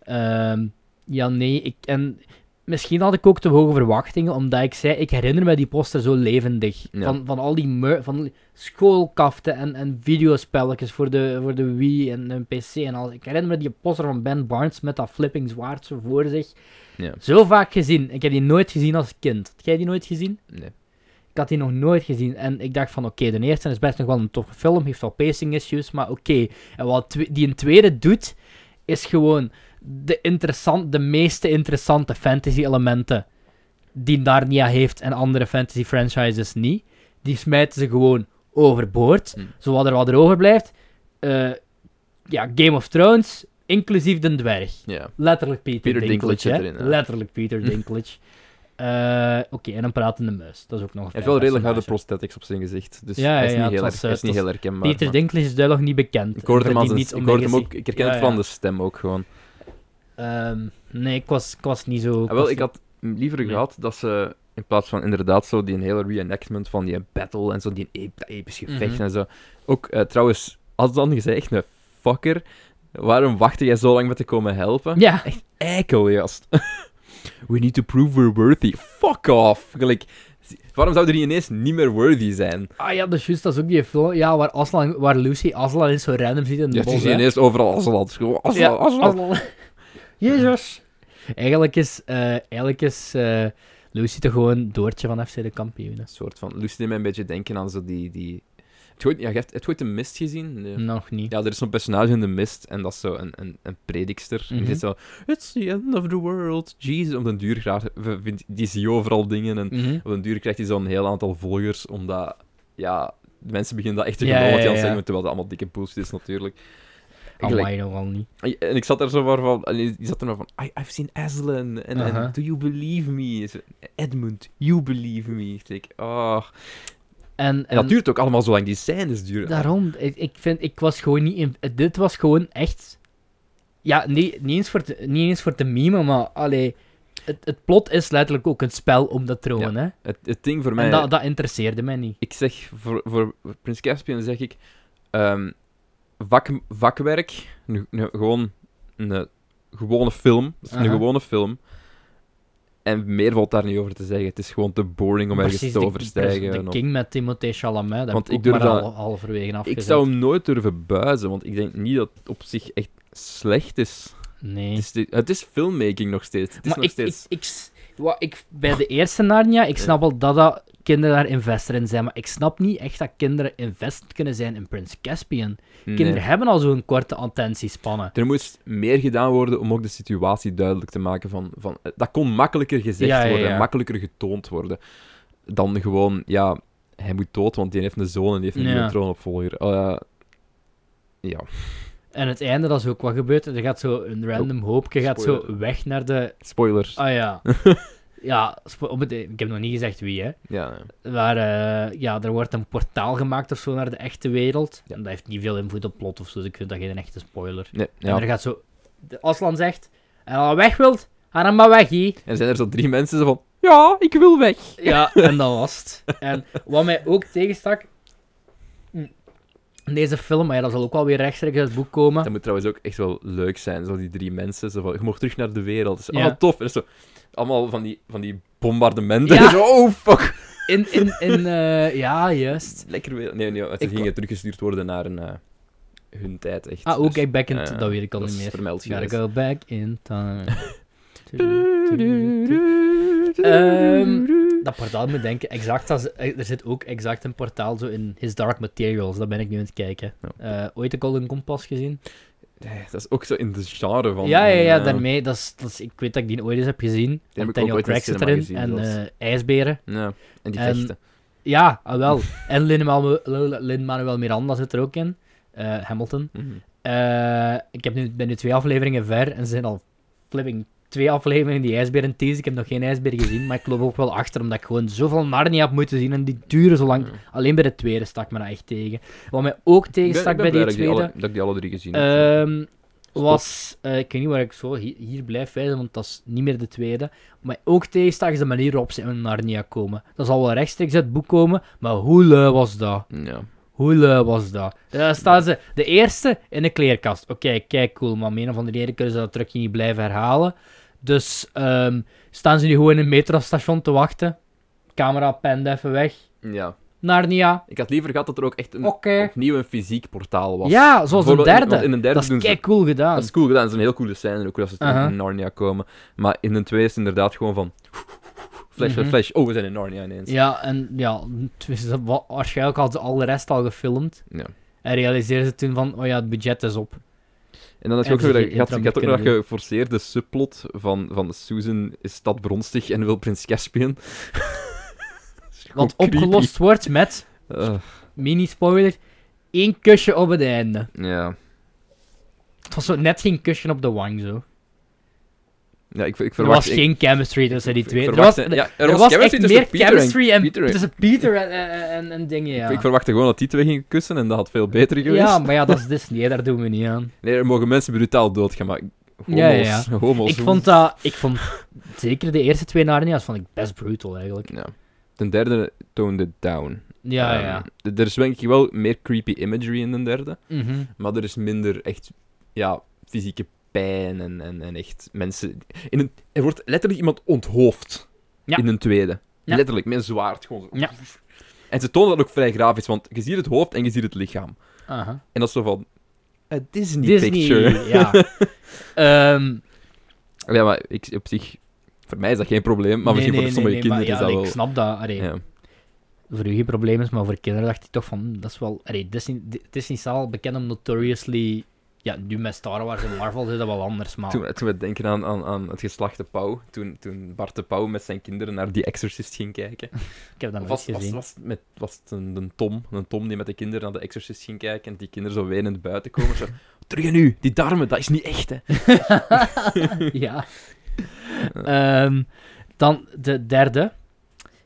Speaker 1: Ehm, ja, nee, ik, en misschien had ik ook te hoge verwachtingen, omdat ik zei, ik herinner me die poster zo levendig.
Speaker 2: Ja.
Speaker 1: Van, van al die mer- van schoolkaften en, en videospelletjes voor de, voor de Wii en een PC en alles. Ik herinner me die poster van Ben Barnes met dat flipping zwaard zo voor zich.
Speaker 2: Ja.
Speaker 1: Zo vaak gezien. Ik heb die nooit gezien als kind. Had jij die nooit gezien?
Speaker 2: (laughs) Nee.
Speaker 1: Ik had die nog nooit gezien. En ik dacht van, oké, de eerste is best nog wel een toffe film. Heeft wel pacing issues, maar oké. En wat twe- die een tweede doet, is gewoon de, interessant, de meeste interessante fantasy-elementen die Narnia heeft en andere fantasy-franchises niet. Die smijten ze gewoon overboord.
Speaker 2: Hm.
Speaker 1: Zowat er wat er overblijft. eh, ja, Game of Thrones, inclusief de dwerg.
Speaker 2: Ja.
Speaker 1: Letterlijk Peter,
Speaker 2: Peter
Speaker 1: Dinklage,
Speaker 2: Dinklage
Speaker 1: hè?
Speaker 2: zit erin, ja. Hm.
Speaker 1: Letterlijk Peter Dinklage. Eh, Eh, Oké, en een pratende muis. Dat is ook nog een
Speaker 2: Hij heeft
Speaker 1: fijn
Speaker 2: wel redelijk harde
Speaker 1: personage.
Speaker 2: prosthetics op zijn gezicht. Dus
Speaker 1: Ja,
Speaker 2: hij is
Speaker 1: ja,
Speaker 2: niet,
Speaker 1: ja, het
Speaker 2: heel,
Speaker 1: was, eh,
Speaker 2: her- hij is
Speaker 1: het
Speaker 2: niet
Speaker 1: was
Speaker 2: heel herkenbaar.
Speaker 1: Peter
Speaker 2: maar-
Speaker 1: Dinklage is duidelijk niet bekend.
Speaker 2: Ik hoorde hem, aan
Speaker 1: Verdient
Speaker 2: zijn-
Speaker 1: niets om
Speaker 2: ik hoorde
Speaker 1: mijn
Speaker 2: hem ook...
Speaker 1: gezicht.
Speaker 2: Ik herken
Speaker 1: Ja,
Speaker 2: het van
Speaker 1: ja.
Speaker 2: de stem ook gewoon.
Speaker 1: Ehm, nee, ik was, ik was niet zo...
Speaker 2: Ah, wel,
Speaker 1: was
Speaker 2: ik had liever
Speaker 1: Nee.
Speaker 2: gehad dat ze in plaats van inderdaad zo die hele reenactment van die battle en zo, die ep- dat episch gevecht
Speaker 1: Mhm.
Speaker 2: en zo. Ook eh, trouwens, als dan gezegd, een fucker, waarom wachtte jij zo lang met te komen helpen?
Speaker 1: Ja,
Speaker 2: Eikel, gast. (laughs) We need to prove we're worthy. Fuck off. Gelijk, waarom zouden die ineens niet meer worthy zijn?
Speaker 1: ah, ja, dat is juist, dat is ook die film ja, waar, Aslan, waar Lucy Aslan is zo random ziet in de
Speaker 2: Ja, die
Speaker 1: bos.
Speaker 2: zien
Speaker 1: hè.
Speaker 2: ineens overal Asland. Gewoon Asland, Asland.
Speaker 1: Aslan. (laughs) Jezus. Eigenlijk is, eh, eigenlijk is eh, Lucy toch gewoon Doortje van FC de kampioenen.
Speaker 2: Een soort van... Lucy deed mij een beetje denken aan zo die... die... Het goed, ja, je hebt, heb je ooit de mist gezien? Nee.
Speaker 1: Nog niet.
Speaker 2: Ja, er is zo'n personage in de mist en dat is zo een, een, een predikster. En
Speaker 1: Mhm.
Speaker 2: die zit zo, it's the end of the world, Jesus. Om den duur graag, v- vindt, die zie overal dingen en
Speaker 1: Mhm.
Speaker 2: op den duur krijgt hij zo'n heel aantal volgers, omdat, ja, de mensen beginnen dat echt te
Speaker 1: Ja,
Speaker 2: geloven wat hij
Speaker 1: ja,
Speaker 2: aan het
Speaker 1: ja.
Speaker 2: zeggen bent, terwijl dat allemaal dikke bullshit is natuurlijk. Gelijk-
Speaker 1: Amai, nogal niet.
Speaker 2: en ik zat er zo maar van, en die zat er maar van, I, I've seen Aslan, en en
Speaker 1: Aha.
Speaker 2: do you believe me? Zo, Edmund, you believe me. Ik denk, ah.
Speaker 1: En,
Speaker 2: En dat
Speaker 1: en
Speaker 2: duurt ook allemaal zo lang, die scènes duren.
Speaker 1: daarom, ik, ik vind, ik was gewoon niet in, dit was gewoon echt, ja, nee, niet eens voor te, niet eens voor te mimen, maar, allee, het, het plot is letterlijk ook een spel om de troon, hè.
Speaker 2: Het, het ding voor mij...
Speaker 1: En dat, dat interesseerde mij niet.
Speaker 2: ik zeg voor, voor Prins Caspian zeg ik ehm, vak, vakwerk, nu- nu gewoon een eh, gewone film, dat is een
Speaker 1: Aha.
Speaker 2: gewone film. En meer valt daar niet over te zeggen. Het is gewoon te boring om ergens
Speaker 1: Precies,
Speaker 2: te
Speaker 1: de-
Speaker 2: overstijgen.
Speaker 1: De,
Speaker 2: of-
Speaker 1: King met Timothée Chalamet, dat
Speaker 2: Want
Speaker 1: heb ik,
Speaker 2: ik durf
Speaker 1: ook maar
Speaker 2: dat-
Speaker 1: al, halverwege afgezet.
Speaker 2: ik zou hem nooit durven buizen, want ik denk niet dat het op zich echt slecht is.
Speaker 1: Nee.
Speaker 2: Het is, de- het is filmmaking nog steeds. Het is
Speaker 1: maar
Speaker 2: nog
Speaker 1: ik,
Speaker 2: steeds.
Speaker 1: ik, ik, s- wat ik, bij de eerste Narnia, ik snap wel dat, dat kinderen daar investor in zijn, maar ik snap niet echt dat kinderen invest kunnen zijn in Prins Caspian.
Speaker 2: nee.
Speaker 1: Kinderen hebben al zo'n korte attentiespannen.
Speaker 2: Er moest meer gedaan worden om ook de situatie duidelijk te maken. Van, van, eh, dat kon makkelijker gezegd
Speaker 1: Ja, ja,
Speaker 2: worden, en
Speaker 1: ja.
Speaker 2: makkelijker getoond worden. Dan gewoon, ja, hij moet dood, want die heeft een zoon en die heeft een
Speaker 1: Ja.
Speaker 2: nieuwe troonopvolger. Eh, ja,
Speaker 1: En het einde, dat is ook wat gebeurt. Er gaat zo een random hoopje gaat zo
Speaker 2: Oh, spoiler.
Speaker 1: weg naar de...
Speaker 2: spoilers.
Speaker 1: Ah
Speaker 2: (laughs)
Speaker 1: ja. ja, spo- op het, e- ik heb nog niet gezegd wie, hè.
Speaker 2: Ja,
Speaker 1: Waar, eh, ja, er wordt een portaal gemaakt of zo naar de echte wereld.
Speaker 2: Ja.
Speaker 1: En dat heeft niet veel invloed op plot of zo, dus ik vind dat geen echte spoiler.
Speaker 2: nee,
Speaker 1: En
Speaker 2: ja.
Speaker 1: er gaat zo... De Aslan zegt... En als je weg wilt, ga dan maar weg, hé.
Speaker 2: En zijn er zo drie mensen zo van, ja, ik wil weg. (laughs)
Speaker 1: Ja, en dat was het. En wat mij ook tegenstak... hm, in Deze film, maar ja, dat zal ook wel weer rechtstreeks uit het boek komen.
Speaker 2: Dat moet trouwens ook echt wel leuk zijn, zo die drie mensen. Zo van, je mocht terug naar de wereld. Dat is
Speaker 1: Ja.
Speaker 2: allemaal tof. En zo, allemaal van die, van die bombardementen.
Speaker 1: Ja.
Speaker 2: (laughs) Zo, oh, fuck.
Speaker 1: In, in, in, eh, ja, juist.
Speaker 2: Lekker weer. Nee, nee, ze
Speaker 1: Ik-
Speaker 2: gingen teruggestuurd worden naar een, eh, hun tijd, echt.
Speaker 1: Ah, ook
Speaker 2: Dus-
Speaker 1: I back in,
Speaker 2: Ja,
Speaker 1: dat weet ik al
Speaker 2: dat
Speaker 1: niet
Speaker 2: is
Speaker 1: meer.
Speaker 2: vermeld
Speaker 1: Gotta
Speaker 2: geweest.
Speaker 1: go back in
Speaker 2: (laughs)
Speaker 1: time. Ehm, dat portaal moet denken, exact als, eh, er zit ook exact een portaal zo in His Dark Materials, daar ben ik nu aan het kijken. Eh, ooit de Golden Kompas gezien?
Speaker 2: Eh, Dat is ook zo in de genre van...
Speaker 1: ja, ja, ja,
Speaker 2: eh,
Speaker 1: daarmee, dat is, dat is, ik weet dat ik die ooit eens heb gezien.
Speaker 2: heb ik ook
Speaker 1: Daniel
Speaker 2: ooit in de
Speaker 1: Craig zit
Speaker 2: cinema
Speaker 1: erin,
Speaker 2: gezien,
Speaker 1: en
Speaker 2: dat is-
Speaker 1: eh, IJsberen.
Speaker 2: Ja, en die
Speaker 1: En-
Speaker 2: vechten.
Speaker 1: Ja, ah, wel. en Lin-Manuel Lin-Manuel Miranda zit er ook in, Eh, Hamilton.
Speaker 2: Mhm.
Speaker 1: Eh, ik heb nu, ben nu twee afleveringen ver en ze zijn al flipping twee afleveringen die ijsberen tease. Ik heb nog geen ijsbeer gezien, maar ik loop ook wel achter omdat ik gewoon zoveel Narnia heb moeten zien en die duren zo lang.
Speaker 2: Ja.
Speaker 1: Alleen bij de tweede stak me dat echt tegen. Wat mij ook
Speaker 2: Mm. Ik ben-
Speaker 1: tegenstak
Speaker 2: ik
Speaker 1: bij
Speaker 2: ben blij
Speaker 1: die
Speaker 2: dat ik
Speaker 1: tweede
Speaker 2: alle- dat ik die alle drie gezien heb.
Speaker 1: ehm, was, eh, ik weet niet waar ik zo hier, hier blijf wijzen, want dat is niet meer de tweede. Maar ook tegenstak is de manier waarop ze in Narnia komen. Dat zal wel rechtstreeks uit het boek komen, maar hoe lui was dat?
Speaker 2: Ja.
Speaker 1: Hoe lui was dat? Daar staan ze de eerste in de kleerkast. Oké, kijk, cool, maar om een of andere reden kunnen ze dat trucje niet blijven herhalen. Dus ehm, staan ze nu gewoon in een metrostation te wachten. Camera, pen even weg.
Speaker 2: ja.
Speaker 1: Narnia,
Speaker 2: Ik had liever gehad dat er ook echt een,
Speaker 1: oké.
Speaker 2: opnieuw een fysiek portaal Hm. was.
Speaker 1: Ja, zoals een
Speaker 2: Bijvoorbeeld in- want
Speaker 1: derde.
Speaker 2: in een derde
Speaker 1: dat
Speaker 2: doen
Speaker 1: is
Speaker 2: ze-
Speaker 1: kijk cool gedaan.
Speaker 2: Dat is cool gedaan. Dat is een heel coole scène, ook als ze terug
Speaker 1: Aha.
Speaker 2: in Narnia komen. Maar in een twee is het inderdaad gewoon van... Flash,
Speaker 1: Mhm.
Speaker 2: flash. Oh, we zijn in Narnia ineens.
Speaker 1: Ja, en ja, het is- dat wa- waarschijnlijk hadden ze al de rest al gefilmd.
Speaker 2: Ja.
Speaker 1: En realiseerden ze toen van, oh ja, het budget is op.
Speaker 2: En dan had je
Speaker 1: En
Speaker 2: ook zo
Speaker 1: die
Speaker 2: dat,
Speaker 1: geen
Speaker 2: je had,
Speaker 1: intro
Speaker 2: je had ook
Speaker 1: moeten
Speaker 2: nog dat
Speaker 1: kunnen
Speaker 2: geforceerde subplot van, van Susan is stadbronstig en wil Prins Caspian. Dat is gewoon
Speaker 1: Want
Speaker 2: creepy.
Speaker 1: opgelost wordt met,
Speaker 2: Eh,
Speaker 1: mini-spoiler, één kusje op het einde.
Speaker 2: ja.
Speaker 1: Het was zo net geen kusje op de wang, zo.
Speaker 2: Ja, ik, ik
Speaker 1: Er
Speaker 2: verwacht...
Speaker 1: was
Speaker 2: ik-
Speaker 1: geen chemistry tussen die
Speaker 2: ik
Speaker 1: twee. Er was,
Speaker 2: verwachtte-
Speaker 1: er,
Speaker 2: ja,
Speaker 1: er was echt
Speaker 2: tussen
Speaker 1: meer
Speaker 2: Peter dus en
Speaker 1: chemistry en,
Speaker 2: Peter en-
Speaker 1: tussen Peter en, en, en, en dingen, ja.
Speaker 2: Ik, ik verwachtte gewoon dat die twee gingen kussen en dat had veel beter geweest.
Speaker 1: ja, maar ja, dat is Disney, hè, daar doen we niet aan.
Speaker 2: Nee, er mogen mensen brutaal doodgaan, maar homo's...
Speaker 1: Ja, ja,
Speaker 2: homo's
Speaker 1: Ik vond dat... Ik vond zeker de eerste twee Narnia's vond ik best brutal, eigenlijk.
Speaker 2: Ja. Ten derde toonde it down.
Speaker 1: Ja,
Speaker 2: Ehm,
Speaker 1: ja.
Speaker 2: d- Er is denk ik wel meer creepy imagery in de derde,
Speaker 1: Mhm.
Speaker 2: maar er is minder echt ja, fysieke pijn en, en, en echt mensen... In een, er wordt letterlijk iemand onthoofd
Speaker 1: Ja.
Speaker 2: in een tweede.
Speaker 1: Ja.
Speaker 2: Letterlijk, met een zwaard gewoon. zo.
Speaker 1: Ja.
Speaker 2: En ze tonen dat ook vrij grafisch, want je ziet het hoofd en je ziet het lichaam.
Speaker 1: Aha.
Speaker 2: En dat is zo van... A Disney,
Speaker 1: Disney,
Speaker 2: picture.
Speaker 1: (laughs)
Speaker 2: (laughs)
Speaker 1: ja. Ehm,
Speaker 2: Ja, maar ik, op zich... Voor mij is dat geen probleem,
Speaker 1: nee,
Speaker 2: maar misschien
Speaker 1: nee,
Speaker 2: voor sommige
Speaker 1: nee, nee, maar
Speaker 2: kinderen
Speaker 1: ja,
Speaker 2: is dat
Speaker 1: nee,
Speaker 2: wel...
Speaker 1: Ik snap dat. Allee,
Speaker 2: Ja.
Speaker 1: Voor u geen probleem is, maar voor kinderen dacht ik toch van, hm, dat is wel... Allee, Disney, Di- Disney is al bekend om notoriously... Ja, nu met Star Wars en Marvel is dat wel anders, maar...
Speaker 2: Toen, toen we denken aan, aan, aan het geslacht de Pauw, toen, toen Bart de Pauw met zijn kinderen naar The Exorcist ging kijken.
Speaker 1: Ik heb dat
Speaker 2: Of
Speaker 1: nog
Speaker 2: was,
Speaker 1: eens
Speaker 2: was,
Speaker 1: gezien.
Speaker 2: was, het met, was het een, een Tom, een Tom die met de kinderen naar The Exorcist ging kijken en die kinderen zo wenend buiten komen. Zo, (laughs) terug en nu, die darmen, dat is niet echt, hè.
Speaker 1: ja. Ehm, dan de derde.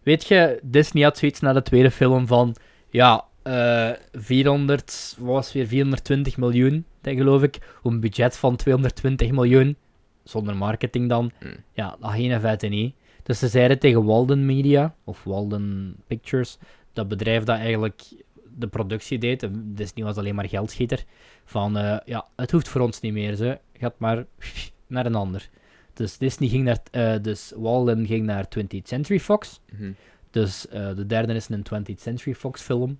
Speaker 1: Weet je, Disney had zoiets na de tweede film van... Ja, eh 400... Wat was het weer? 420 miljoen, denk geloof ik. Op een budget van 220 miljoen. Zonder marketing dan.
Speaker 2: Mm.
Speaker 1: Ja, dat ging in feite niet. Dus ze zeiden tegen Walden Media, of Walden Pictures... Dat bedrijf dat eigenlijk de productie deed. en Disney was alleen maar geldschieter. Van, eh, ja, het hoeft voor ons niet meer, ze. Gaat maar (laughs) naar een ander. Dus Disney ging naar, eh, dus Walden ging naar 20th Century Fox. Dus eh, de derde is een 20th Century Fox film.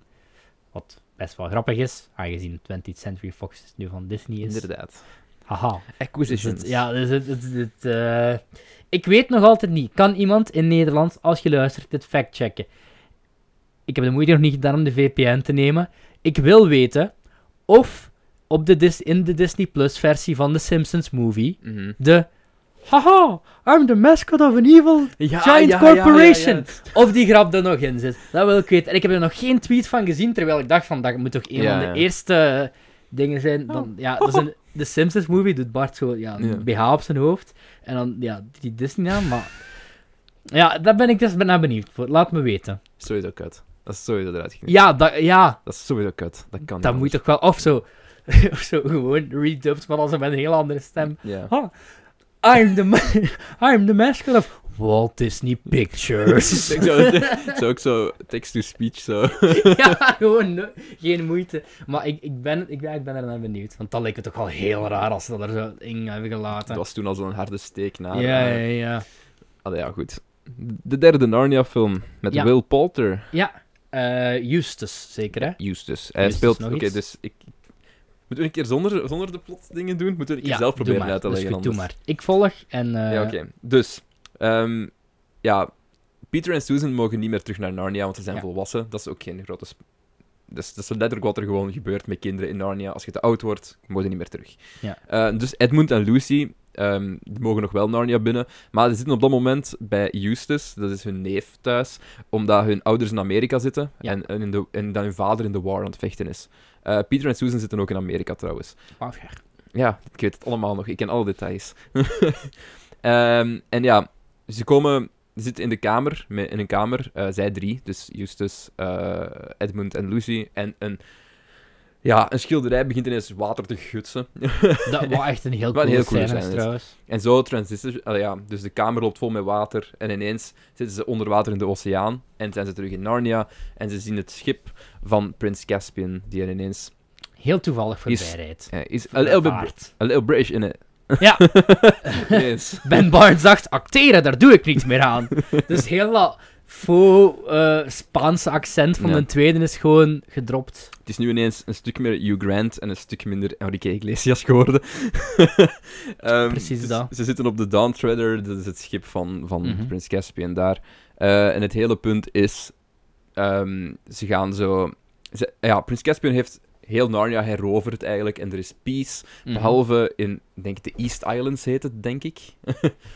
Speaker 1: Wat best wel grappig is, aangezien 20th Century Fox nu van Disney is.
Speaker 2: Inderdaad.
Speaker 1: Haha. Dus
Speaker 2: Acquisitions.
Speaker 1: het- ja, dus het, het, het, eh, ik weet nog altijd niet. Kan iemand in Nederland, als je luistert, dit factchecken? Ik heb de moeite nog niet gedaan om de VPN te nemen. Ik wil weten of op de Dis- in de Disney Plus versie van de Simpsons movie
Speaker 2: Mhm.
Speaker 1: de haha, I'm the mascot of an evil
Speaker 2: Ja,
Speaker 1: giant
Speaker 2: ja, ja, ja,
Speaker 1: corporation.
Speaker 2: ja.
Speaker 1: Of die grap er nog in zit. Dat wil ik weten. En ik heb er nog geen tweet van gezien, terwijl ik dacht van, dat moet toch een
Speaker 2: Ja,
Speaker 1: van de
Speaker 2: ja.
Speaker 1: eerste dingen zijn. Dan, ja, dat is een, de Simpsons movie doet Bart zo, ja, een BH op zijn hoofd. En dan, ja, die Disney naam, maar... Ja, daar ben ik dus naar benieuwd voor. Laat me weten.
Speaker 2: Sowieso kut. Dat is sowieso eruit geknipt.
Speaker 1: Ja, dat, ja,
Speaker 2: Dat is sowieso kut. Dat kan
Speaker 1: dat
Speaker 2: niet
Speaker 1: moet toch wel... Of zo, (laughs) of zo gewoon redubbed, maar dan zo met een heel andere stem.
Speaker 2: (laughs) anders. Ja.
Speaker 1: I'm the, ma- (laughs) I'm the mascot of Walt Disney
Speaker 2: (laughs)
Speaker 1: Pictures.
Speaker 2: zo,
Speaker 1: (laughs)
Speaker 2: zo ook zo text-to-speech, zo.
Speaker 1: ja, gewoon no- geen moeite. Maar ik, ik, ben, ik, ben, ik ben er naar benieuwd. Want dat leek het toch wel heel raar als ze dat er zo in hebben
Speaker 2: Dat
Speaker 1: gelaten.
Speaker 2: was toen al zo'n harde steek naar...
Speaker 1: ja,
Speaker 2: eh,
Speaker 1: ja, ja.
Speaker 2: Allee, ja, goed. De derde Narnia-film met
Speaker 1: Ja.
Speaker 2: Will Poulter.
Speaker 1: Ja, eh, Justus, zeker hè?
Speaker 2: Justus. Hij
Speaker 1: Justus,
Speaker 2: speelt.
Speaker 1: nog
Speaker 2: Oké,
Speaker 1: iets?
Speaker 2: dus ik. Moeten we een keer zonder, zonder de plot dingen doen? Moeten we een keer
Speaker 1: ja,
Speaker 2: zelf
Speaker 1: doe
Speaker 2: proberen
Speaker 1: maar.
Speaker 2: uit te
Speaker 1: Dat is
Speaker 2: leggen?
Speaker 1: goed, doe
Speaker 2: anders?
Speaker 1: maar. Ik volg en... eh,
Speaker 2: Ja, oké. Dus, ehm, ja. Peter en Susan mogen niet meer terug naar Narnia, want ze zijn
Speaker 1: Ja.
Speaker 2: volwassen. Dat is ook geen grote. sp- Dus dat is letterlijk wat er gewoon gebeurt met kinderen in Narnia. Als je te oud wordt, mogen ze niet meer terug.
Speaker 1: Ja.
Speaker 2: Eh, dus Edmund en Lucy ehm, die mogen nog wel Narnia binnen. Maar ze zitten op dat moment bij Eustace, dat is hun neef thuis. Omdat hun ouders in Amerika zitten
Speaker 1: Ja.
Speaker 2: en, en, in de, en dat hun vader in de war aan het vechten is. Eh, Peter en Susan zitten ook in Amerika trouwens.
Speaker 1: oh, ja.
Speaker 2: Ja, ik weet het allemaal nog. Ik ken alle details. (laughs) Ehm, en ja, ze komen... Ze zitten in de kamer, me- in een kamer, eh, zij drie. Dus Justus, eh, Edmund en Lucy. En een, ja, een schilderij begint ineens water te gutsen.
Speaker 1: Dat was echt een heel
Speaker 2: (laughs) Wat
Speaker 1: coole,
Speaker 2: een heel coole
Speaker 1: scène is,
Speaker 2: scène is.
Speaker 1: trouwens.
Speaker 2: en zo transistor... allee, ja, dus de kamer loopt vol met water. En ineens zitten ze onder water in de oceaan. En zijn ze terug in Narnia. En ze zien het schip van Prins Caspian, die er ineens...
Speaker 1: Heel toevallig voorbij
Speaker 2: Is-
Speaker 1: rijdt.
Speaker 2: eh, is a little, bit,
Speaker 1: Vaart.
Speaker 2: a little British in it.
Speaker 1: Ja.
Speaker 2: (laughs) Ineens.
Speaker 1: Ben Barnes dacht, acteren, daar doe ik niets meer
Speaker 2: (laughs)
Speaker 1: aan. Dus heel dat faux eh, Spaanse accent van
Speaker 2: Ja.
Speaker 1: de tweede is gewoon gedropt.
Speaker 2: Het is nu ineens een stuk meer Hugh Grant en een stuk minder Enrique
Speaker 1: (laughs)
Speaker 2: Iglesias geworden. Ehm,
Speaker 1: Precies
Speaker 2: dus
Speaker 1: dat.
Speaker 2: Ze zitten op de Dawn Treader, dat is het schip van, van
Speaker 1: Mhm.
Speaker 2: Prins Caspian daar. Eh, en het hele punt is, ehm, ze gaan zo... ze- ja, Prins Caspian heeft heel Narnia heroverd eigenlijk en er is peace.
Speaker 1: Mhm.
Speaker 2: Behalve in, denk ik, de East Islands heet het, denk ik.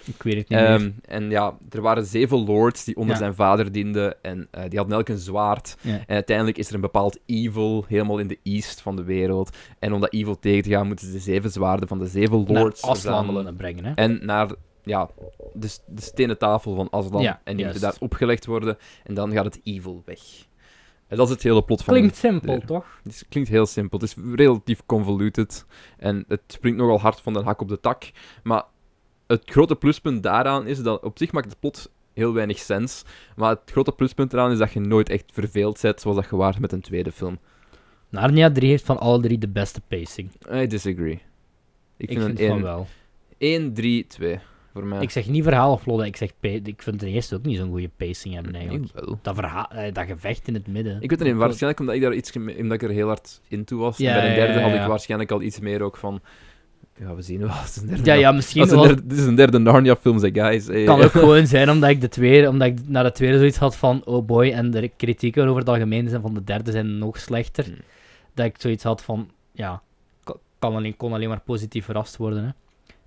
Speaker 1: Ik weet het niet meer.
Speaker 2: Ehm, en ja, er waren zeven lords die onder
Speaker 1: Ja.
Speaker 2: zijn vader dienden. En eh, die hadden elk een zwaard.
Speaker 1: Ja.
Speaker 2: En Eh, uiteindelijk is er een bepaald evil helemaal in de east van de wereld. En om dat evil tegen te gaan, moeten ze de zeven zwaarden van de zeven
Speaker 1: Naar
Speaker 2: lords
Speaker 1: Aslan
Speaker 2: verzamelen.
Speaker 1: brengen, hè.
Speaker 2: En naar... ja, de, s- de stenen tafel van Aslan.
Speaker 1: Ja,
Speaker 2: en die
Speaker 1: juist.
Speaker 2: moet inderdaad opgelegd worden. En dan gaat het evil weg. En dat is het hele plot van
Speaker 1: Klinkt simpel,
Speaker 2: de-
Speaker 1: toch?
Speaker 2: Het is- klinkt heel simpel. Het is relatief convoluted. En het springt nogal hard van de hak op de tak. Maar het grote pluspunt daaraan is dat op zich maakt het plot heel weinig sens. Maar het grote pluspunt eraan is dat je nooit echt verveeld bent zoals dat je waart met een tweede film.
Speaker 1: Narnia 3 heeft van alle drie de beste pacing.
Speaker 2: I disagree. Ik
Speaker 1: Ik,
Speaker 2: vind,
Speaker 1: vind
Speaker 2: een
Speaker 1: van wel.
Speaker 2: 1, 3, 2 voor mij.
Speaker 1: Ik zeg niet verhaal vlodden, ik zeg pa- ik vind de eerste ook niet zo'n goede pacing hebben eigenlijk.
Speaker 2: Ik wel.
Speaker 1: Dat, verhaal, eh, dat gevecht in het midden.
Speaker 2: Ik weet het niet, waarschijnlijk omdat ik daar iets geme- omdat ik er heel hard in toe was.
Speaker 1: Ja,
Speaker 2: en bij de
Speaker 1: ja,
Speaker 2: derde
Speaker 1: ja,
Speaker 2: had
Speaker 1: ja.
Speaker 2: ik waarschijnlijk al iets meer ook van. Ja, we zien wel. Het is een derde
Speaker 1: Ja, ja,
Speaker 2: Dat
Speaker 1: misschien
Speaker 2: is een
Speaker 1: wel.
Speaker 2: derde, dit is een derde Narnia-film, zeg guys. Eh, Hey.
Speaker 1: kan
Speaker 2: (laughs)
Speaker 1: ook gewoon zijn omdat ik, de tweede, omdat ik na de tweede zoiets had van oh boy, en de kritieken over het algemeen zijn van de derde zijn nog slechter.
Speaker 2: Hmm.
Speaker 1: Dat ik zoiets had van, ja, ka- kan alleen, kon alleen maar positief verrast worden. Hè.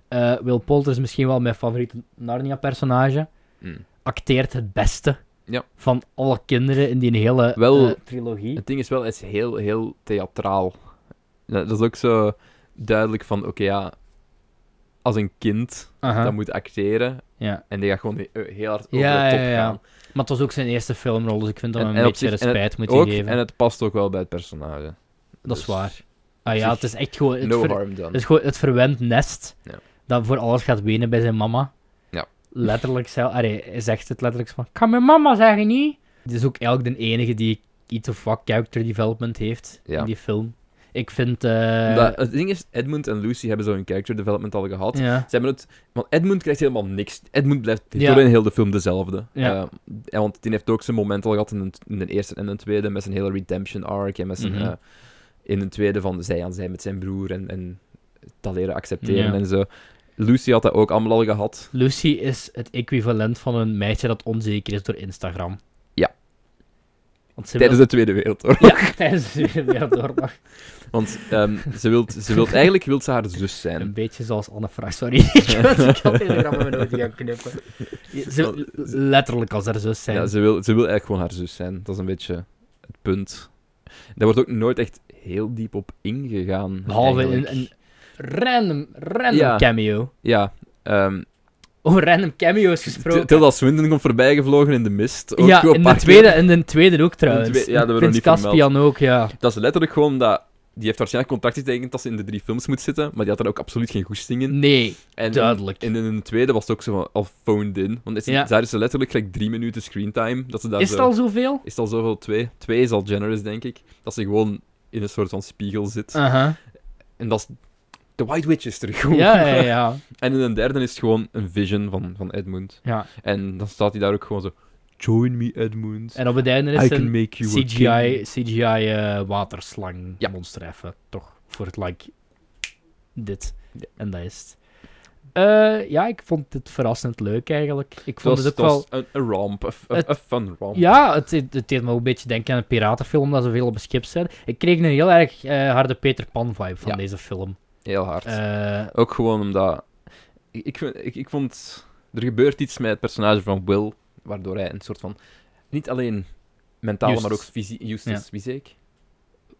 Speaker 1: Eh, Will Poulter is misschien wel mijn favoriete Narnia-personage.
Speaker 2: Hmm.
Speaker 1: Acteert het beste
Speaker 2: Ja.
Speaker 1: van alle kinderen in die hele
Speaker 2: Wel-
Speaker 1: eh, trilogie.
Speaker 2: Het ding is wel, het is heel, heel theatraal. Ja, Dat is ook zo duidelijk van, oké, ja... Als een kind
Speaker 1: Aha,
Speaker 2: dat moet acteren,
Speaker 1: ja.
Speaker 2: en die gaat gewoon he- eh, heel hard over
Speaker 1: Ja,
Speaker 2: de top
Speaker 1: ja, ja.
Speaker 2: gaan.
Speaker 1: Maar het was ook zijn eerste filmrol, dus ik vind dat we
Speaker 2: En-
Speaker 1: hem
Speaker 2: en
Speaker 1: een
Speaker 2: op
Speaker 1: beetje
Speaker 2: zich- en het-
Speaker 1: respect moeten
Speaker 2: Ook,
Speaker 1: geven.
Speaker 2: en het past ook wel bij het personage.
Speaker 1: dat is
Speaker 2: Dus,
Speaker 1: waar. Ah
Speaker 2: op
Speaker 1: ja,
Speaker 2: zich
Speaker 1: het is echt gewoon het,
Speaker 2: No
Speaker 1: ver-
Speaker 2: harm done.
Speaker 1: het, is gewoon het verwend nest
Speaker 2: Ja.
Speaker 1: dat voor alles gaat wenen bij zijn mama.
Speaker 2: Ja.
Speaker 1: Letterlijk zelf. Allee, hij zegt het letterlijk zo van, kan mijn mama zeggen niet? Het is ook eigenlijk de enige die iets of wat character development heeft
Speaker 2: Ja.
Speaker 1: in die film. Ik vind... eh,
Speaker 2: Dat- het ding is, Edmund en Lucy hebben zo hun character development al gehad.
Speaker 1: ja.
Speaker 2: Ze hebben het, want Edmund krijgt helemaal niks. Edmund blijft
Speaker 1: Ja.
Speaker 2: doorheen heel de film dezelfde.
Speaker 1: Ja.
Speaker 2: Eh, en want die heeft ook zijn moment al gehad in de, in de eerste en de tweede, met zijn hele redemption arc. En met zijn,
Speaker 1: Mhm.
Speaker 2: eh, in de tweede van zij aan zij met zijn broer en, en dat leren accepteren
Speaker 1: Ja.
Speaker 2: en zo. Lucy had dat ook allemaal al gehad.
Speaker 1: Lucy is het equivalent van een meisje dat onzeker is door Instagram.
Speaker 2: Ja.
Speaker 1: Want ze
Speaker 2: Tijdens
Speaker 1: wil-
Speaker 2: de Tweede Wereldoorlog. (laughs)
Speaker 1: Ja, (laughs) tijdens de Tweede Wereldoorlog.
Speaker 2: Want ehm, ze wil
Speaker 1: (laughs)
Speaker 2: ze wilt, eigenlijk wil ze haar zus zijn.
Speaker 1: Een beetje zoals Anne Frank, sorry. (laughs) ik had ik had deze grap in mijn noten gaan
Speaker 2: (laughs)
Speaker 1: knippen. Je- Ze, letterlijk als er zo zijn.
Speaker 2: Ja, ze, wil, ze wil eigenlijk gewoon haar zus zijn. Dat is een beetje het punt. Daar wordt ook nooit echt heel diep op ingegaan.
Speaker 1: Behalve in
Speaker 2: eigenlijk.
Speaker 1: een random, random
Speaker 2: Ja.
Speaker 1: cameo. (laughs)
Speaker 2: Ja, ehm,
Speaker 1: Over random cameo's gesproken.
Speaker 2: T- Tilda Swinton komt voorbij gevlogen in de mist. Ook
Speaker 1: ja,
Speaker 2: gewoon
Speaker 1: in
Speaker 2: een
Speaker 1: de,
Speaker 2: paar
Speaker 1: tweede, in de tweede ook trouwens.
Speaker 2: tweede- ja, dat hebben we
Speaker 1: Prins
Speaker 2: nog niet vermeld.
Speaker 1: Caspian ook, ja.
Speaker 2: keer. Dat is letterlijk gewoon dat... Die heeft waarschijnlijk contract getekend dat ze in de drie films moet zitten, maar die had er ook absoluut geen goesting in.
Speaker 1: Nee,
Speaker 2: En in-
Speaker 1: Mm, duidelijk.
Speaker 2: En in de tweede was het ook zo van, al phoned in. Want het is-
Speaker 1: Ja.
Speaker 2: daar is ze letterlijk gelijk drie minuten screentime. Dat ze daar
Speaker 1: Is
Speaker 2: zo,
Speaker 1: het al
Speaker 2: (laughs)
Speaker 1: zoveel?
Speaker 2: is het al zoveel? Twee? Twee is al generous, denk ik. Dat ze gewoon in een soort van spiegel zit.
Speaker 1: Aha.
Speaker 2: En dat is... De White Witch is er gewoon.
Speaker 1: Ja, ja, ja.
Speaker 2: (laughs) En in de derde is het gewoon een vision van, van Edmund.
Speaker 1: ja.
Speaker 2: En dan staat hij daar ook gewoon zo... Join me, Edmund.
Speaker 1: En op het einde
Speaker 2: I
Speaker 1: is
Speaker 2: can
Speaker 1: een
Speaker 2: make you a
Speaker 1: CGI,
Speaker 2: king."
Speaker 1: CGI eh, waterslang
Speaker 2: Ja.
Speaker 1: monster even, toch? Voor het like dit.
Speaker 2: Ja.
Speaker 1: En dat is het. Eh, ja, ik vond het verrassend leuk eigenlijk. Ik vond het ook wel...
Speaker 2: een, een ramp, een, een-
Speaker 1: Het-
Speaker 2: een fun ramp.
Speaker 1: Ja, het, het het deed me ook een beetje denken aan een piratenfilm, dat ze veel op een schip zijn. Ik kreeg een heel erg eh, harde Peter Pan vibe van
Speaker 2: Ja.
Speaker 1: deze film.
Speaker 2: Heel hard.
Speaker 1: Eh,
Speaker 2: Ook gewoon omdat... Ik, ik, vind- ik, ik vond... Er gebeurt iets met het personage van Will, waardoor hij een soort van... Niet alleen mentale,
Speaker 1: Justus.
Speaker 2: maar ook fysiek... Justus, wie zei ik?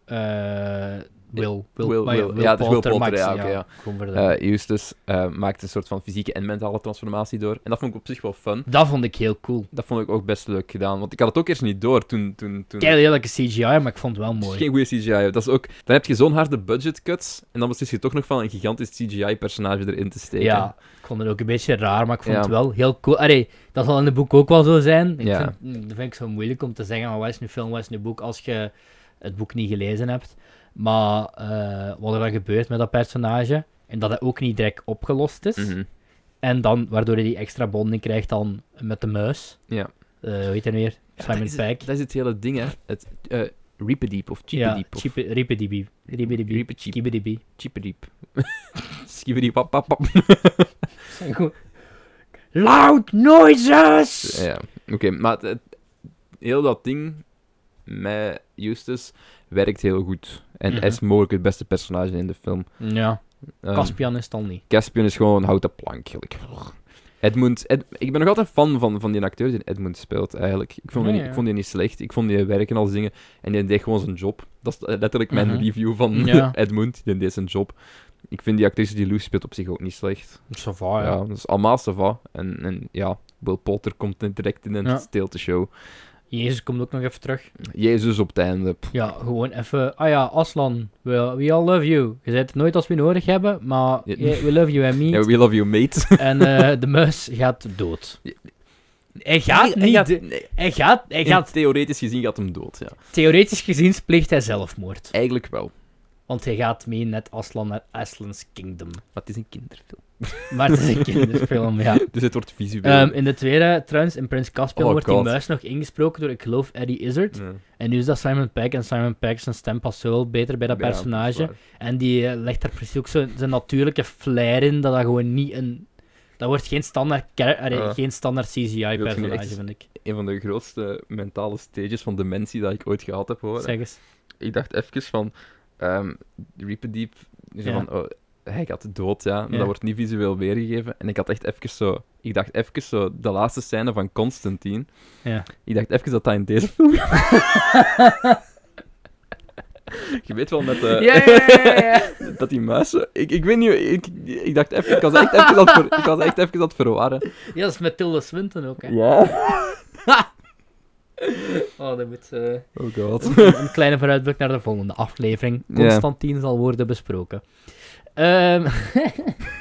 Speaker 1: eh, Will, Will,
Speaker 2: Will-
Speaker 1: maar ja,
Speaker 2: Will.
Speaker 1: Will
Speaker 2: Ja, het is Will
Speaker 1: Poulter
Speaker 2: Poulter,
Speaker 1: maakt
Speaker 2: ja,
Speaker 1: ze-
Speaker 2: oké, ja.
Speaker 1: gewoon voor de-
Speaker 2: Eh, Justus eh, maakt een soort van fysieke en mentale transformatie door. En dat vond ik op zich wel fun.
Speaker 1: Dat vond ik heel cool.
Speaker 2: Dat vond ik ook best leuk gedaan, want ik had het ook eerst niet door toen... toen, toen...
Speaker 1: Kijk, lelijke CGI, maar ik vond het wel
Speaker 2: Het is
Speaker 1: mooi.
Speaker 2: geen goede CGI. Dat is ook... Dan heb je zo'n harde budget cuts, en dan beslis je toch nog van een gigantisch CGI-personage erin te steken.
Speaker 1: Ja, ik vond het ook een beetje raar, maar ik vond
Speaker 2: Ja.
Speaker 1: het wel heel cool. Allee, dat zal in het boek ook wel zo zijn. Ik
Speaker 2: Ja.
Speaker 1: vind, mm, dat vind ik zo moeilijk om te zeggen, maar wat is nu film, wat is nu boek, als je het boek niet gelezen hebt. Maar eh, wat er dan gebeurt met dat personage, en dat het ook niet direct opgelost is,
Speaker 2: Mhm.
Speaker 1: en dan, waardoor hij die extra bonding krijgt dan met de muis.
Speaker 2: Ja.
Speaker 1: Eh, hoe heet hij nu weer?
Speaker 2: Ja,
Speaker 1: Simon
Speaker 2: dat is
Speaker 1: Pegg.
Speaker 2: Het, dat is het hele ding, hè. Het eh Reepedeep of
Speaker 1: Ja,
Speaker 2: Cheepediep. of
Speaker 1: Cheepe- Riepediepie. Riepediepie.
Speaker 2: Reepedeep.
Speaker 1: Kiepediepie.
Speaker 2: (laughs) Cheepediep. Skibidi pap pap pap.
Speaker 1: Zijn (laughs) goed. Loud noises!
Speaker 2: Ja, oké. maar het, het- heel dat ding met Justus werkt heel goed. En
Speaker 1: Mhm.
Speaker 2: hij is mogelijk het beste personage in de film.
Speaker 1: Ja,
Speaker 2: Ehm,
Speaker 1: Caspian is het al niet.
Speaker 2: Caspian is gewoon een houten plank, gelijk. Edmund, Ed- ik ben nog altijd fan van, van die acteur die Edmund speelt, eigenlijk. Ik vond,
Speaker 1: Ja,
Speaker 2: die, niet-
Speaker 1: ja.
Speaker 2: ik vond die niet slecht. Ik vond die werken als dingen. En die deed gewoon zijn job. Dat is letterlijk mijn
Speaker 1: Mhm.
Speaker 2: (laughs) review van
Speaker 1: Ja.
Speaker 2: Edmund. Die deed zijn job. Ik vind die actrice die Lou speelt op zich ook niet slecht.
Speaker 1: Sava,
Speaker 2: ja. dus allemaal ça va. En, en ja, Will Potter komt er direct in en
Speaker 1: Ja.
Speaker 2: steelt de show.
Speaker 1: Jezus komt ook nog even terug.
Speaker 2: Jezus op het einde. pff.
Speaker 1: Ja, gewoon even. Ah ja, Aslan, we, we all love you. Je zegt het nooit als we je nodig hebben, maar
Speaker 2: Ja.
Speaker 1: eh, we love
Speaker 2: (laughs)
Speaker 1: you and me.
Speaker 2: Ja, we love you, mate.
Speaker 1: (laughs) En eh, de muis gaat dood. Hij gaat
Speaker 2: Nee,
Speaker 1: niet.
Speaker 2: gaat-
Speaker 1: de-
Speaker 2: nee.
Speaker 1: Hij gaat, hij
Speaker 2: In
Speaker 1: gaat
Speaker 2: Theoretisch gezien gaat hem dood, ja.
Speaker 1: theoretisch gezien pleegt hij zelfmoord.
Speaker 2: Eigenlijk wel.
Speaker 1: Want hij gaat mee net Aslan naar Aslan's Kingdom.
Speaker 2: Maar het is een kinderfilm.
Speaker 1: (laughs) Maar het is een kinderfilm,
Speaker 2: (laughs)
Speaker 1: ja.
Speaker 2: Dus het wordt visueel.
Speaker 1: Ehm, in de tweede, trouwens, in Prins Caspian
Speaker 2: Oh,
Speaker 1: wordt die
Speaker 2: God.
Speaker 1: muis nog ingesproken door, ik geloof, Eddie Izzard.
Speaker 2: Ja.
Speaker 1: En nu is dat Simon Pegg. En Simon Pegg, zijn stem past zo wel beter bij dat
Speaker 2: Ja, dat is
Speaker 1: personage.
Speaker 2: waar.
Speaker 1: En die eh, legt daar precies ook zo zijn natuurlijke flair in, dat dat gewoon niet een... Dat wordt geen standaard, char- allee,
Speaker 2: Ja.
Speaker 1: geen standaard
Speaker 2: nu
Speaker 1: CGI-personage,
Speaker 2: echt-
Speaker 1: vind ik.
Speaker 2: Een van de grootste mentale stages van dementie dat ik ooit gehad heb, hoor.
Speaker 1: Zeg eens.
Speaker 2: Ik dacht even van... ehm Reepedeep... zo
Speaker 1: Ja.
Speaker 2: van, oh, hij gaat dood, ja. Maar
Speaker 1: Ja.
Speaker 2: dat wordt niet visueel weergegeven. En ik had echt even zo... Ik dacht even zo... De laatste scène van Constantine.
Speaker 1: Ja.
Speaker 2: Ik dacht even dat dat in deze film... (laughs) Je weet wel met... eh, dat die muizen... Ik, ik weet niet... Ik, ik dacht even... Ik was echt even dat, ver, ik was echt even dat verwarren.
Speaker 1: (laughs) Ja, dat is met Tilda Swinton ook, hè.
Speaker 2: Ja.
Speaker 1: Oh, dat moet... eh,
Speaker 2: Oh god.
Speaker 1: (laughs) een een kleine vooruitblik naar de volgende aflevering.
Speaker 2: Ja.
Speaker 1: Constantine zal worden besproken. Ehm,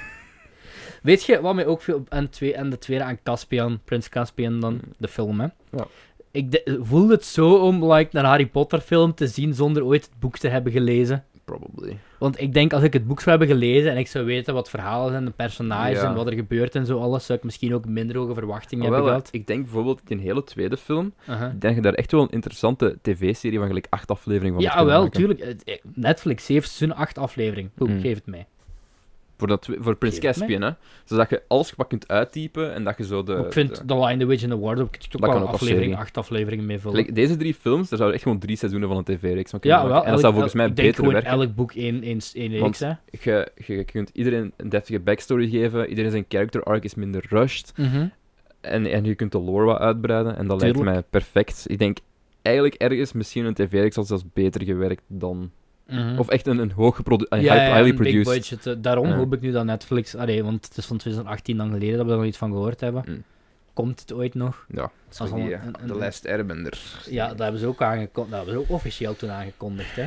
Speaker 1: (laughs) weet je wat mij ook viel en, twee, en de tweede aan Caspian, Prins Caspian dan, de film, hè?
Speaker 2: Mm. Ja.
Speaker 1: Ik de- voelde het zo om like, een Harry Potter film te zien zonder ooit het boek te hebben gelezen.
Speaker 2: Probably.
Speaker 1: Want ik denk, als ik het boek zou hebben gelezen en ik zou weten wat verhalen zijn, de personages
Speaker 2: Ja.
Speaker 1: en wat er gebeurt en zo alles, zou ik misschien ook minder hoge verwachtingen
Speaker 2: Alhoewel,
Speaker 1: hebben gehad.
Speaker 2: ik denk bijvoorbeeld in die hele tweede film,
Speaker 1: Aha.
Speaker 2: ik denk je daar echt wel een interessante tv-serie van gelijk acht afleveringen van hebt
Speaker 1: Ja,
Speaker 2: kunnen
Speaker 1: wel,
Speaker 2: maken.
Speaker 1: tuurlijk. Het- eh, Netflix heeft zijn acht aflevering. Boem,
Speaker 2: Mm.
Speaker 1: geef het mij.
Speaker 2: Voor, dat, twe- voor Prins
Speaker 1: Geef het
Speaker 2: Caspian, hè. Zodat je alles wat kunt uittypen en dat je zo de...
Speaker 1: Maar ik vind
Speaker 2: de-
Speaker 1: The Lion, The Witch and The Wardrobe ik toch
Speaker 2: eh, Dat
Speaker 1: wel
Speaker 2: kan
Speaker 1: een
Speaker 2: ook als
Speaker 1: aflevering,
Speaker 2: serie.
Speaker 1: acht afleveringen mee vullen.
Speaker 2: gelijk, deze drie films, daar zouden echt gewoon drie seizoenen van een tv-reeks van kunnen
Speaker 1: ja, wel.
Speaker 2: maken. En dat
Speaker 1: elk-
Speaker 2: zou volgens
Speaker 1: elk-
Speaker 2: mij
Speaker 1: ik denk
Speaker 2: beter
Speaker 1: gewoon
Speaker 2: werken.
Speaker 1: elk boek één, één, één reeks,
Speaker 2: Want-
Speaker 1: hè.
Speaker 2: Je, je kunt iedereen een deftige backstory geven, iedereen zijn character arc is minder rushed. En, en je kunt de lore wat uitbreiden en dat lijkt
Speaker 1: Tuurlijk.
Speaker 2: mij perfect. Ik denk eigenlijk ergens misschien een tv-reeks had zelfs beter gewerkt dan...
Speaker 1: Mhm.
Speaker 2: Of echt een, een hoog geprodu- een
Speaker 1: ja,
Speaker 2: hype-
Speaker 1: ja,
Speaker 2: highly
Speaker 1: een big
Speaker 2: produced...
Speaker 1: budget, eh, Daarom
Speaker 2: Ja.
Speaker 1: hoop ik nu dat Netflix... Allee, want het is van 2018 lang geleden dat we er nog iets van gehoord hebben.
Speaker 2: Mm.
Speaker 1: Komt het ooit nog?
Speaker 2: Ja,
Speaker 1: Dat is al een- een-
Speaker 2: eh, de
Speaker 1: een-
Speaker 2: Last Airbender.
Speaker 1: Ja, dat hebben ze ook aangekondigd. Nou, Dat hebben ze ook officieel toen aangekondigd, hè.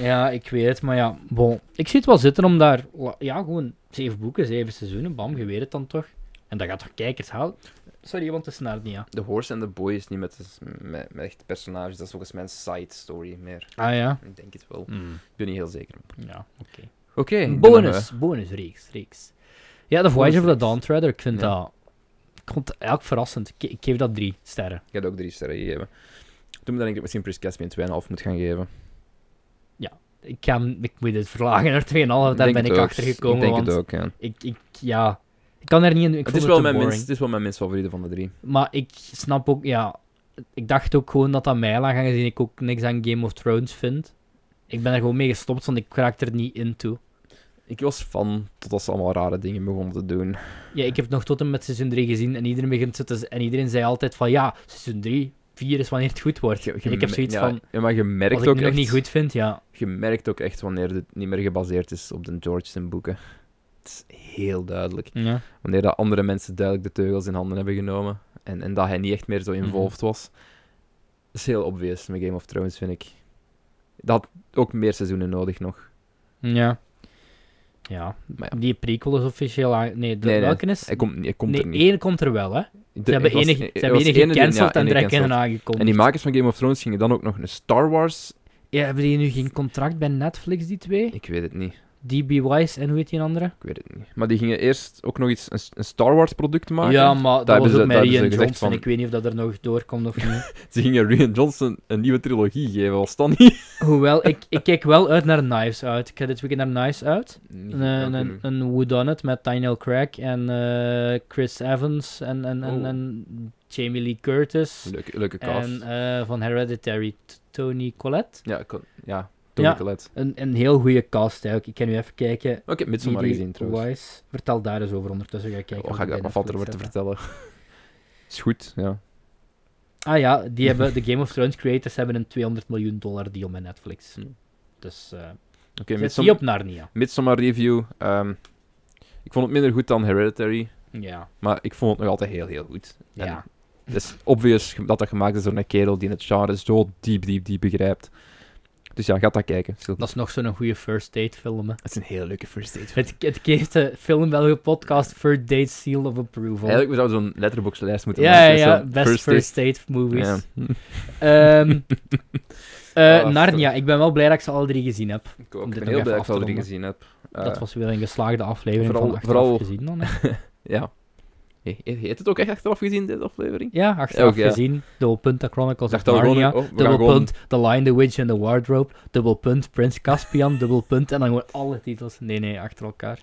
Speaker 1: Ja, ik weet het, maar ja, bon. Ik zie het wel zitten om daar... Ja, gewoon zeven boeken, zeven seizoenen, bam, je weet het dan toch. En dat gaat toch kijkers halen? Sorry, want de snaart niet, ja.
Speaker 2: The Horse and the Boy is niet met, met, met echt personages, dat is volgens mij een side story meer.
Speaker 1: Ah ja?
Speaker 2: Ik denk het wel. Ik ben niet heel zeker.
Speaker 1: Ja, oké.
Speaker 2: Oké. dan, eh,
Speaker 1: Bonus, bonusreeks, reeks. Ja, The Voyage of the
Speaker 2: Bonusreeks.
Speaker 1: Dawn Treader, ik vind
Speaker 2: Ja.
Speaker 1: dat... Ik vond het eigenlijk verrassend. Ik, ik geef dat drie sterren.
Speaker 2: ik had ook drie sterren gegeven. Toen denk ik dat misschien Prince Caspian 2,5 moet gaan
Speaker 1: Oh,
Speaker 2: geven.
Speaker 1: Ik, ga, hem- ik moet het verlagen naar 2,5, daar
Speaker 2: denk
Speaker 1: ben ik
Speaker 2: het ook.
Speaker 1: achter gekomen.
Speaker 2: Ik denk
Speaker 1: want
Speaker 2: het ook, ja.
Speaker 1: Ik, ik, ja, ik kan er niet in. Ik
Speaker 2: Het
Speaker 1: vond
Speaker 2: is, wel
Speaker 1: te
Speaker 2: mijn
Speaker 1: boring.
Speaker 2: minst, het is wel mijn minst favoriete van de drie.
Speaker 1: Maar ik snap ook, ja. Ik dacht ook gewoon dat dat mij lag, aangezien ik ook niks aan Game of Thrones vind. Ik ben er gewoon mee gestopt, want ik raak er niet in toe.
Speaker 2: Ik was fan totdat ze allemaal rare dingen begonnen te doen. (laughs)
Speaker 1: Ja, ik heb het nog tot en met seizoen 3 gezien en iedereen, begint zo te- en iedereen zei altijd van ja, seizoen 3, 4 is wanneer het goed wordt.
Speaker 2: Je- je
Speaker 1: en ik heb
Speaker 2: me-
Speaker 1: zoiets
Speaker 2: Mm, ja,
Speaker 1: van,
Speaker 2: ja, maar je merkt
Speaker 1: als ik
Speaker 2: ook
Speaker 1: het nog
Speaker 2: echt,
Speaker 1: niet goed vind, ja.
Speaker 2: Je merkt ook echt wanneer dit niet meer gebaseerd is op de George zijn boeken. Het is heel duidelijk.
Speaker 1: ja.
Speaker 2: Wanneer dat andere mensen duidelijk de teugels in handen hebben genomen. En, en dat hij niet echt meer zo
Speaker 1: Mhm.
Speaker 2: involved was. Dat is heel obvious met Game of Thrones, vind ik. Dat had ook meer seizoenen nodig nog.
Speaker 1: Ja. Ja.
Speaker 2: Maar ja.
Speaker 1: Die prequel is officieel aan... Nee, de,
Speaker 2: Nee, nee.
Speaker 1: welke is?
Speaker 2: Hij komt, niet- hij komt
Speaker 1: nee,
Speaker 2: er niet.
Speaker 1: één komt er wel, hè.
Speaker 2: De-
Speaker 1: Ze hebben
Speaker 2: het was-
Speaker 1: één
Speaker 2: het
Speaker 1: ge- ze
Speaker 2: was
Speaker 1: hebben één
Speaker 2: ene die- ja,
Speaker 1: gecanceld en
Speaker 2: ene
Speaker 1: direct een
Speaker 2: gecanceld.
Speaker 1: aangekondigd.
Speaker 2: En die makers van Game of Thrones gingen dan ook nog een Star Wars...
Speaker 1: Ja, hebben die nu geen contract bij Netflix, die twee?
Speaker 2: Ik weet het niet.
Speaker 1: DB Wise en hoe heet die andere?
Speaker 2: Ik weet het niet. Maar die gingen eerst ook nog iets, een, een Star Wars product maken.
Speaker 1: ja, maar dat,
Speaker 2: hebben
Speaker 1: was
Speaker 2: ze-
Speaker 1: ook
Speaker 2: dat
Speaker 1: met
Speaker 2: hebben ze
Speaker 1: Rian
Speaker 2: gezegd
Speaker 1: Johnson.
Speaker 2: van-
Speaker 1: Ik weet niet of dat er nog doorkomt of (laughs) niet.
Speaker 2: Ze gingen Rian Johnson een nieuwe trilogie geven, was dat niet?
Speaker 1: Hoewel, ik, ik kijk wel uit naar Knives Out. Ik ga dit weekend naar Knives Out.
Speaker 2: Nee,
Speaker 1: Een, een, een, whodunit met Daniel Craig en eh, Chris Evans en, en, en,
Speaker 2: Oh.
Speaker 1: en Jamie Lee Curtis.
Speaker 2: leuke, leuke cast.
Speaker 1: En eh, van Hereditary, T- Tony Collette.
Speaker 2: Ja, ik kon- ja, Tony
Speaker 1: Ja.
Speaker 2: Collette.
Speaker 1: Een, een heel goede cast eigenlijk. Ik kan nu even kijken.
Speaker 2: Oké, okay, Midsommar
Speaker 1: DB
Speaker 2: gezien trouwens.
Speaker 1: Wise. Vertel daar eens over ondertussen. Ga ik kijken
Speaker 2: Oh, ga ik
Speaker 1: die
Speaker 2: daar
Speaker 1: bij
Speaker 2: nog wat
Speaker 1: Netflix
Speaker 2: over te
Speaker 1: hebben.
Speaker 2: vertellen? (laughs) Is goed, ja.
Speaker 1: Ah ja,
Speaker 2: (laughs)
Speaker 1: die hebben, de Game of Thrones creators hebben een 200 miljoen dollar deal met Netflix.
Speaker 2: Hmm.
Speaker 1: Dus eh,
Speaker 2: Hm. Oké,
Speaker 1: Zet
Speaker 2: Midsom-
Speaker 1: die op Narnia.
Speaker 2: Midsommar Review. ehm, ik vond het minder goed dan Hereditary,
Speaker 1: Ja.
Speaker 2: maar ik vond het nog altijd heel, heel goed. En
Speaker 1: Ja.
Speaker 2: Het is obvious dat dat gemaakt is door een kerel die het genre zo diep, diep, diep begrijpt. Dus ja, ga dat kijken. Sil.
Speaker 1: Dat is nog zo'n goede first date film. hè.
Speaker 2: Het is een hele leuke first date.
Speaker 1: Het, het geeft de film wel een podcast First Date Seal of Approval.
Speaker 2: Eigenlijk we zouden zo'n letterbox lijst moeten
Speaker 1: ja, ja,
Speaker 2: maken.
Speaker 1: ja.
Speaker 2: zo
Speaker 1: Best First,
Speaker 2: dus date.
Speaker 1: Date movies.
Speaker 2: Ja. (laughs)
Speaker 1: Ehm, eh,
Speaker 2: Ah,
Speaker 1: Narnia, ik ben wel blij dat ik ze alle drie gezien heb.
Speaker 2: Ik,
Speaker 1: (laughs)
Speaker 2: ook.
Speaker 1: Om
Speaker 2: ik
Speaker 1: dit nog
Speaker 2: ben heel
Speaker 1: even
Speaker 2: blij dat
Speaker 1: af
Speaker 2: ik
Speaker 1: te
Speaker 2: al drie
Speaker 1: ronden.
Speaker 2: gezien heb. Eh,
Speaker 1: dat was weer een geslaagde aflevering
Speaker 2: vooral-
Speaker 1: van achteraf
Speaker 2: vooral-
Speaker 1: gezien. Oh, Dan, hè.
Speaker 2: Ja. He- he- Heet het ook echt achteraf gezien, deze aflevering?
Speaker 1: (laughs) ja, achteraf
Speaker 2: Ook, ja.
Speaker 1: gezien. Dubbelpunt, The Chronicles of
Speaker 2: dacht al
Speaker 1: Narnia.
Speaker 2: gewoon... Oh, we gaan gewoon...
Speaker 1: Dubbelpunt, The Lion, The Witch and the Wardrobe. Dubbelpunt, Prins
Speaker 2: (laughs)
Speaker 1: Caspian. Dubbelpunt, en dan gewoon alle titels. Nee, nee, achter elkaar.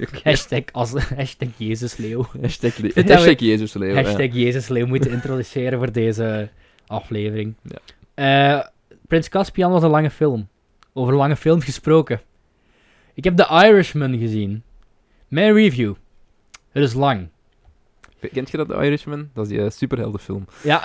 Speaker 2: Oké.
Speaker 1: Hashtag, as, (laughs) hashtag Jezusleeuw.
Speaker 2: Hashtag, le-
Speaker 1: dat we-
Speaker 2: hashtag Jezus leven.
Speaker 1: Hashtag Jezusleeuw moeten introduceren voor deze aflevering.
Speaker 2: Ja.
Speaker 1: Eh, Prins Caspian was een lange film. Over lange films gesproken. Ik heb The Irishman gezien. Mijn review. Het is lang.
Speaker 2: Ja. Kent je dat, The Irishman? Dat is die eh, superheldenfilm. (laughs)
Speaker 1: Ja.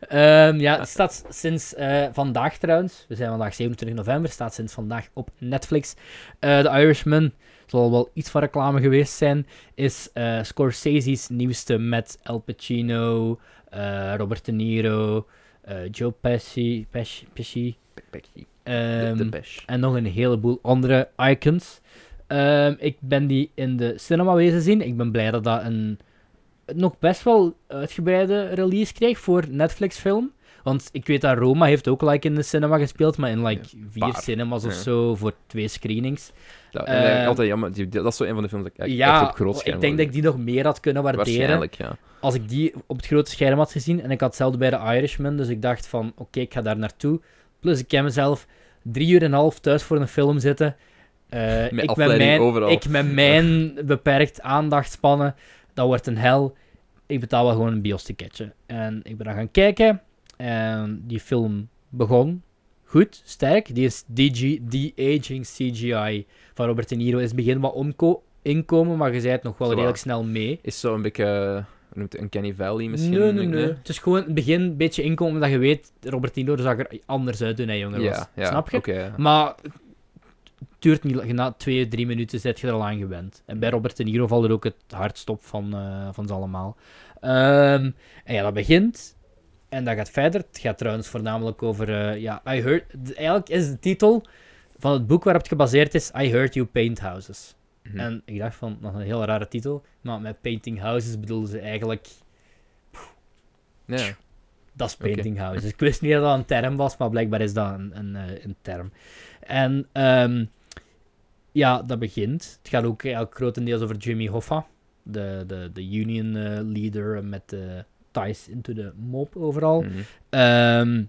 Speaker 1: Ehm, ja, het staat sinds eh, vandaag trouwens. We zijn vandaag 27 november. staat sinds vandaag op Netflix. Eh The Irishman zal wel iets van reclame geweest zijn. Is eh, Scorsese's nieuwste met Al Pacino, eh, Robert De Niro, eh, Joe Pesci. Pesci, Pesci
Speaker 2: De,
Speaker 1: ehm,
Speaker 2: de Bash.
Speaker 1: en nog een heleboel andere icons. Ehm, ik ben die in de cinema wezen zien. Ik ben blij dat dat een nog best wel uitgebreide release kreeg voor Netflix-film. Want ik weet dat Roma heeft ook like, in de cinema gespeeld, maar in like, vier
Speaker 2: paar.
Speaker 1: cinemas of
Speaker 2: Ja.
Speaker 1: zo voor twee screenings.
Speaker 2: Dat, en eigenlijk
Speaker 1: ehm,
Speaker 2: altijd jammer. Die- dat is zo een van de films dat ik echt echt
Speaker 1: ja,
Speaker 2: op groot scherm
Speaker 1: ik denk dat
Speaker 2: wil
Speaker 1: ik die nog meer had kunnen
Speaker 2: zien.
Speaker 1: waarderen
Speaker 2: Waarschijnlijk, ja.
Speaker 1: als ik die op het grote scherm had gezien en ik had hetzelfde bij de Irishman, dus ik dacht van, oké, ik ga daar naartoe. Plus ik ken mezelf drie uur en een half thuis voor een film zitten. Eh, ik, met
Speaker 2: afleiding
Speaker 1: mijn,
Speaker 2: overal.
Speaker 1: ik
Speaker 2: (laughs)
Speaker 1: met mijn beperkt aandachtspannen, dat wordt een hel. Ik betaal wel gewoon een biosticketje. En ik ben dan gaan kijken en die film begon goed, sterk. Die is DG, de-aging CGI van Robert De Niro. Is in het begin wat onko- inkomen, maar je zei het nog wel
Speaker 2: Zwaar.
Speaker 1: redelijk snel mee.
Speaker 2: Is zo een beetje... eh, Hoe noemt het? Uncanny Valley misschien?
Speaker 1: Nee, nee,
Speaker 2: Ik-
Speaker 1: nee. Het is gewoon in het begin een beetje inkomen dat je weet, Robert Tino zag er anders uit toen hij jonger was.
Speaker 2: Ja, ja.
Speaker 1: Snap je?
Speaker 2: Oké, ja.
Speaker 1: Maar het duurt niet lang. Na twee, drie minuten zit je er al aan gewend. En bij Robert De Niro valt er ook het hardst op van, eh, van ze allemaal. Ehm, en ja, dat begint. En dat gaat verder. Het gaat trouwens voornamelijk over... eh, ja, I heard... d- Eigenlijk is de titel van het boek waarop het gebaseerd is... I Heard You Paint Houses.
Speaker 2: Mhm.
Speaker 1: En ik dacht van, dat is een heel rare titel. Maar met painting houses bedoelden ze eigenlijk...
Speaker 2: Ja.
Speaker 1: Dat is
Speaker 2: Oké.
Speaker 1: painting houses. Ik wist niet dat dat een term was, maar blijkbaar is dat een, een, eh, een term. En ehm, ja, dat begint. Het gaat ook eigenlijk grotendeels over Jimmy Hoffa, de, de, de union eh, leader met de ties into the mob overal.
Speaker 2: Mhm.
Speaker 1: Ehm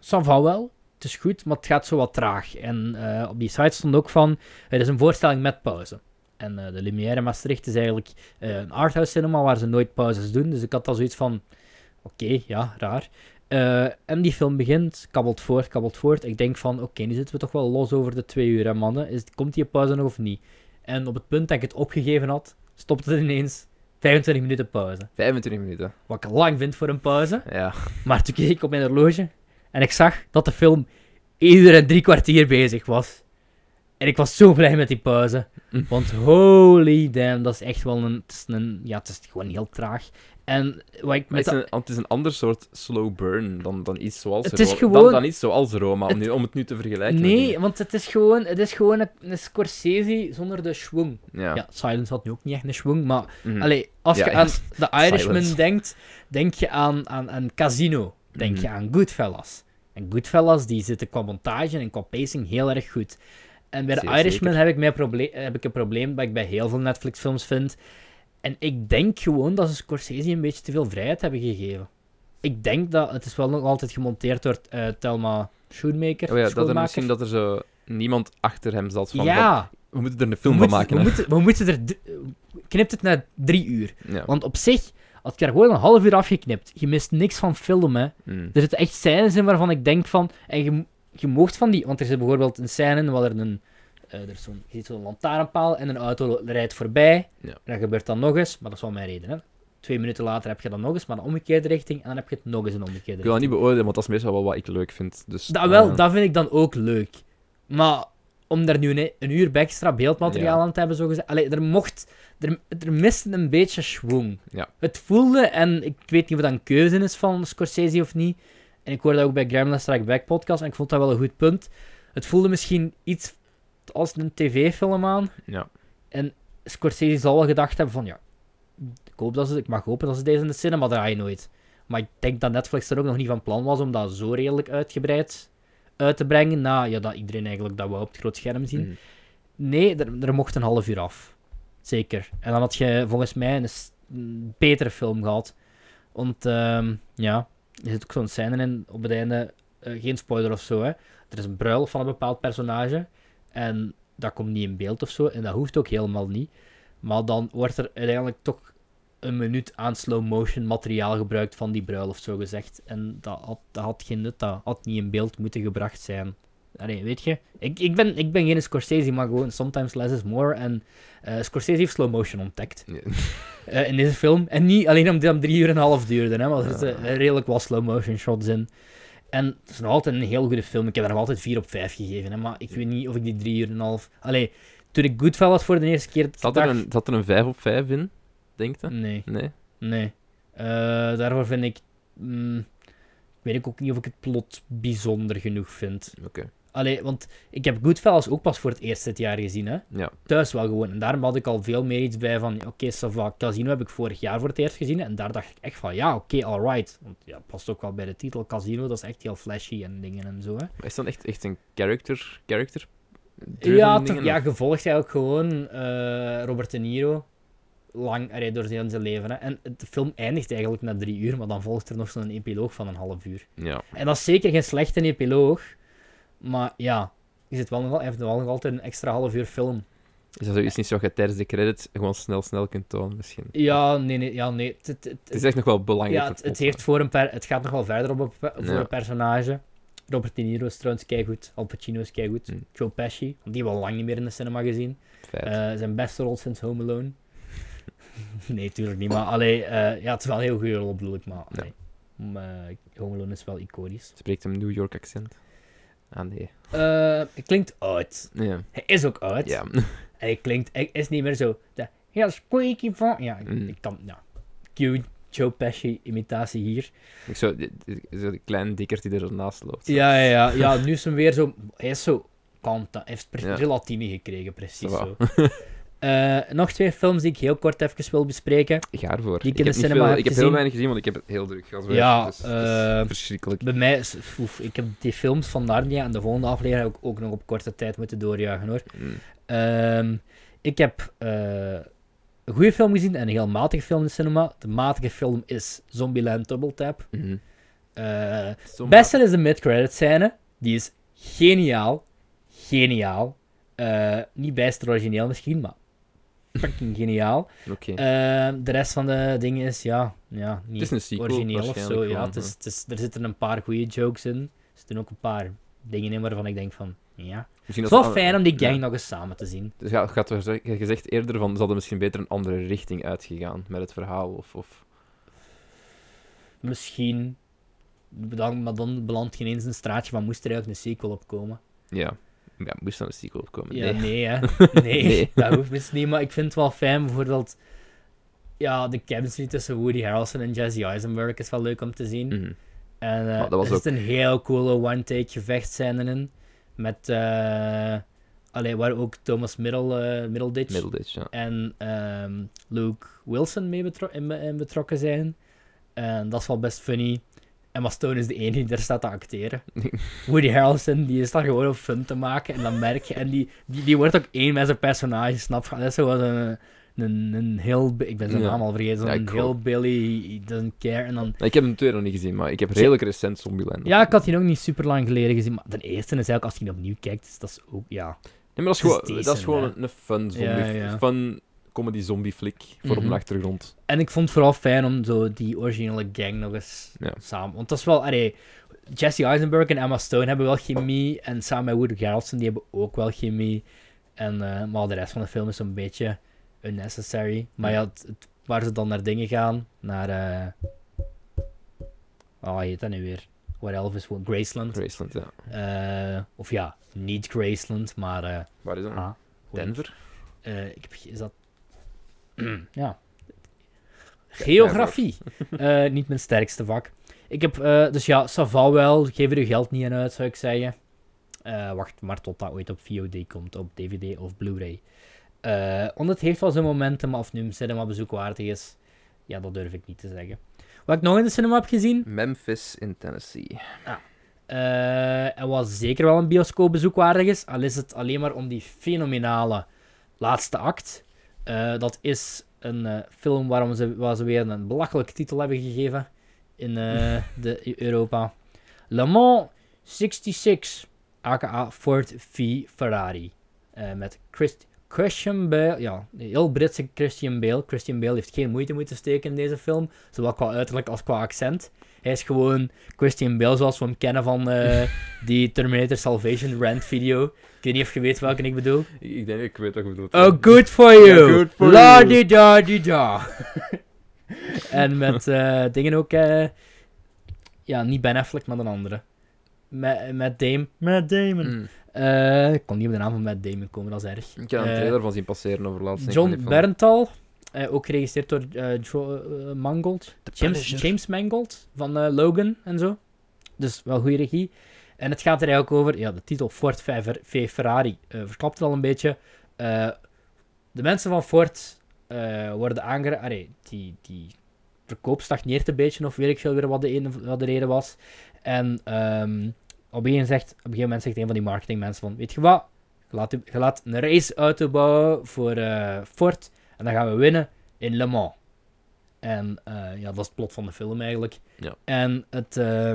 Speaker 1: ça va wel. Het is goed, maar het gaat zo wat traag. En eh, op die site stond ook van, het is een voorstelling met pauze. En eh, de Lumière in Maastricht is eigenlijk eh, een arthouse cinema waar ze nooit pauzes doen. Dus ik had al zoiets van, oké, ja, raar. Eh, en die film begint, kabbelt voort, kabbelt voort. Ik denk van, oké, nu zitten we toch wel los over de twee uur, hè, mannen. Is, komt die pauze nog of niet? En op het punt dat ik het opgegeven had, stopte het ineens 25 minuten pauze.
Speaker 2: 25 minuten.
Speaker 1: Wat ik lang vind voor een pauze.
Speaker 2: Ja.
Speaker 1: Maar toen keek ik op mijn horloge en ik zag dat de film ieder en drie kwartier bezig was. En ik was zo blij met die pauze.
Speaker 2: Mm.
Speaker 1: Want holy damn, dat is echt wel een... Het is, een, ja, het is gewoon heel traag. En wat ik
Speaker 2: Maar
Speaker 1: met...
Speaker 2: het,
Speaker 1: de-
Speaker 2: is een, het is een ander soort slow burn dan, dan iets zoals
Speaker 1: Het is
Speaker 2: Roma.
Speaker 1: gewoon-
Speaker 2: Dan, dan iets zoals Roma, om,
Speaker 1: Het-
Speaker 2: nu- om het nu te vergelijken. met
Speaker 1: Nee, want het is gewoon, het is gewoon een, een Scorsese zonder de schwung.
Speaker 2: die- Ja.
Speaker 1: Ja. Silence had nu ook niet echt een schwung, maar...
Speaker 2: Mhm.
Speaker 1: Allee, als
Speaker 2: Ja,
Speaker 1: je
Speaker 2: ja.
Speaker 1: aan The Irishman
Speaker 2: Silence.
Speaker 1: denkt, denk je aan, aan, aan Casino. Denk je
Speaker 2: Mhm.
Speaker 1: aan Goodfellas. En Goodfellas, die zitten qua montage en qua pacing heel erg goed. En bij The
Speaker 2: Zeer
Speaker 1: Irishman heb ik, mijn proble- heb ik een probleem dat ik bij heel veel Netflix-films vind. En ik denk gewoon dat ze Scorsese een beetje te veel vrijheid hebben gegeven. Ik denk dat... Het is wel nog altijd gemonteerd door eh, Thelma Schoenmaker.
Speaker 2: Oh ja, dat er
Speaker 1: schoonmaker.
Speaker 2: misschien dat er zo niemand achter hem zat van, van,
Speaker 1: ja,
Speaker 2: we moeten er een
Speaker 1: we
Speaker 2: film van
Speaker 1: moeten,
Speaker 2: maken.
Speaker 1: we,
Speaker 2: hè.
Speaker 1: moeten, we moeten er... d- Knipt het naar drie uur.
Speaker 2: Ja.
Speaker 1: Want op zich had ik er gewoon een half uur afgeknipt. Je mist niks van film, hè.
Speaker 2: Mhm.
Speaker 1: Er zitten echt scènes in waarvan ik denk van... En je, je moogt van die... Want er zit bijvoorbeeld een scène in waar er een... eh, er is zo'n, je ziet zo'n lantaarnpaal en een auto rijdt voorbij.
Speaker 2: Ja.
Speaker 1: Dat gebeurt dan nog eens, maar dat is wel mijn reden, hè. Twee minuten later heb je dan nog eens, maar een omgekeerde richting. En dan heb je het nog eens een omgekeerde
Speaker 2: Ik wil dat
Speaker 1: richting.
Speaker 2: niet beoordelen, want dat is meestal wel wat ik leuk vind. Dus,
Speaker 1: Dat, wel,
Speaker 2: eh,
Speaker 1: dat vind ik dan ook leuk. Maar om daar nu een, een uur bij extra beeldmateriaal
Speaker 2: Ja.
Speaker 1: aan te hebben, zo gezegd. Allee, er mocht. Er, er miste een beetje schwung.
Speaker 2: Ja.
Speaker 1: Het voelde, en ik weet niet of dat een keuze is van Scorsese of niet. En ik hoorde dat ook bij Gremlins Strike Back podcast. En ik vond dat wel een goed punt. Het voelde misschien iets als een tv-film aan.
Speaker 2: Ja.
Speaker 1: En Scorsese zal wel gedacht hebben van ja, ik, hoop dat ze, ik mag hopen dat ze deze in de cinema draaien nooit. Maar ik denk dat Netflix er ook nog niet van plan was om dat zo redelijk uitgebreid uit te brengen. Na ja, dat iedereen eigenlijk dat wou op het groot scherm zien.
Speaker 2: mm.
Speaker 1: Nee, er, er mocht een half uur af. Zeker. En dan had je volgens mij een, s- een betere film gehad. Want ehm, ja, er zit ook zo'n scène in op het einde. eh, geen spoiler of zo, hè. Er is een bruil van een bepaald personage. En dat komt niet in beeld of zo. En dat hoeft ook helemaal niet. Maar dan wordt er uiteindelijk toch een minuut aan slow motion materiaal gebruikt van die bruil of zo gezegd. En dat had, dat had geen nut. Dat had niet in beeld moeten gebracht zijn. Allee, weet je, ik, ik, ben, ik ben geen Scorsese, maar gewoon sometimes less is more. En eh, Scorsese heeft slow motion ontdekt
Speaker 2: Ja.
Speaker 1: eh, in deze film. En niet alleen omdat het drie uur en een half duurde, hè, maar er zitten
Speaker 2: Ah.
Speaker 1: eh, redelijk wat slow motion shots in. En het is nog altijd een heel goede film. Ik heb er nog altijd 4 op 5 gegeven, hè, maar ik weet niet of ik die drie uur en een half... Allee, toen ik Goodfellas voor de eerste keer
Speaker 2: Zat, er
Speaker 1: zag-
Speaker 2: een, zat er een 5 op 5 in, denk je?
Speaker 1: Nee,
Speaker 2: Nee.
Speaker 1: nee. Eh, daarvoor vind ik... mm, weet ik ook niet of ik het plot bijzonder genoeg vind.
Speaker 2: Oké.
Speaker 1: Allee, want ik heb Goodfellas ook pas voor het eerst dit jaar gezien, hè.
Speaker 2: Ja.
Speaker 1: thuis wel gewoon. En daarom had ik al veel meer iets bij van, oké, ça va. Casino heb ik vorig jaar voor het eerst gezien. En daar dacht ik echt van, ja, oké, alright. Want ja, past ook wel bij de titel. Casino, dat is echt heel flashy en dingen en zo, hè.
Speaker 2: Maar Is dat echt, echt een character? character
Speaker 1: ja,
Speaker 2: driven
Speaker 1: toch,
Speaker 2: dingen,
Speaker 1: ja,
Speaker 2: of-
Speaker 1: gevolgd eigenlijk gewoon eh, Robert De Niro. Lang, allee, door zijn hele leven, hè. En het- de film eindigt eigenlijk na drie uur, maar dan volgt er nog zo'n epiloog van een half uur.
Speaker 2: ja.
Speaker 1: En dat is zeker geen slechte epiloog. Maar ja, je zit wel nog, al- hij heeft wel nog altijd een extra half uur film.
Speaker 2: Is dat zoiets niet zo dat je tijdens de credits gewoon snel, snel kunt tonen, misschien?
Speaker 1: Ja, nee, nee, ja, nee. Het, het, het-
Speaker 2: Het is echt nog wel belangrijk.
Speaker 1: Eh, ja,
Speaker 2: voor
Speaker 1: het, het
Speaker 2: plot,
Speaker 1: heeft voor een per, het gaat nog wel verder op een, pe- voor
Speaker 2: Ja.
Speaker 1: een personage. Robert De Niro is trouwens keigoed. Al Pacino is keigoed.
Speaker 2: Mm.
Speaker 1: Joe Pesci, want die hebben we al lang niet meer in de cinema gezien.
Speaker 2: feit.
Speaker 1: Eh, zijn beste rol sinds Home Alone. (laughs) nee, tuurlijk niet. Maar allee, eh, ja, het is wel een heel goede rol, bedoel ik. Maar,
Speaker 2: Ja.
Speaker 1: allee, om, eh, Home Alone is wel iconisch.
Speaker 2: Spreekt hem New York accent? Ah, nee.
Speaker 1: Eh, het klinkt oud.
Speaker 2: Ja.
Speaker 1: Hij is ook oud.
Speaker 2: ja. (laughs)
Speaker 1: En hij klinkt, hij is niet meer zo. De, heel squeaky van. Ja, ik,
Speaker 2: Mm.
Speaker 1: ik kan. Ja. Cue Joe Pesci imitatie hier.
Speaker 2: Ik Zo, die- die- zo die kleine dikker die ernaast loopt. zo.
Speaker 1: Ja, ja, ja, ja. Nu is hem weer zo. Hij is zo. Kant, hij heeft pre-
Speaker 2: Ja.
Speaker 1: gelatine gekregen, precies
Speaker 2: Ça va.
Speaker 1: zo. Eh, nog twee films die ik heel kort even wil bespreken.
Speaker 2: Ik ga ervoor.
Speaker 1: Die ik
Speaker 2: ik
Speaker 1: in
Speaker 2: heb
Speaker 1: de
Speaker 2: niet
Speaker 1: cinema
Speaker 2: veel,
Speaker 1: heb
Speaker 2: Ik heb heel
Speaker 1: gezien.
Speaker 2: weinig gezien, want ik heb het heel druk gehad.
Speaker 1: Ja,
Speaker 2: dus, het is
Speaker 1: eh,
Speaker 2: verschrikkelijk.
Speaker 1: Bij mij is. oef, ik heb die films van Narnia en de volgende aflevering heb ik ook nog op korte tijd moeten doorjagen hoor.
Speaker 2: Mm.
Speaker 1: Ehm, ik heb eh, een goede film gezien en een heel matige film in de cinema. De matige film is Zombieland Double Tap.
Speaker 2: Mhm.
Speaker 1: Eh
Speaker 2: Soms-
Speaker 1: Beste is de mid-credit scène. Die is geniaal. Geniaal. Eh, niet bijster origineel misschien, maar fucking geniaal.
Speaker 2: Oké.
Speaker 1: Eh, de rest van de dingen is, ja, ja
Speaker 2: het is
Speaker 1: niet
Speaker 2: een sequel.
Speaker 1: origineel of
Speaker 2: waarschijnlijk
Speaker 1: zo. Ja,
Speaker 2: gewoon,
Speaker 1: het is, het is, er zitten een paar goede jokes in. Er zitten ook een paar dingen in waarvan ik denk van, ja.
Speaker 2: Misschien
Speaker 1: Het is
Speaker 2: dat
Speaker 1: wel fijn om die gang
Speaker 2: Ja.
Speaker 1: nog eens samen te zien.
Speaker 2: Dus ja, gaat er je gezegd eerder van, ze hadden misschien beter een andere richting uitgegaan met het verhaal. Of, of...
Speaker 1: Misschien, dan, maar dan belandt je ineens in een straatje van, moest er eigenlijk een sequel op komen?
Speaker 2: Ja. ja, moest er een sequel komen?
Speaker 1: Ja,
Speaker 2: nee.
Speaker 1: nee,
Speaker 2: (laughs)
Speaker 1: hè. Nee,
Speaker 2: Nee.
Speaker 1: dat hoeft dus niet. Maar ik vind het wel fijn, bijvoorbeeld... Ja, de chemistry tussen Woody Harrelson en Jesse Eisenberg is wel leuk om te zien.
Speaker 2: Mhm.
Speaker 1: En eh
Speaker 2: Maar dat was
Speaker 1: er zit een heel coole one-take gevechtscène in. Met... eh allee, waar ook Thomas Middle, eh Middleditch
Speaker 2: Middleditch, ja. Nou,
Speaker 1: en ehm, Luke Wilson mee betro- in, be- in betrokken zijn. En dat is wel best funny. Emma Stone is de enige die daar staat te
Speaker 2: (laughs)
Speaker 1: acteren. Woody Harrelson die is daar gewoon om fun te maken. En dan merk je... En die, die, die wordt ook één met zijn personage, snap je? Dat is zo wat een... Een, een heel... bi- Ik ben zijn
Speaker 2: Ja.
Speaker 1: naam al vergeten.
Speaker 2: Ja,
Speaker 1: een
Speaker 2: ik
Speaker 1: heel
Speaker 2: ook.
Speaker 1: Billy, he doesn't care. En dan...
Speaker 2: Nou, ik heb hem twee nog niet gezien, maar ik heb redelijk recent Zombieland.
Speaker 1: Ja, ik had die ook niet super lang geleden gezien. Maar de eerste is eigenlijk, als je die opnieuw kijkt, is dat is ook... Ja.
Speaker 2: Nee, maar
Speaker 1: Het is
Speaker 2: dat is gewoon, dat
Speaker 1: decent,
Speaker 2: is gewoon
Speaker 1: hè.
Speaker 2: een, een fun zombie,
Speaker 1: Ja, ja.
Speaker 2: fun comedy zombie flick voor op
Speaker 1: Mhm.
Speaker 2: de achtergrond.
Speaker 1: En ik vond het vooral fijn om zo die originele gang nog eens
Speaker 2: Ja.
Speaker 1: samen. Want dat is wel, allee, Jesse Eisenberg en Emma Stone hebben wel chemie. En samen met Woody Harrelson, die hebben ook wel chemie. En, eh, maar de rest van de film is een beetje unnecessary. Maar ja, het, het Waar ze dan naar dingen gaan. Naar. eh Ah, heet dat nu weer? Waar Elvis woont. Graceland.
Speaker 2: Graceland, ja.
Speaker 1: Eh, of ja, niet Graceland, maar. eh,
Speaker 2: Waar is dat?
Speaker 1: ah, hoe-
Speaker 2: Denver?
Speaker 1: eh, ik heb, ge- is dat. ja. Geografie. Eh, niet mijn sterkste vak. Ik heb, eh, dus ja, Saval wel. Geef er uw geld niet aan uit, zou ik zeggen. Eh, wacht maar tot dat ooit op VOD komt, op DVD of Blu-ray. Eh want het heeft wel zijn momentum of nu een cinema bezoekwaardig is. Ja, dat durf ik niet te zeggen. Wat ik nog in de cinema heb gezien,
Speaker 3: Memphis in Tennessee.
Speaker 1: eh, en wat zeker wel een bioscoopbezoek waardig is, al is het alleen maar om die fenomenale laatste act. Eh, dat is een eh, film waarom ze, waar ze weer een belachelijke titel hebben gegeven in eh, de, in Europa. Le Mans 66, aka Ford V Ferrari. Eh, met Christ- Christian Bale, ja, een heel Britse Christian Bale. Christian Bale heeft geen moeite moeten steken in deze film, zowel qua uiterlijk als qua accent. Hij is gewoon Christian Bale zoals we hem kennen van eh, (laughs) die Terminator Salvation rant video. Ik weet niet of je weet welke ik bedoel.
Speaker 2: Ik, ik denk, ik weet wat je bedoelt.
Speaker 1: Oh, good for you.
Speaker 2: Ja, good for
Speaker 1: La
Speaker 2: you.
Speaker 1: di da di da. (laughs) en met eh, dingen ook. eh, ja, niet Ben Affleck, maar een andere. Met, met Dame. Met Damon.
Speaker 2: Mm.
Speaker 1: Eh, ik kon niet op de naam van Matt Damon komen, dat is erg.
Speaker 2: Ik heb een
Speaker 1: Eh,
Speaker 2: trailer van zien passeren over laatst. denk ik,
Speaker 1: John
Speaker 2: van-
Speaker 1: Berntal, eh, ook geregisseerd door eh, Jo- eh, Mangold. James,
Speaker 3: Punisher.
Speaker 1: James Mangold van eh, Logan en zo. Dus wel goede regie. En het gaat er eigenlijk over, ja, de titel Ford V Fer- V Ferrari eh, verklapt het al een beetje. Eh, de mensen van Ford eh, worden aangereden. Allee, die, die verkoop stagneert een beetje, of weet ik veel weer wat de, een- wat de reden was. En ehm, op, een zegt, op een gegeven moment zegt een van die marketingmensen van, weet je wat, je laat, je laat een raceauto bouwen voor eh, Ford en dan gaan we winnen in Le Mans. En eh, ja, dat is het plot van de film eigenlijk.
Speaker 2: Ja.
Speaker 1: En het, eh,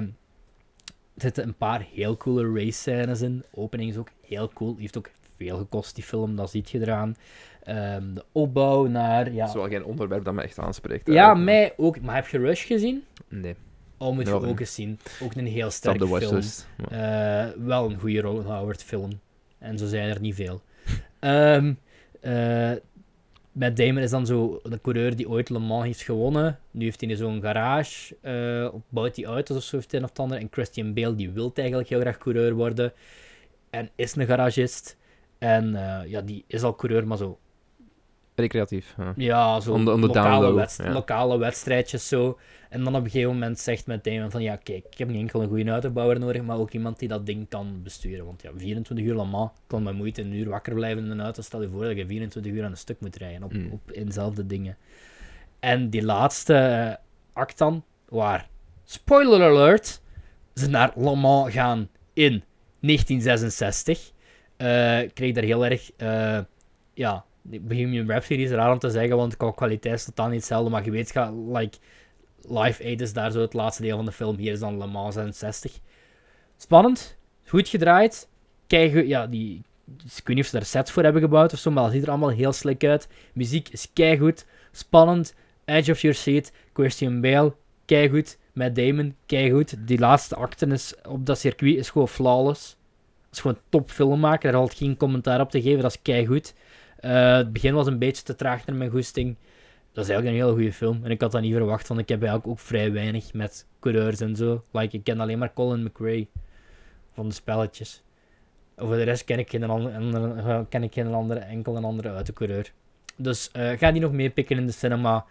Speaker 1: er zitten een paar heel coole race scènes in. De opening is ook heel cool. Die heeft ook veel gekost, die film, dat ziet je eraan. Ehm, de opbouw naar... Ja,
Speaker 2: Het is wel geen onderwerp dat me echt aanspreekt.
Speaker 1: ja,
Speaker 2: eigenlijk.
Speaker 1: mij ook. Maar heb je Rush gezien?
Speaker 2: Nee,
Speaker 1: Oh, moet je
Speaker 2: Ja,
Speaker 1: ook eens zien. Ook een heel
Speaker 2: het staat op
Speaker 1: sterke
Speaker 2: de
Speaker 1: film.
Speaker 2: watchlist. Maar-
Speaker 1: Eh, wel een goede Ron Howard film. En zo zijn er niet veel. Ehm eh, Matt Damon is dan zo de coureur die ooit Le Mans heeft gewonnen. Nu heeft hij zo'n garage, eh, of bouwt hij auto's of zo, heeft hij een of het ander. En Christian Bale, die wil eigenlijk heel graag coureur worden. En is een garagist. En eh, ja, die is al coureur, maar zo
Speaker 2: Recreatief. Ja.
Speaker 1: ja, zo
Speaker 2: On the- on the down
Speaker 1: lokale,
Speaker 2: low,
Speaker 1: wedst-
Speaker 2: ja.
Speaker 1: lokale wedstrijdjes zo. En dan op een gegeven moment zegt met Damon van ja, kijk, ik heb niet enkel een goede autobouwer nodig, maar ook iemand die dat ding kan besturen. Want ja, 24 uur allemaal kan met moeite een uur wakker blijven in een auto. Stel je voor dat je 24 uur aan een stuk moet rijden op,
Speaker 2: Mm.
Speaker 1: op in dezelfde dingen. En die laatste eh, act dan, waar, spoiler alert, ze naar Le Mans gaan in 1966, eh, kreeg daar heel erg, eh, ja, die Bohemian Rhapsody is raar om te zeggen, want qua kwaliteit is totaal niet hetzelfde, maar je weet, ga, like, Live Aid is daar zo het laatste deel van de film, hier is dan Le Mans 66. Spannend, goed gedraaid, kijk, ja, die... Ik weet niet of ze daar sets voor hebben gebouwd of zo, maar dat ziet er allemaal heel slik uit. Muziek is keigoed, spannend, edge of your seat, Christian Bale, keigoed. Matt Damon, keigoed. Die laatste acte is op dat circuit is gewoon flawless. Dat is gewoon top film maken. Daar had geen commentaar op te geven. Dat is keigoed. Eh het begin was een beetje te traag naar mijn goesting. Dat is eigenlijk een hele goede film. En ik had dat niet verwacht, want ik heb eigenlijk ook vrij weinig met coureurs en zo. Like, ik ken alleen maar Colin McRae van de spelletjes. Voor de rest ken ik geen andere, andere- eh, ken ik geen andere, enkel een andere uit de coureur. Dus eh, ga die nog meepikken in de cinema.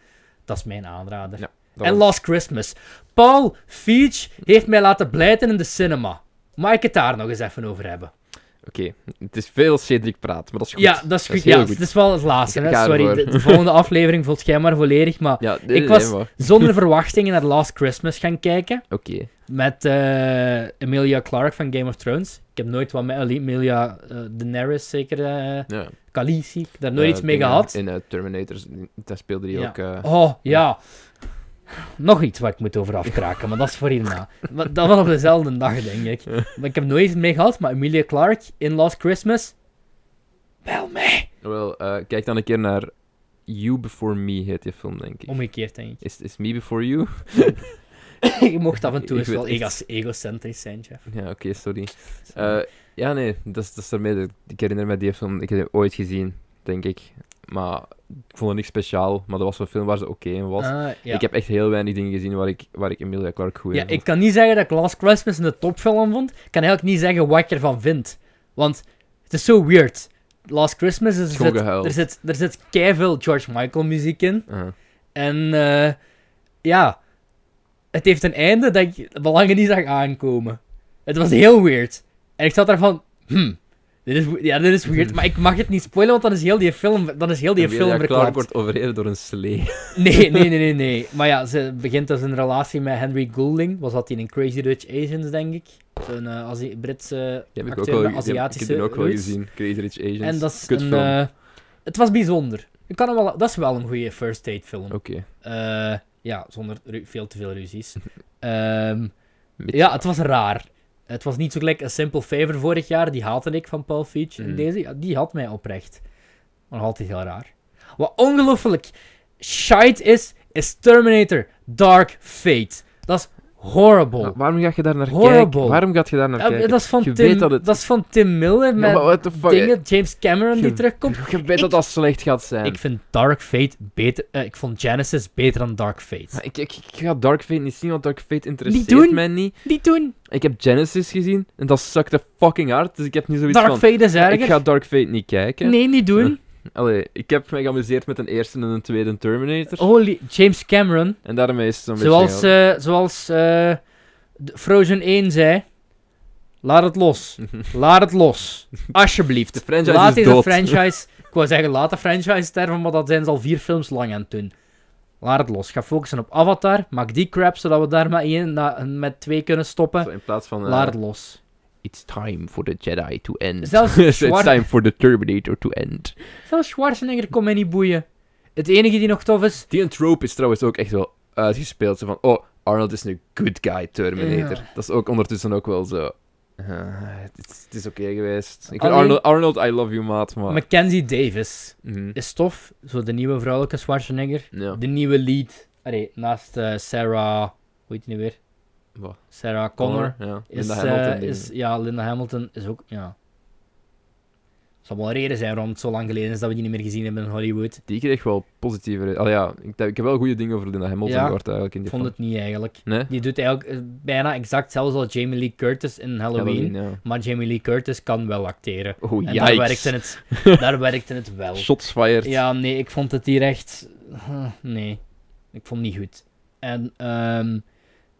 Speaker 1: Dat is mijn aanrader.
Speaker 2: Dat
Speaker 1: en
Speaker 2: was-
Speaker 1: Last Christmas. Paul Feig heeft mij laten blijten in de cinema. Mag ik het daar nog eens even over hebben?
Speaker 2: Oké, het is veel Cedric praat, maar dat is goed.
Speaker 1: ja, dat is goed.
Speaker 2: heel
Speaker 1: ja, Het is wel het laatste.
Speaker 2: Ik
Speaker 1: Hè?
Speaker 2: ga
Speaker 1: Sorry,
Speaker 2: ervoor.
Speaker 1: de, de volgende aflevering vult jij maar volledig. Maar
Speaker 2: Ja, dit
Speaker 1: Ik
Speaker 2: is
Speaker 1: was-
Speaker 2: helemaal-
Speaker 1: zonder verwachtingen naar Last Christmas gaan kijken.
Speaker 2: Oké.
Speaker 1: Met eh, Emilia Clarke van Game of Thrones. Ik heb nooit wat met Ali- Emilia eh, Daenerys, zeker eh
Speaker 2: Ja.
Speaker 1: Khaleesi. Daar nooit
Speaker 2: Eh,
Speaker 1: iets mee
Speaker 2: dingen
Speaker 1: gehad.
Speaker 2: In eh, Terminators, daar speelde hij
Speaker 1: Ja.
Speaker 2: ook... eh,
Speaker 1: Oh, ja. Nog iets waar ik moet over afkraken, maar dat is voor hierna. Maar dat was op dezelfde dag, denk ik. Maar ik heb nooit iets mee gehad, maar Emilia Clarke in Last Christmas... Bel mij.
Speaker 2: Wel, eh, kijk dan een keer naar You Before Me, heet die film, denk ik.
Speaker 1: Omgekeerd, denk
Speaker 2: Is, is Me Before You?
Speaker 1: ik. (laughs) Je mocht af en toe
Speaker 2: Ik
Speaker 1: eens wel
Speaker 2: weet
Speaker 1: ego- egocentrisch zijn, Jeff.
Speaker 2: Ja, oké, sorry. Eh, ja, nee, dat is, dat is daarmee. dat- Ik herinner me die film, ik heb die ooit gezien, denk ik. Maar ik vond het niks speciaal. Maar dat was een film waar ze oké in was.
Speaker 1: Ah, ja.
Speaker 2: Ik heb echt heel weinig dingen gezien waar ik, waar ik Emilia Clarke goed in
Speaker 1: ja,
Speaker 2: vond.
Speaker 1: ik kan niet zeggen dat ik Last Christmas een topfilm vond. Ik kan eigenlijk niet zeggen wat ik ervan vind. Want het is zo weird. Last Christmas is, er,
Speaker 2: Gewoon
Speaker 1: zit,
Speaker 2: gehuild.
Speaker 1: er zit, er zit keiveel George Michael muziek in.
Speaker 2: Uh-huh.
Speaker 1: En eh, ja, het heeft een einde dat ik al lange niet zag aankomen. Het was heel weird. En ik zat daarvan, hm, dit is, we- ja, dit is
Speaker 2: (laughs)
Speaker 1: weird, maar ik mag het niet spoilen, want dan is heel die film, dan is heel die
Speaker 2: Emilia
Speaker 1: film
Speaker 2: Clarke
Speaker 1: verklapt.
Speaker 2: wordt overreden door een slee. (laughs)
Speaker 1: Nee, nee, nee, nee, nee. Maar ja, ze begint dus een relatie met Henry Goulding. Was dat die in Crazy Rich Asians, denk ik? Zo'n eh, Azi- Britse
Speaker 2: Die heb ik ook
Speaker 1: acteur
Speaker 2: wel,
Speaker 1: met
Speaker 2: die heb- ik
Speaker 1: Aziatische
Speaker 2: heb die ook wel
Speaker 1: roots.
Speaker 2: gezien. Crazy Rich Asians.
Speaker 1: En dat is een...
Speaker 2: Kutfilm.
Speaker 1: eh, het was bijzonder. Je kan hem wel, dat is wel een goede first date film.
Speaker 2: Oké.
Speaker 1: Eh, ja, zonder ru- veel te veel ruzies.
Speaker 2: (laughs)
Speaker 1: Ehm,
Speaker 2: Met-
Speaker 1: ja, het was raar. Het was niet zo gelijk een Simple Favor vorig jaar. Die haatte ik van Paul Feig. En
Speaker 2: Mm.
Speaker 1: deze, ja, die had mij oprecht. Maar nog altijd heel raar. Wat ongelooflijk shite is, is Terminator Dark Fate. Dat is horrible.
Speaker 2: Maar Ah, waarom ga je daar naar
Speaker 1: Horrible.
Speaker 2: kijken? Waarom gaat je daar naar
Speaker 1: Ja,
Speaker 2: kijken?
Speaker 1: dat, is van
Speaker 2: je
Speaker 1: Tim,
Speaker 2: weet dat
Speaker 1: dat,
Speaker 2: het-
Speaker 1: is van Tim Miller
Speaker 2: Ja,
Speaker 1: met
Speaker 2: maar what the fuck?
Speaker 1: dingen, James Cameron die
Speaker 2: Je-
Speaker 1: terugkomt.
Speaker 2: Je weet dat dat slecht gaat zijn.
Speaker 1: Ik vind Dark Fate beter... eh, ik vond Genesis beter dan Dark Fate.
Speaker 2: Maar Ik, ik, ik ga Dark Fate niet zien, want Dark Fate interesseert
Speaker 1: doen.
Speaker 2: mij niet.
Speaker 1: Die toen...
Speaker 2: Ik heb Genesis gezien en dat sukte fucking hard, dus ik heb nu zoiets
Speaker 1: Dark
Speaker 2: van...
Speaker 1: Fate is erger.
Speaker 2: ik ga Dark Fate niet kijken.
Speaker 1: Nee, niet doen.
Speaker 2: Allee, ik heb mij geamuseerd met een eerste en een tweede Terminator.
Speaker 1: Holy, James Cameron.
Speaker 2: En daarmee is het een
Speaker 1: Oh. Zoals,
Speaker 2: beetje...
Speaker 1: eh, zoals eh, de- Frozen 1 zei. Laat het
Speaker 2: (laughs)
Speaker 1: los. Laat het los. Alsjeblieft.
Speaker 2: De franchise
Speaker 1: laat
Speaker 2: is
Speaker 1: deze
Speaker 2: dood. (laughs)
Speaker 1: franchise... Ik wou zeggen, laat de franchise sterven, maar dat zijn ze al vier films lang aan het doen. Laat het los. Ga focussen op Avatar. Maak die crap, zodat we daar met, één, na- met twee kunnen stoppen.
Speaker 2: Zo In plaats van... eh,
Speaker 1: Laat het los.
Speaker 3: It's time for the Jedi to end.
Speaker 1: Zelfs
Speaker 2: (laughs) It's
Speaker 1: Schwar-
Speaker 2: time for the Terminator to end.
Speaker 1: zelfs Schwarzenegger kon mij niet boeien. Het enige die nog tof is,
Speaker 2: Die trope is trouwens ook echt wel uitgespeeld. Zo van, oh, Arnold is nu good guy Terminator.
Speaker 1: Ja.
Speaker 2: Dat is ook ondertussen ook wel zo... eh, het is, het is oké geweest. Ik vind
Speaker 1: Alleen-
Speaker 2: Arnold, Arnold, I love you, maat, maar...
Speaker 1: Mackenzie Davis.
Speaker 2: Mhm.
Speaker 1: is tof. Zo de nieuwe vrouwelijke Schwarzenegger.
Speaker 2: Ja.
Speaker 1: De nieuwe lead. Allee, naast eh, Sarah... Hoe heet die nu weer?
Speaker 2: Wat?
Speaker 1: Sarah Connor.
Speaker 2: Connor, ja.
Speaker 1: is,
Speaker 2: Linda
Speaker 1: eh,
Speaker 2: Hamilton. die-
Speaker 1: is, ja, Linda Hamilton is ook... Ja. zal wel een reden zijn waarom het zo lang geleden is dat we die niet meer gezien hebben in Hollywood.
Speaker 2: Die kreeg wel positieve... re- Allee, ja, ik, ik heb wel goede dingen over Linda Hamilton
Speaker 1: Ja.
Speaker 2: gehoord eigenlijk in
Speaker 1: Ik
Speaker 2: die
Speaker 1: vond
Speaker 2: film.
Speaker 1: het niet eigenlijk.
Speaker 2: Nee?
Speaker 1: Die doet eigenlijk eh, bijna exact zelfs als Jamie Lee Curtis in Halloween.
Speaker 2: ja.
Speaker 1: Maar Jamie Lee Curtis kan wel acteren.
Speaker 2: Oh,
Speaker 1: En daar
Speaker 2: jijks.
Speaker 1: werkte, het,
Speaker 2: (laughs)
Speaker 1: daar werkte het wel.
Speaker 2: Shots fired.
Speaker 1: Ja, nee, ik vond het hier echt. (laughs) Huh, Nee, ik vond het niet goed. En ehm,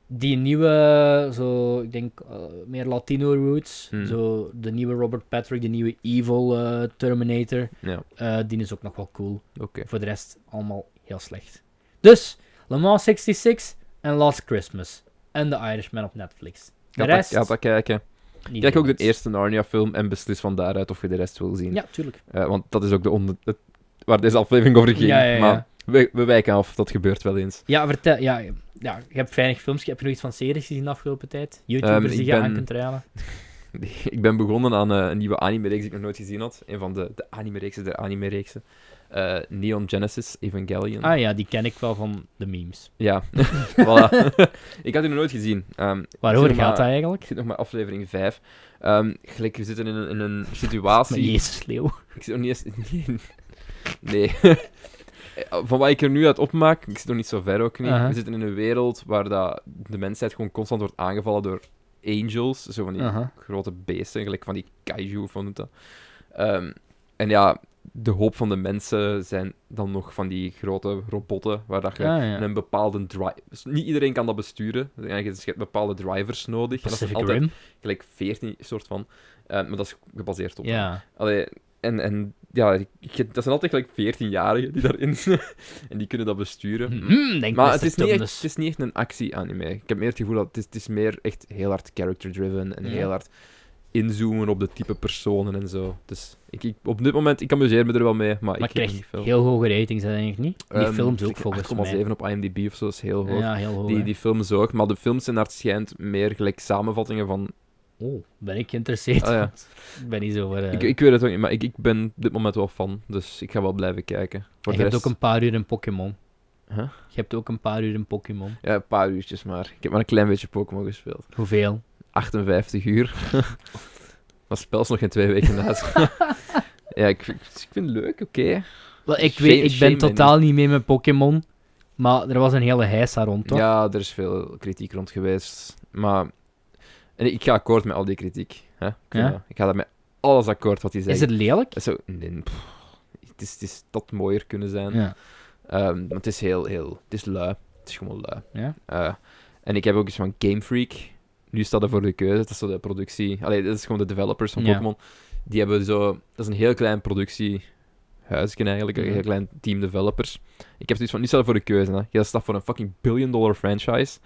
Speaker 1: die nieuwe, zo, ik denk eh, meer Latino roots.
Speaker 2: Hmm.
Speaker 1: Zo, de nieuwe Robert Patrick, de nieuwe Evil eh, Terminator.
Speaker 2: Ja.
Speaker 1: eh, die is ook nog wel cool.
Speaker 2: Oké.
Speaker 1: Voor de rest, allemaal heel slecht. Dus, Le Mans 66 en Last Christmas. En The Irishman op Netflix. De
Speaker 2: Ga dat-
Speaker 1: rest,
Speaker 2: Ga dat kijken.
Speaker 1: niet
Speaker 2: Kijk ook de
Speaker 1: goed.
Speaker 2: eerste Narnia-film en beslis van daaruit of je de rest wil zien.
Speaker 1: Ja, tuurlijk.
Speaker 2: Eh, want dat is ook de onder... het- waar deze aflevering over ging.
Speaker 1: Ja, ja, ja.
Speaker 2: Maar we, we wijken af, dat gebeurt wel eens. (laughs)
Speaker 1: Ja, vertel. Ja, ja, je hebt weinig films. Je hebt nog iets van series gezien de afgelopen tijd. YouTubers
Speaker 2: Ehm, ik
Speaker 1: die je
Speaker 2: ben-
Speaker 1: aan kunt ruilen.
Speaker 2: ik ben begonnen aan eh, een nieuwe anime-reeks die ik nog nooit gezien had. Een van de, de anime-reeksen der anime-reeksen. Eh, Neon Genesis Evangelion.
Speaker 1: Ah ja, die ken ik wel van de memes. (laughs)
Speaker 2: Ja, (laughs) voilà. ik had die nog nooit gezien. Ehm,
Speaker 1: Waarover
Speaker 2: Zeg maar-
Speaker 1: gaat dat
Speaker 2: ik
Speaker 1: eigenlijk?
Speaker 2: zit nog met aflevering 5. Ehm, gelijk, we zitten in een, in een
Speaker 1: Met
Speaker 2: situatie...
Speaker 1: Jezus Leeuw.
Speaker 2: Ik zit nog niet eens... (laughs) Nee. nee. Eh, Van wat ik er nu uit opmaak, ik zit nog niet zo ver ook niet.
Speaker 1: Aha.
Speaker 2: We zitten in een wereld waar dat de mensheid gewoon constant wordt aangevallen door angels. Zo van die
Speaker 1: Aha.
Speaker 2: grote beesten, gelijk van die kaiju of wat noemt dat. Ehm, en ja, de hoop van de mensen zijn dan nog van die grote robotten, waar dat je
Speaker 1: Ah, ja.
Speaker 2: een bepaalde drive... dus niet iedereen kan dat besturen. Dus Je hebt bepaalde drivers nodig. En dat zijn
Speaker 1: Pacific
Speaker 2: altijd
Speaker 1: Rim.
Speaker 2: gelijk veertien soort van. Ehm, maar dat is gebaseerd op
Speaker 1: Ja.
Speaker 2: Allee, en, en ja, ik- ik- dat zijn altijd gelijk 14-jarigen die daarin (laughs) En die kunnen dat besturen.
Speaker 1: Mhm, denk
Speaker 2: Maar
Speaker 1: Mr.
Speaker 2: het is, niet echt,
Speaker 1: Tumnus.
Speaker 2: het is niet echt een actie-anime. Ik heb meer het gevoel dat het is, het is meer echt heel hard character-driven en
Speaker 1: Ja.
Speaker 2: heel hard inzoomen op de type personen en zo. Dus ik, ik- op dit moment, ik amuseer me er wel mee, maar,
Speaker 1: Maar
Speaker 2: ik krijg
Speaker 1: krijgt
Speaker 2: niet veel.
Speaker 1: heel hoge ratings, dat denk ik niet. Die
Speaker 2: Ehm,
Speaker 1: films ook
Speaker 2: ik denk
Speaker 1: volgens mij.
Speaker 2: 8,7 op IMDb of zo is heel hoog.
Speaker 1: Ja, heel hoog.
Speaker 2: die,
Speaker 1: hè.
Speaker 2: die films ook, maar de films zijn naar het schijnt meer gelijk samenvattingen van...
Speaker 1: Oh, ben ik geïnteresseerd.
Speaker 2: Ah, ja.
Speaker 1: (laughs) Ik ben niet zo voor... eh,
Speaker 2: ik, ik weet het ook niet, maar ik, ik ben op dit moment wel fan, dus ik ga wel blijven kijken. Voor
Speaker 1: je
Speaker 2: de
Speaker 1: hebt
Speaker 2: rest-
Speaker 1: ook een paar uur in Pokémon.
Speaker 2: Huh?
Speaker 1: Je hebt ook een paar uur in Pokémon.
Speaker 2: Ja, een paar uurtjes maar. Ik heb maar een klein beetje Pokémon gespeeld.
Speaker 1: Hoeveel?
Speaker 2: 58 uur. (laughs)
Speaker 1: (laughs)
Speaker 2: dat spel is nog geen twee weken na. ja, ik, vind- ik vind het leuk, oké.
Speaker 1: Wel, ik,
Speaker 2: Shame-
Speaker 1: weet, ik ben
Speaker 2: shame
Speaker 1: totaal niet mee met Pokémon, maar er was een hele heis daar rond, toch?
Speaker 2: Ja, er is veel kritiek rond geweest. Maar en ik ga akkoord met al die kritiek. Hè? Ik, vind
Speaker 1: Ja?
Speaker 2: dat- ik ga dat met alles akkoord wat hij zegt.
Speaker 1: Is het lelijk?
Speaker 2: Zo, nee, pff, het, is, het is dat mooier kunnen zijn.
Speaker 1: Ja.
Speaker 2: Ehm, maar het is heel, heel... Het is lui. Het is gewoon lui.
Speaker 1: Ja.
Speaker 2: Eh, en ik heb ook iets van Game Freak. Nu staat er voor de keuze. Dat is zo de productie... Allee, dat is gewoon de developers van
Speaker 1: Ja.
Speaker 2: Pokémon. Die hebben zo... Dat is een heel klein productiehuisje eigenlijk. Een
Speaker 1: Mhm.
Speaker 2: heel klein team developers. Ik heb zoiets van... Nu staat er voor de keuze. Hè. Je staat voor een fucking billion dollar franchise.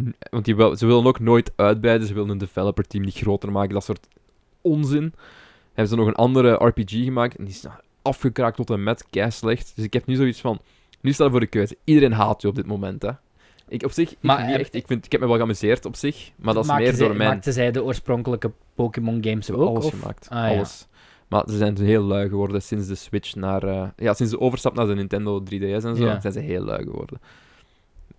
Speaker 2: N- Want die wel, ze willen ook nooit uitbreiden. Ze willen een developer team niet groter maken. Dat soort onzin. Hebben ze nog een andere RPG gemaakt. En die is nou afgekraakt tot en met. Kei slecht. Dus ik heb nu zoiets van... Nu staat er voor de keuze. Iedereen haat je op dit moment, hè. Ik op zich, ik,
Speaker 1: Maar,
Speaker 2: niet
Speaker 1: eh,
Speaker 2: echt, ik, vind, ik heb me wel geamuseerd op zich, maar dat is
Speaker 1: Maakten
Speaker 2: meer
Speaker 1: zij-
Speaker 2: door mijn...
Speaker 1: Maakten zij de oorspronkelijke Pokémon-games
Speaker 2: Ze
Speaker 1: ook?
Speaker 2: hebben alles
Speaker 1: of-
Speaker 2: gemaakt.
Speaker 1: Ah, ja.
Speaker 2: alles. Maar ze zijn heel lui geworden sinds de Switch naar... eh, ja, sinds de overstap naar de Nintendo 3DS en zo,
Speaker 1: Ja.
Speaker 2: zijn ze heel lui geworden.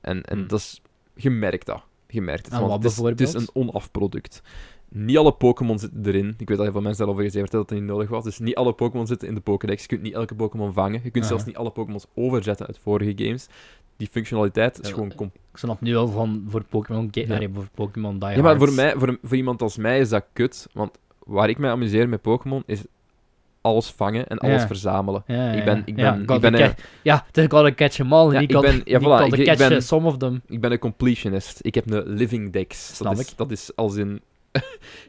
Speaker 2: En, en
Speaker 1: Hm.
Speaker 2: dat is... Je merkt dat. Je merkt het.
Speaker 1: En
Speaker 2: want
Speaker 1: wat
Speaker 2: het, is, het is een
Speaker 1: bijvoorbeeld?
Speaker 2: onafproduct. Niet alle Pokémon zitten erin. Ik weet dat heel veel mensen daarover gezegd hebben dat het niet nodig was. Dus niet alle Pokémon zitten in de Pokédex. Je kunt niet elke Pokémon vangen. Je kunt
Speaker 1: Aha.
Speaker 2: zelfs niet alle Pokémons overzetten uit vorige games. Die functionaliteit is
Speaker 1: Ja,
Speaker 2: gewoon compleet.
Speaker 1: Ik snap nu al van voor Pokémon Ga-
Speaker 2: Ja.
Speaker 1: nee, voor Pokémon Die
Speaker 2: Ja, maar voor,
Speaker 1: Hards.
Speaker 2: mij, voor, voor iemand als mij is dat kut. Want waar ik mij amuseer met Pokémon is alles vangen en alles
Speaker 1: Ja.
Speaker 2: verzamelen.
Speaker 1: Ja, ja,
Speaker 2: Ik ben-
Speaker 1: ja.
Speaker 2: ik
Speaker 1: Ja,
Speaker 2: ben-
Speaker 1: gotta
Speaker 2: ik ben,
Speaker 1: ca- ja, het is gotta catch them all.
Speaker 2: Ja,
Speaker 1: en
Speaker 2: ik
Speaker 1: ik gotta,
Speaker 2: ben- ja,
Speaker 1: niet
Speaker 2: voilà,
Speaker 1: gotta
Speaker 2: ik- ik
Speaker 1: catch
Speaker 2: ben-
Speaker 1: eh, some of them.
Speaker 2: Ik ben een completionist. Ik heb een living dex.
Speaker 1: Snap
Speaker 2: dat is,
Speaker 1: ik.
Speaker 2: Dat is als in, je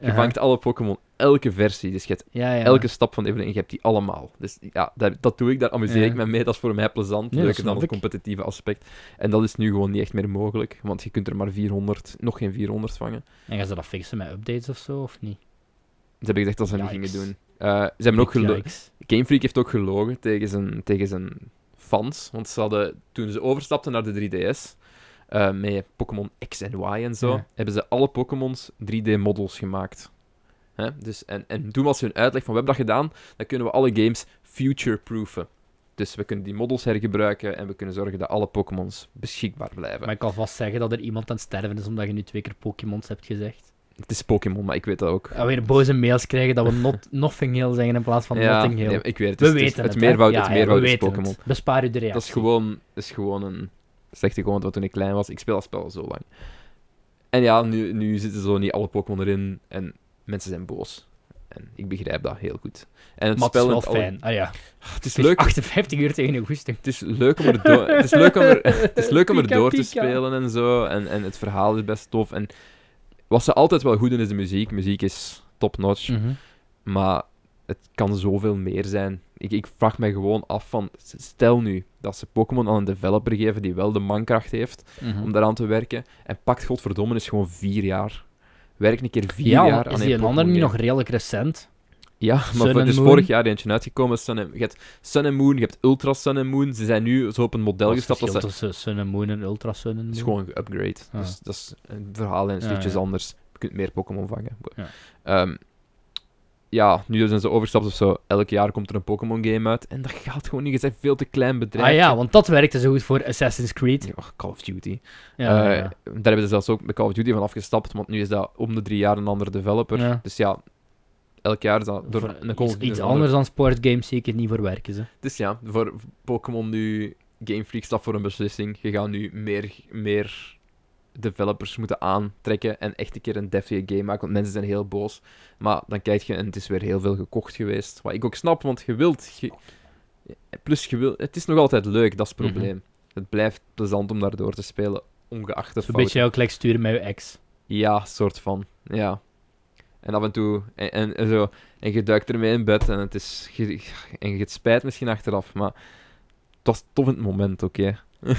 Speaker 1: Aha.
Speaker 2: vangt alle Pokémon, elke versie. Dus je hebt
Speaker 1: ja, ja.
Speaker 2: elke stap van de evening, je hebt die allemaal. Dus ja, dat, dat doe ik, daar amuseer
Speaker 1: Ja.
Speaker 2: ik me mee. Dat is voor mij plezant,
Speaker 1: Ja, dat
Speaker 2: leuker dan
Speaker 1: snap
Speaker 2: het
Speaker 1: ik.
Speaker 2: competitieve aspect. En dat is nu gewoon niet echt meer mogelijk, want je kunt er maar 400, nog geen 400 vangen.
Speaker 1: En gaan ze dat fixen met updates of zo, of niet?
Speaker 2: Ze hebben gezegd dat ze dat niet
Speaker 1: Yikes.
Speaker 2: gingen doen. Eh, ze hebben ook gelo-
Speaker 1: Yikes.
Speaker 2: Game Freak heeft ook gelogen tegen zijn, tegen zijn fans. Want ze hadden, toen ze overstapten naar de 3DS, eh, met Pokémon X en Y en zo,
Speaker 1: Ja.
Speaker 2: hebben ze alle Pokémons 3D-models gemaakt. Hè? Dus, en, en toen was hun uitleg van, we hebben dat gedaan, dan kunnen we alle games future-proofen. Dus we kunnen die models hergebruiken en we kunnen zorgen dat alle Pokémons beschikbaar blijven.
Speaker 1: Maar ik kan vast zeggen dat er iemand aan het sterven is omdat je nu twee keer Pokémons hebt gezegd.
Speaker 2: Het is Pokémon, maar ik weet dat ook.
Speaker 1: En weer boze mails krijgen
Speaker 2: (laughs)
Speaker 1: dat we not, Nothing Hill zeggen in plaats van
Speaker 2: ja,
Speaker 1: Notting Hill.
Speaker 2: nee, ik weet het.
Speaker 1: we
Speaker 2: Het is- het is-
Speaker 1: weten het,
Speaker 2: het
Speaker 1: hè.
Speaker 2: meervoud,
Speaker 1: Ja,
Speaker 2: het
Speaker 1: ja,
Speaker 2: meervoud
Speaker 1: we
Speaker 2: is
Speaker 1: weten
Speaker 2: Pokémon.
Speaker 1: het. Bespaar u de reactie.
Speaker 2: Dat is gewoon, is gewoon een slechte gewoonte wat toen ik klein was. Ik speel dat spel al zo lang. En ja, nu, nu zitten zo niet alle Pokémon erin en mensen zijn boos. En ik begrijp dat heel goed. En het
Speaker 1: maar het is
Speaker 2: spel
Speaker 1: wel
Speaker 2: in het al-
Speaker 1: fijn. Ah ja.
Speaker 2: Het is
Speaker 1: (laughs) Het is
Speaker 2: leuk.
Speaker 1: 58 uur tegen een goesting.
Speaker 2: Het is leuk om er, do- het is leuk
Speaker 1: (laughs)
Speaker 2: om er, het is leuk om er
Speaker 1: Pika,
Speaker 2: door te
Speaker 1: pika.
Speaker 2: spelen en zo. En, en het verhaal is best tof. En wat ze altijd wel goed doen is de muziek. Muziek is top notch.
Speaker 1: Mhm.
Speaker 2: Maar het kan zoveel meer zijn. Ik, ik vraag mij gewoon af van... s- Stel nu dat ze Pokémon aan een developer geven die wel de mankracht heeft om daaraan te werken. En pakt godverdomme is gewoon vier jaar. Werk een keer vier
Speaker 1: Ja,
Speaker 2: jaar
Speaker 1: maar
Speaker 2: aan
Speaker 1: is
Speaker 2: één
Speaker 1: die een ander
Speaker 2: Pokémon
Speaker 1: niet nog
Speaker 2: game.
Speaker 1: redelijk recent?
Speaker 2: Ja, maar
Speaker 1: Sun
Speaker 2: voor-
Speaker 1: and
Speaker 2: er is
Speaker 1: Moon?
Speaker 2: vorig jaar eentje uitgekomen. Sun and, je hebt Sun and Moon, je hebt Ultra Sun and Moon. Ze zijn nu zo op een model
Speaker 1: Wat is het
Speaker 2: gestapt. Dat ze,
Speaker 1: verschil tussen Sun and Moon en Ultra Sun and Moon.
Speaker 2: het is gewoon geupgrade.
Speaker 1: Ah.
Speaker 2: Dus dat is een verhaal en
Speaker 1: Ja,
Speaker 2: stukjes
Speaker 1: ja.
Speaker 2: anders. Je kunt meer Pokémon vangen.
Speaker 1: Ja.
Speaker 2: Ehm, ja, nu zijn ze overstapt of zo. Elk jaar komt er een Pokémon game uit. En dat gaat gewoon niet. Je bent veel te klein bedrijf.
Speaker 1: Ah ja, want dat werkte zo goed voor Assassin's Creed.
Speaker 2: Oh, Call of Duty.
Speaker 1: Ja,
Speaker 2: Eh,
Speaker 1: ja.
Speaker 2: Daar hebben ze zelfs ook bij Call of Duty van afgestapt, want nu is dat om de drie jaar een andere developer.
Speaker 1: Ja.
Speaker 2: Dus ja, elk jaar is dat door
Speaker 1: Voor
Speaker 2: een
Speaker 1: iets,
Speaker 2: console-
Speaker 1: iets anders dan sportgames zie ik het niet voor werken. Ze.
Speaker 2: Dus ja, voor Pokémon nu, Game Freak staat voor een beslissing. Je gaat nu meer, meer developers moeten aantrekken en echt een keer een deftige game maken, want mensen zijn heel boos. Maar dan kijk je, en het is weer heel veel gekocht geweest. Wat ik ook snap, want je wilt... ge- Plus, je wil... het is nog altijd leuk, dat is het
Speaker 1: Mhm.
Speaker 2: probleem. Het blijft plezant om daardoor te spelen, ongeacht de
Speaker 1: Zo'n
Speaker 2: fouten.
Speaker 1: beetje jou gelijk sturen met je ex.
Speaker 2: Ja, soort van. Ja. En af en toe. En, en, en zo. En je duikt ermee in bed en het is. ge- En je het spijt misschien achteraf, maar. Het was tof in het moment, oké.
Speaker 4: (laughs)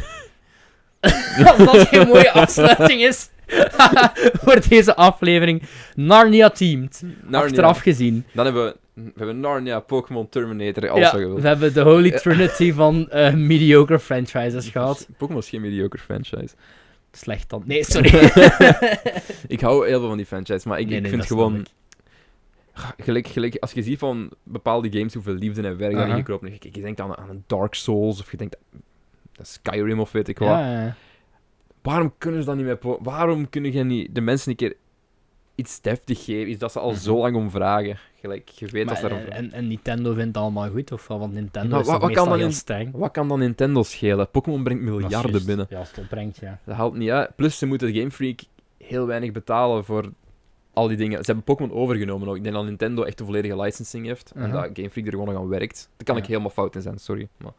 Speaker 1: Als dat geen mooie afsluiting is voor deze aflevering. Narnia teamt.
Speaker 2: Narnia.
Speaker 1: Achteraf gezien.
Speaker 2: Dan hebben we. We hebben Narnia, Pokémon, Terminator, alles
Speaker 1: Ja,
Speaker 2: wat je wilt.
Speaker 1: we hebben de Holy Trinity van eh, mediocre franchises gehad.
Speaker 2: Dus Pokémon is geen mediocre franchise.
Speaker 1: Slecht dan. Nee,
Speaker 2: (laughs)
Speaker 1: sorry.
Speaker 2: Ik hou heel veel van die franchise, maar ik,
Speaker 1: Nee,
Speaker 2: ik
Speaker 1: nee,
Speaker 2: vind
Speaker 1: dat snap
Speaker 2: gewoon.
Speaker 1: ik.
Speaker 2: Gelijk, gelijk, als je ziet van bepaalde games hoeveel liefde en werk daarin
Speaker 1: Aha.
Speaker 2: gekropen is. Kijk, Je denkt aan, aan een Dark Souls of je denkt aan Skyrim of weet ik wat.
Speaker 1: Ja, ja.
Speaker 2: Waarom kunnen ze dat niet met Po- Waarom kunnen je niet de mensen een keer iets deftig geven, iets dat ze al zo lang om vragen. Gelijk, je weet dat
Speaker 4: Mhm. Maar,
Speaker 2: ze daarom
Speaker 4: eh,
Speaker 2: vragen.
Speaker 4: en, en Nintendo vindt het allemaal goed, of wat? Want Nintendo
Speaker 2: Maar
Speaker 4: is
Speaker 2: wa-
Speaker 4: toch
Speaker 2: wat kan
Speaker 4: meestal
Speaker 2: dan
Speaker 4: heel
Speaker 2: in-
Speaker 4: streng.
Speaker 2: Wat kan dan Nintendo schelen? Pokémon brengt
Speaker 4: Dat is
Speaker 2: miljarden
Speaker 4: juist.
Speaker 2: binnen.
Speaker 4: Ja, als het opbrengt, ja.
Speaker 2: Dat haalt niet uit. Plus, ze moeten Game Freak heel weinig betalen voor al die dingen. Ze hebben Pokémon overgenomen ook. Ik denk dat Nintendo echt de volledige licensing heeft. En
Speaker 4: Mhm.
Speaker 2: dat Game Freak er gewoon nog aan werkt. Daar kan ik
Speaker 4: Ja.
Speaker 2: helemaal fout in zijn, sorry. Maar...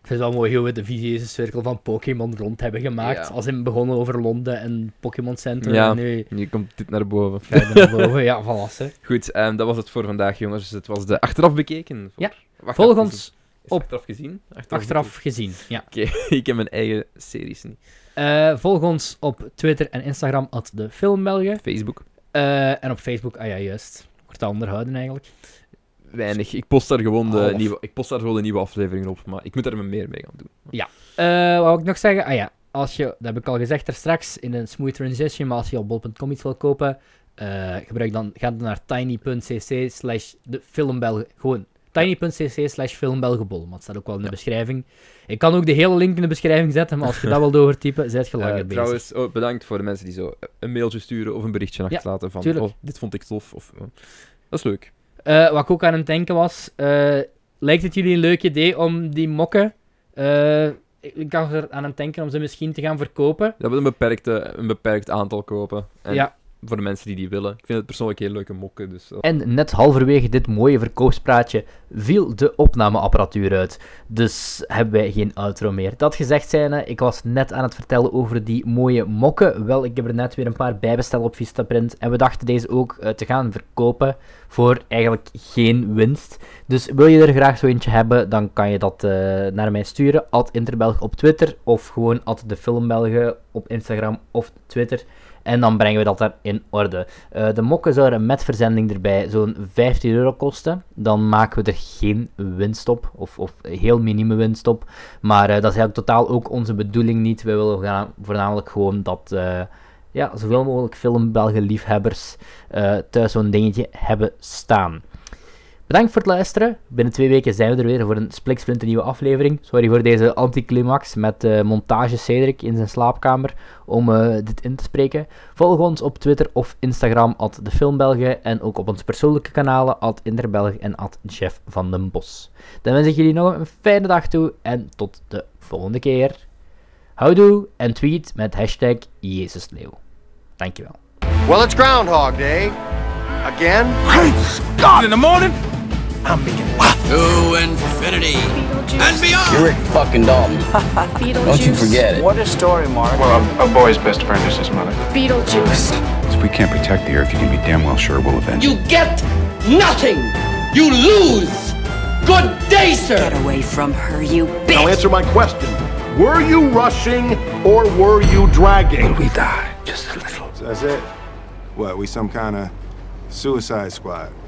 Speaker 4: Ik vind het wel mooi hoe we de visuele cirkel van Pokémon rond hebben gemaakt.
Speaker 2: Ja.
Speaker 4: Als in begonnen over Londen en Pokémon Center.
Speaker 2: Ja.
Speaker 4: En nu
Speaker 2: Nu komt dit naar boven.
Speaker 4: ga je naar boven. Ja, van
Speaker 2: (laughs)
Speaker 4: hè.
Speaker 2: Goed, ehm, dat was het voor vandaag, jongens. Het was de achteraf bekeken.
Speaker 4: Ja.
Speaker 2: Wacht,
Speaker 4: Volg
Speaker 2: even,
Speaker 4: ons
Speaker 2: Is
Speaker 4: op.
Speaker 2: Achteraf gezien? Achteraf.
Speaker 4: achteraf gezien. Ja.
Speaker 2: bekeken. (laughs) ik heb mijn eigen series niet.
Speaker 4: Eh, volg ons op Twitter en Instagram, at de Filmbelgen.
Speaker 2: Facebook.
Speaker 4: Eh, en op Facebook, ah ja, juist. Wordt dat onderhouden eigenlijk.
Speaker 2: Weinig. Ik post daar gewoon de,
Speaker 4: Half.
Speaker 2: nieuwe, ik post daar gewoon de nieuwe afleveringen op. Maar ik moet daar meer mee gaan doen.
Speaker 4: Eh, wat wil ik nog zeggen? Ah ja, als je, dat heb ik al gezegd er straks in een smooth transition, maar als je op bol.com iets wil kopen, eh, gebruik dan, ga dan naar tiny.cc slash de filmbelgen. Gewoon tiny.cc slash filmbelgenbol, want het staat ook wel in de beschrijving. Ik kan ook de hele link in de beschrijving zetten, maar als je
Speaker 2: (laughs)
Speaker 4: dat wilt overtypen, zet je
Speaker 2: Eh,
Speaker 4: langer bezig.
Speaker 2: trouwens, oh, bedankt voor de mensen die zo eh, een mailtje sturen of een berichtje achterlaten van
Speaker 4: tuurlijk.
Speaker 2: oh, dit vond ik tof. Of, eh, dat is leuk.
Speaker 4: Eh, wat ik ook aan het denken was, eh, lijkt het jullie een leuk idee om die mokken, eh, ik- ik kan er aan het denken om ze misschien te gaan verkopen.
Speaker 2: Dat we een, beperkte, een beperkt aantal kopen. En
Speaker 4: Ja.
Speaker 2: voor de mensen die die willen. Ik vind het persoonlijk heel leuke mokken. Dus, eh,
Speaker 1: En net halverwege dit mooie verkoopspraatje viel de opnameapparatuur uit. Dus hebben wij geen outro meer. Dat gezegd zijnde, ik was net aan het vertellen over die mooie mokken. Wel, ik heb er net weer een paar bij besteld op Vistaprint. En we dachten deze ook eh, te gaan verkopen voor eigenlijk geen winst. Dus wil je er graag zo eentje hebben, dan kan je dat eh, naar mij sturen. At Interbelg op Twitter of gewoon at de Filmbelgen op Instagram of Twitter. En dan brengen we dat daar in orde. Eh, de mokken zouden met verzending erbij zo'n 15 euro kosten. Dan maken we er geen winst op, of, of heel minime winst op. Maar eh, dat is eigenlijk totaal ook onze bedoeling niet. We willen voorna- voornamelijk gewoon dat eh, ja, zoveel mogelijk filmbelgen liefhebbers eh, thuis zo'n dingetje hebben staan. Bedankt voor het luisteren. Binnen twee weken zijn we er weer voor een spliksplinter nieuwe aflevering. Sorry voor deze anticlimax met eh, montage Cedric in zijn slaapkamer om eh, dit in te spreken. Volg ons op Twitter of Instagram, at de Filmbelgen. En ook op onze persoonlijke kanalen, at Interbelg en at Jeff van den Bos. Dan wens ik jullie nog een fijne dag toe en tot de volgende keer. Houdoe en tweet met hashtag Jezusleeuw. Dankjewel.
Speaker 5: Well, it's Groundhog Day. Again?
Speaker 6: to infinity and beyond.
Speaker 7: You're Rick fucking Dalton. Don't you forget it.
Speaker 5: What a story, Mark.
Speaker 3: Well, a, a boy's best friend is his mother.
Speaker 8: Beetlejuice.
Speaker 3: If we can't protect the Earth, you can be damn well sure we'll avenge it.
Speaker 9: You get nothing. You lose. Good day, sir.
Speaker 8: Get away from her, you bitch!
Speaker 5: Now answer my question. Were you rushing or were you dragging?
Speaker 3: We die just a little.
Speaker 10: That's it. What, we some kind of suicide squad?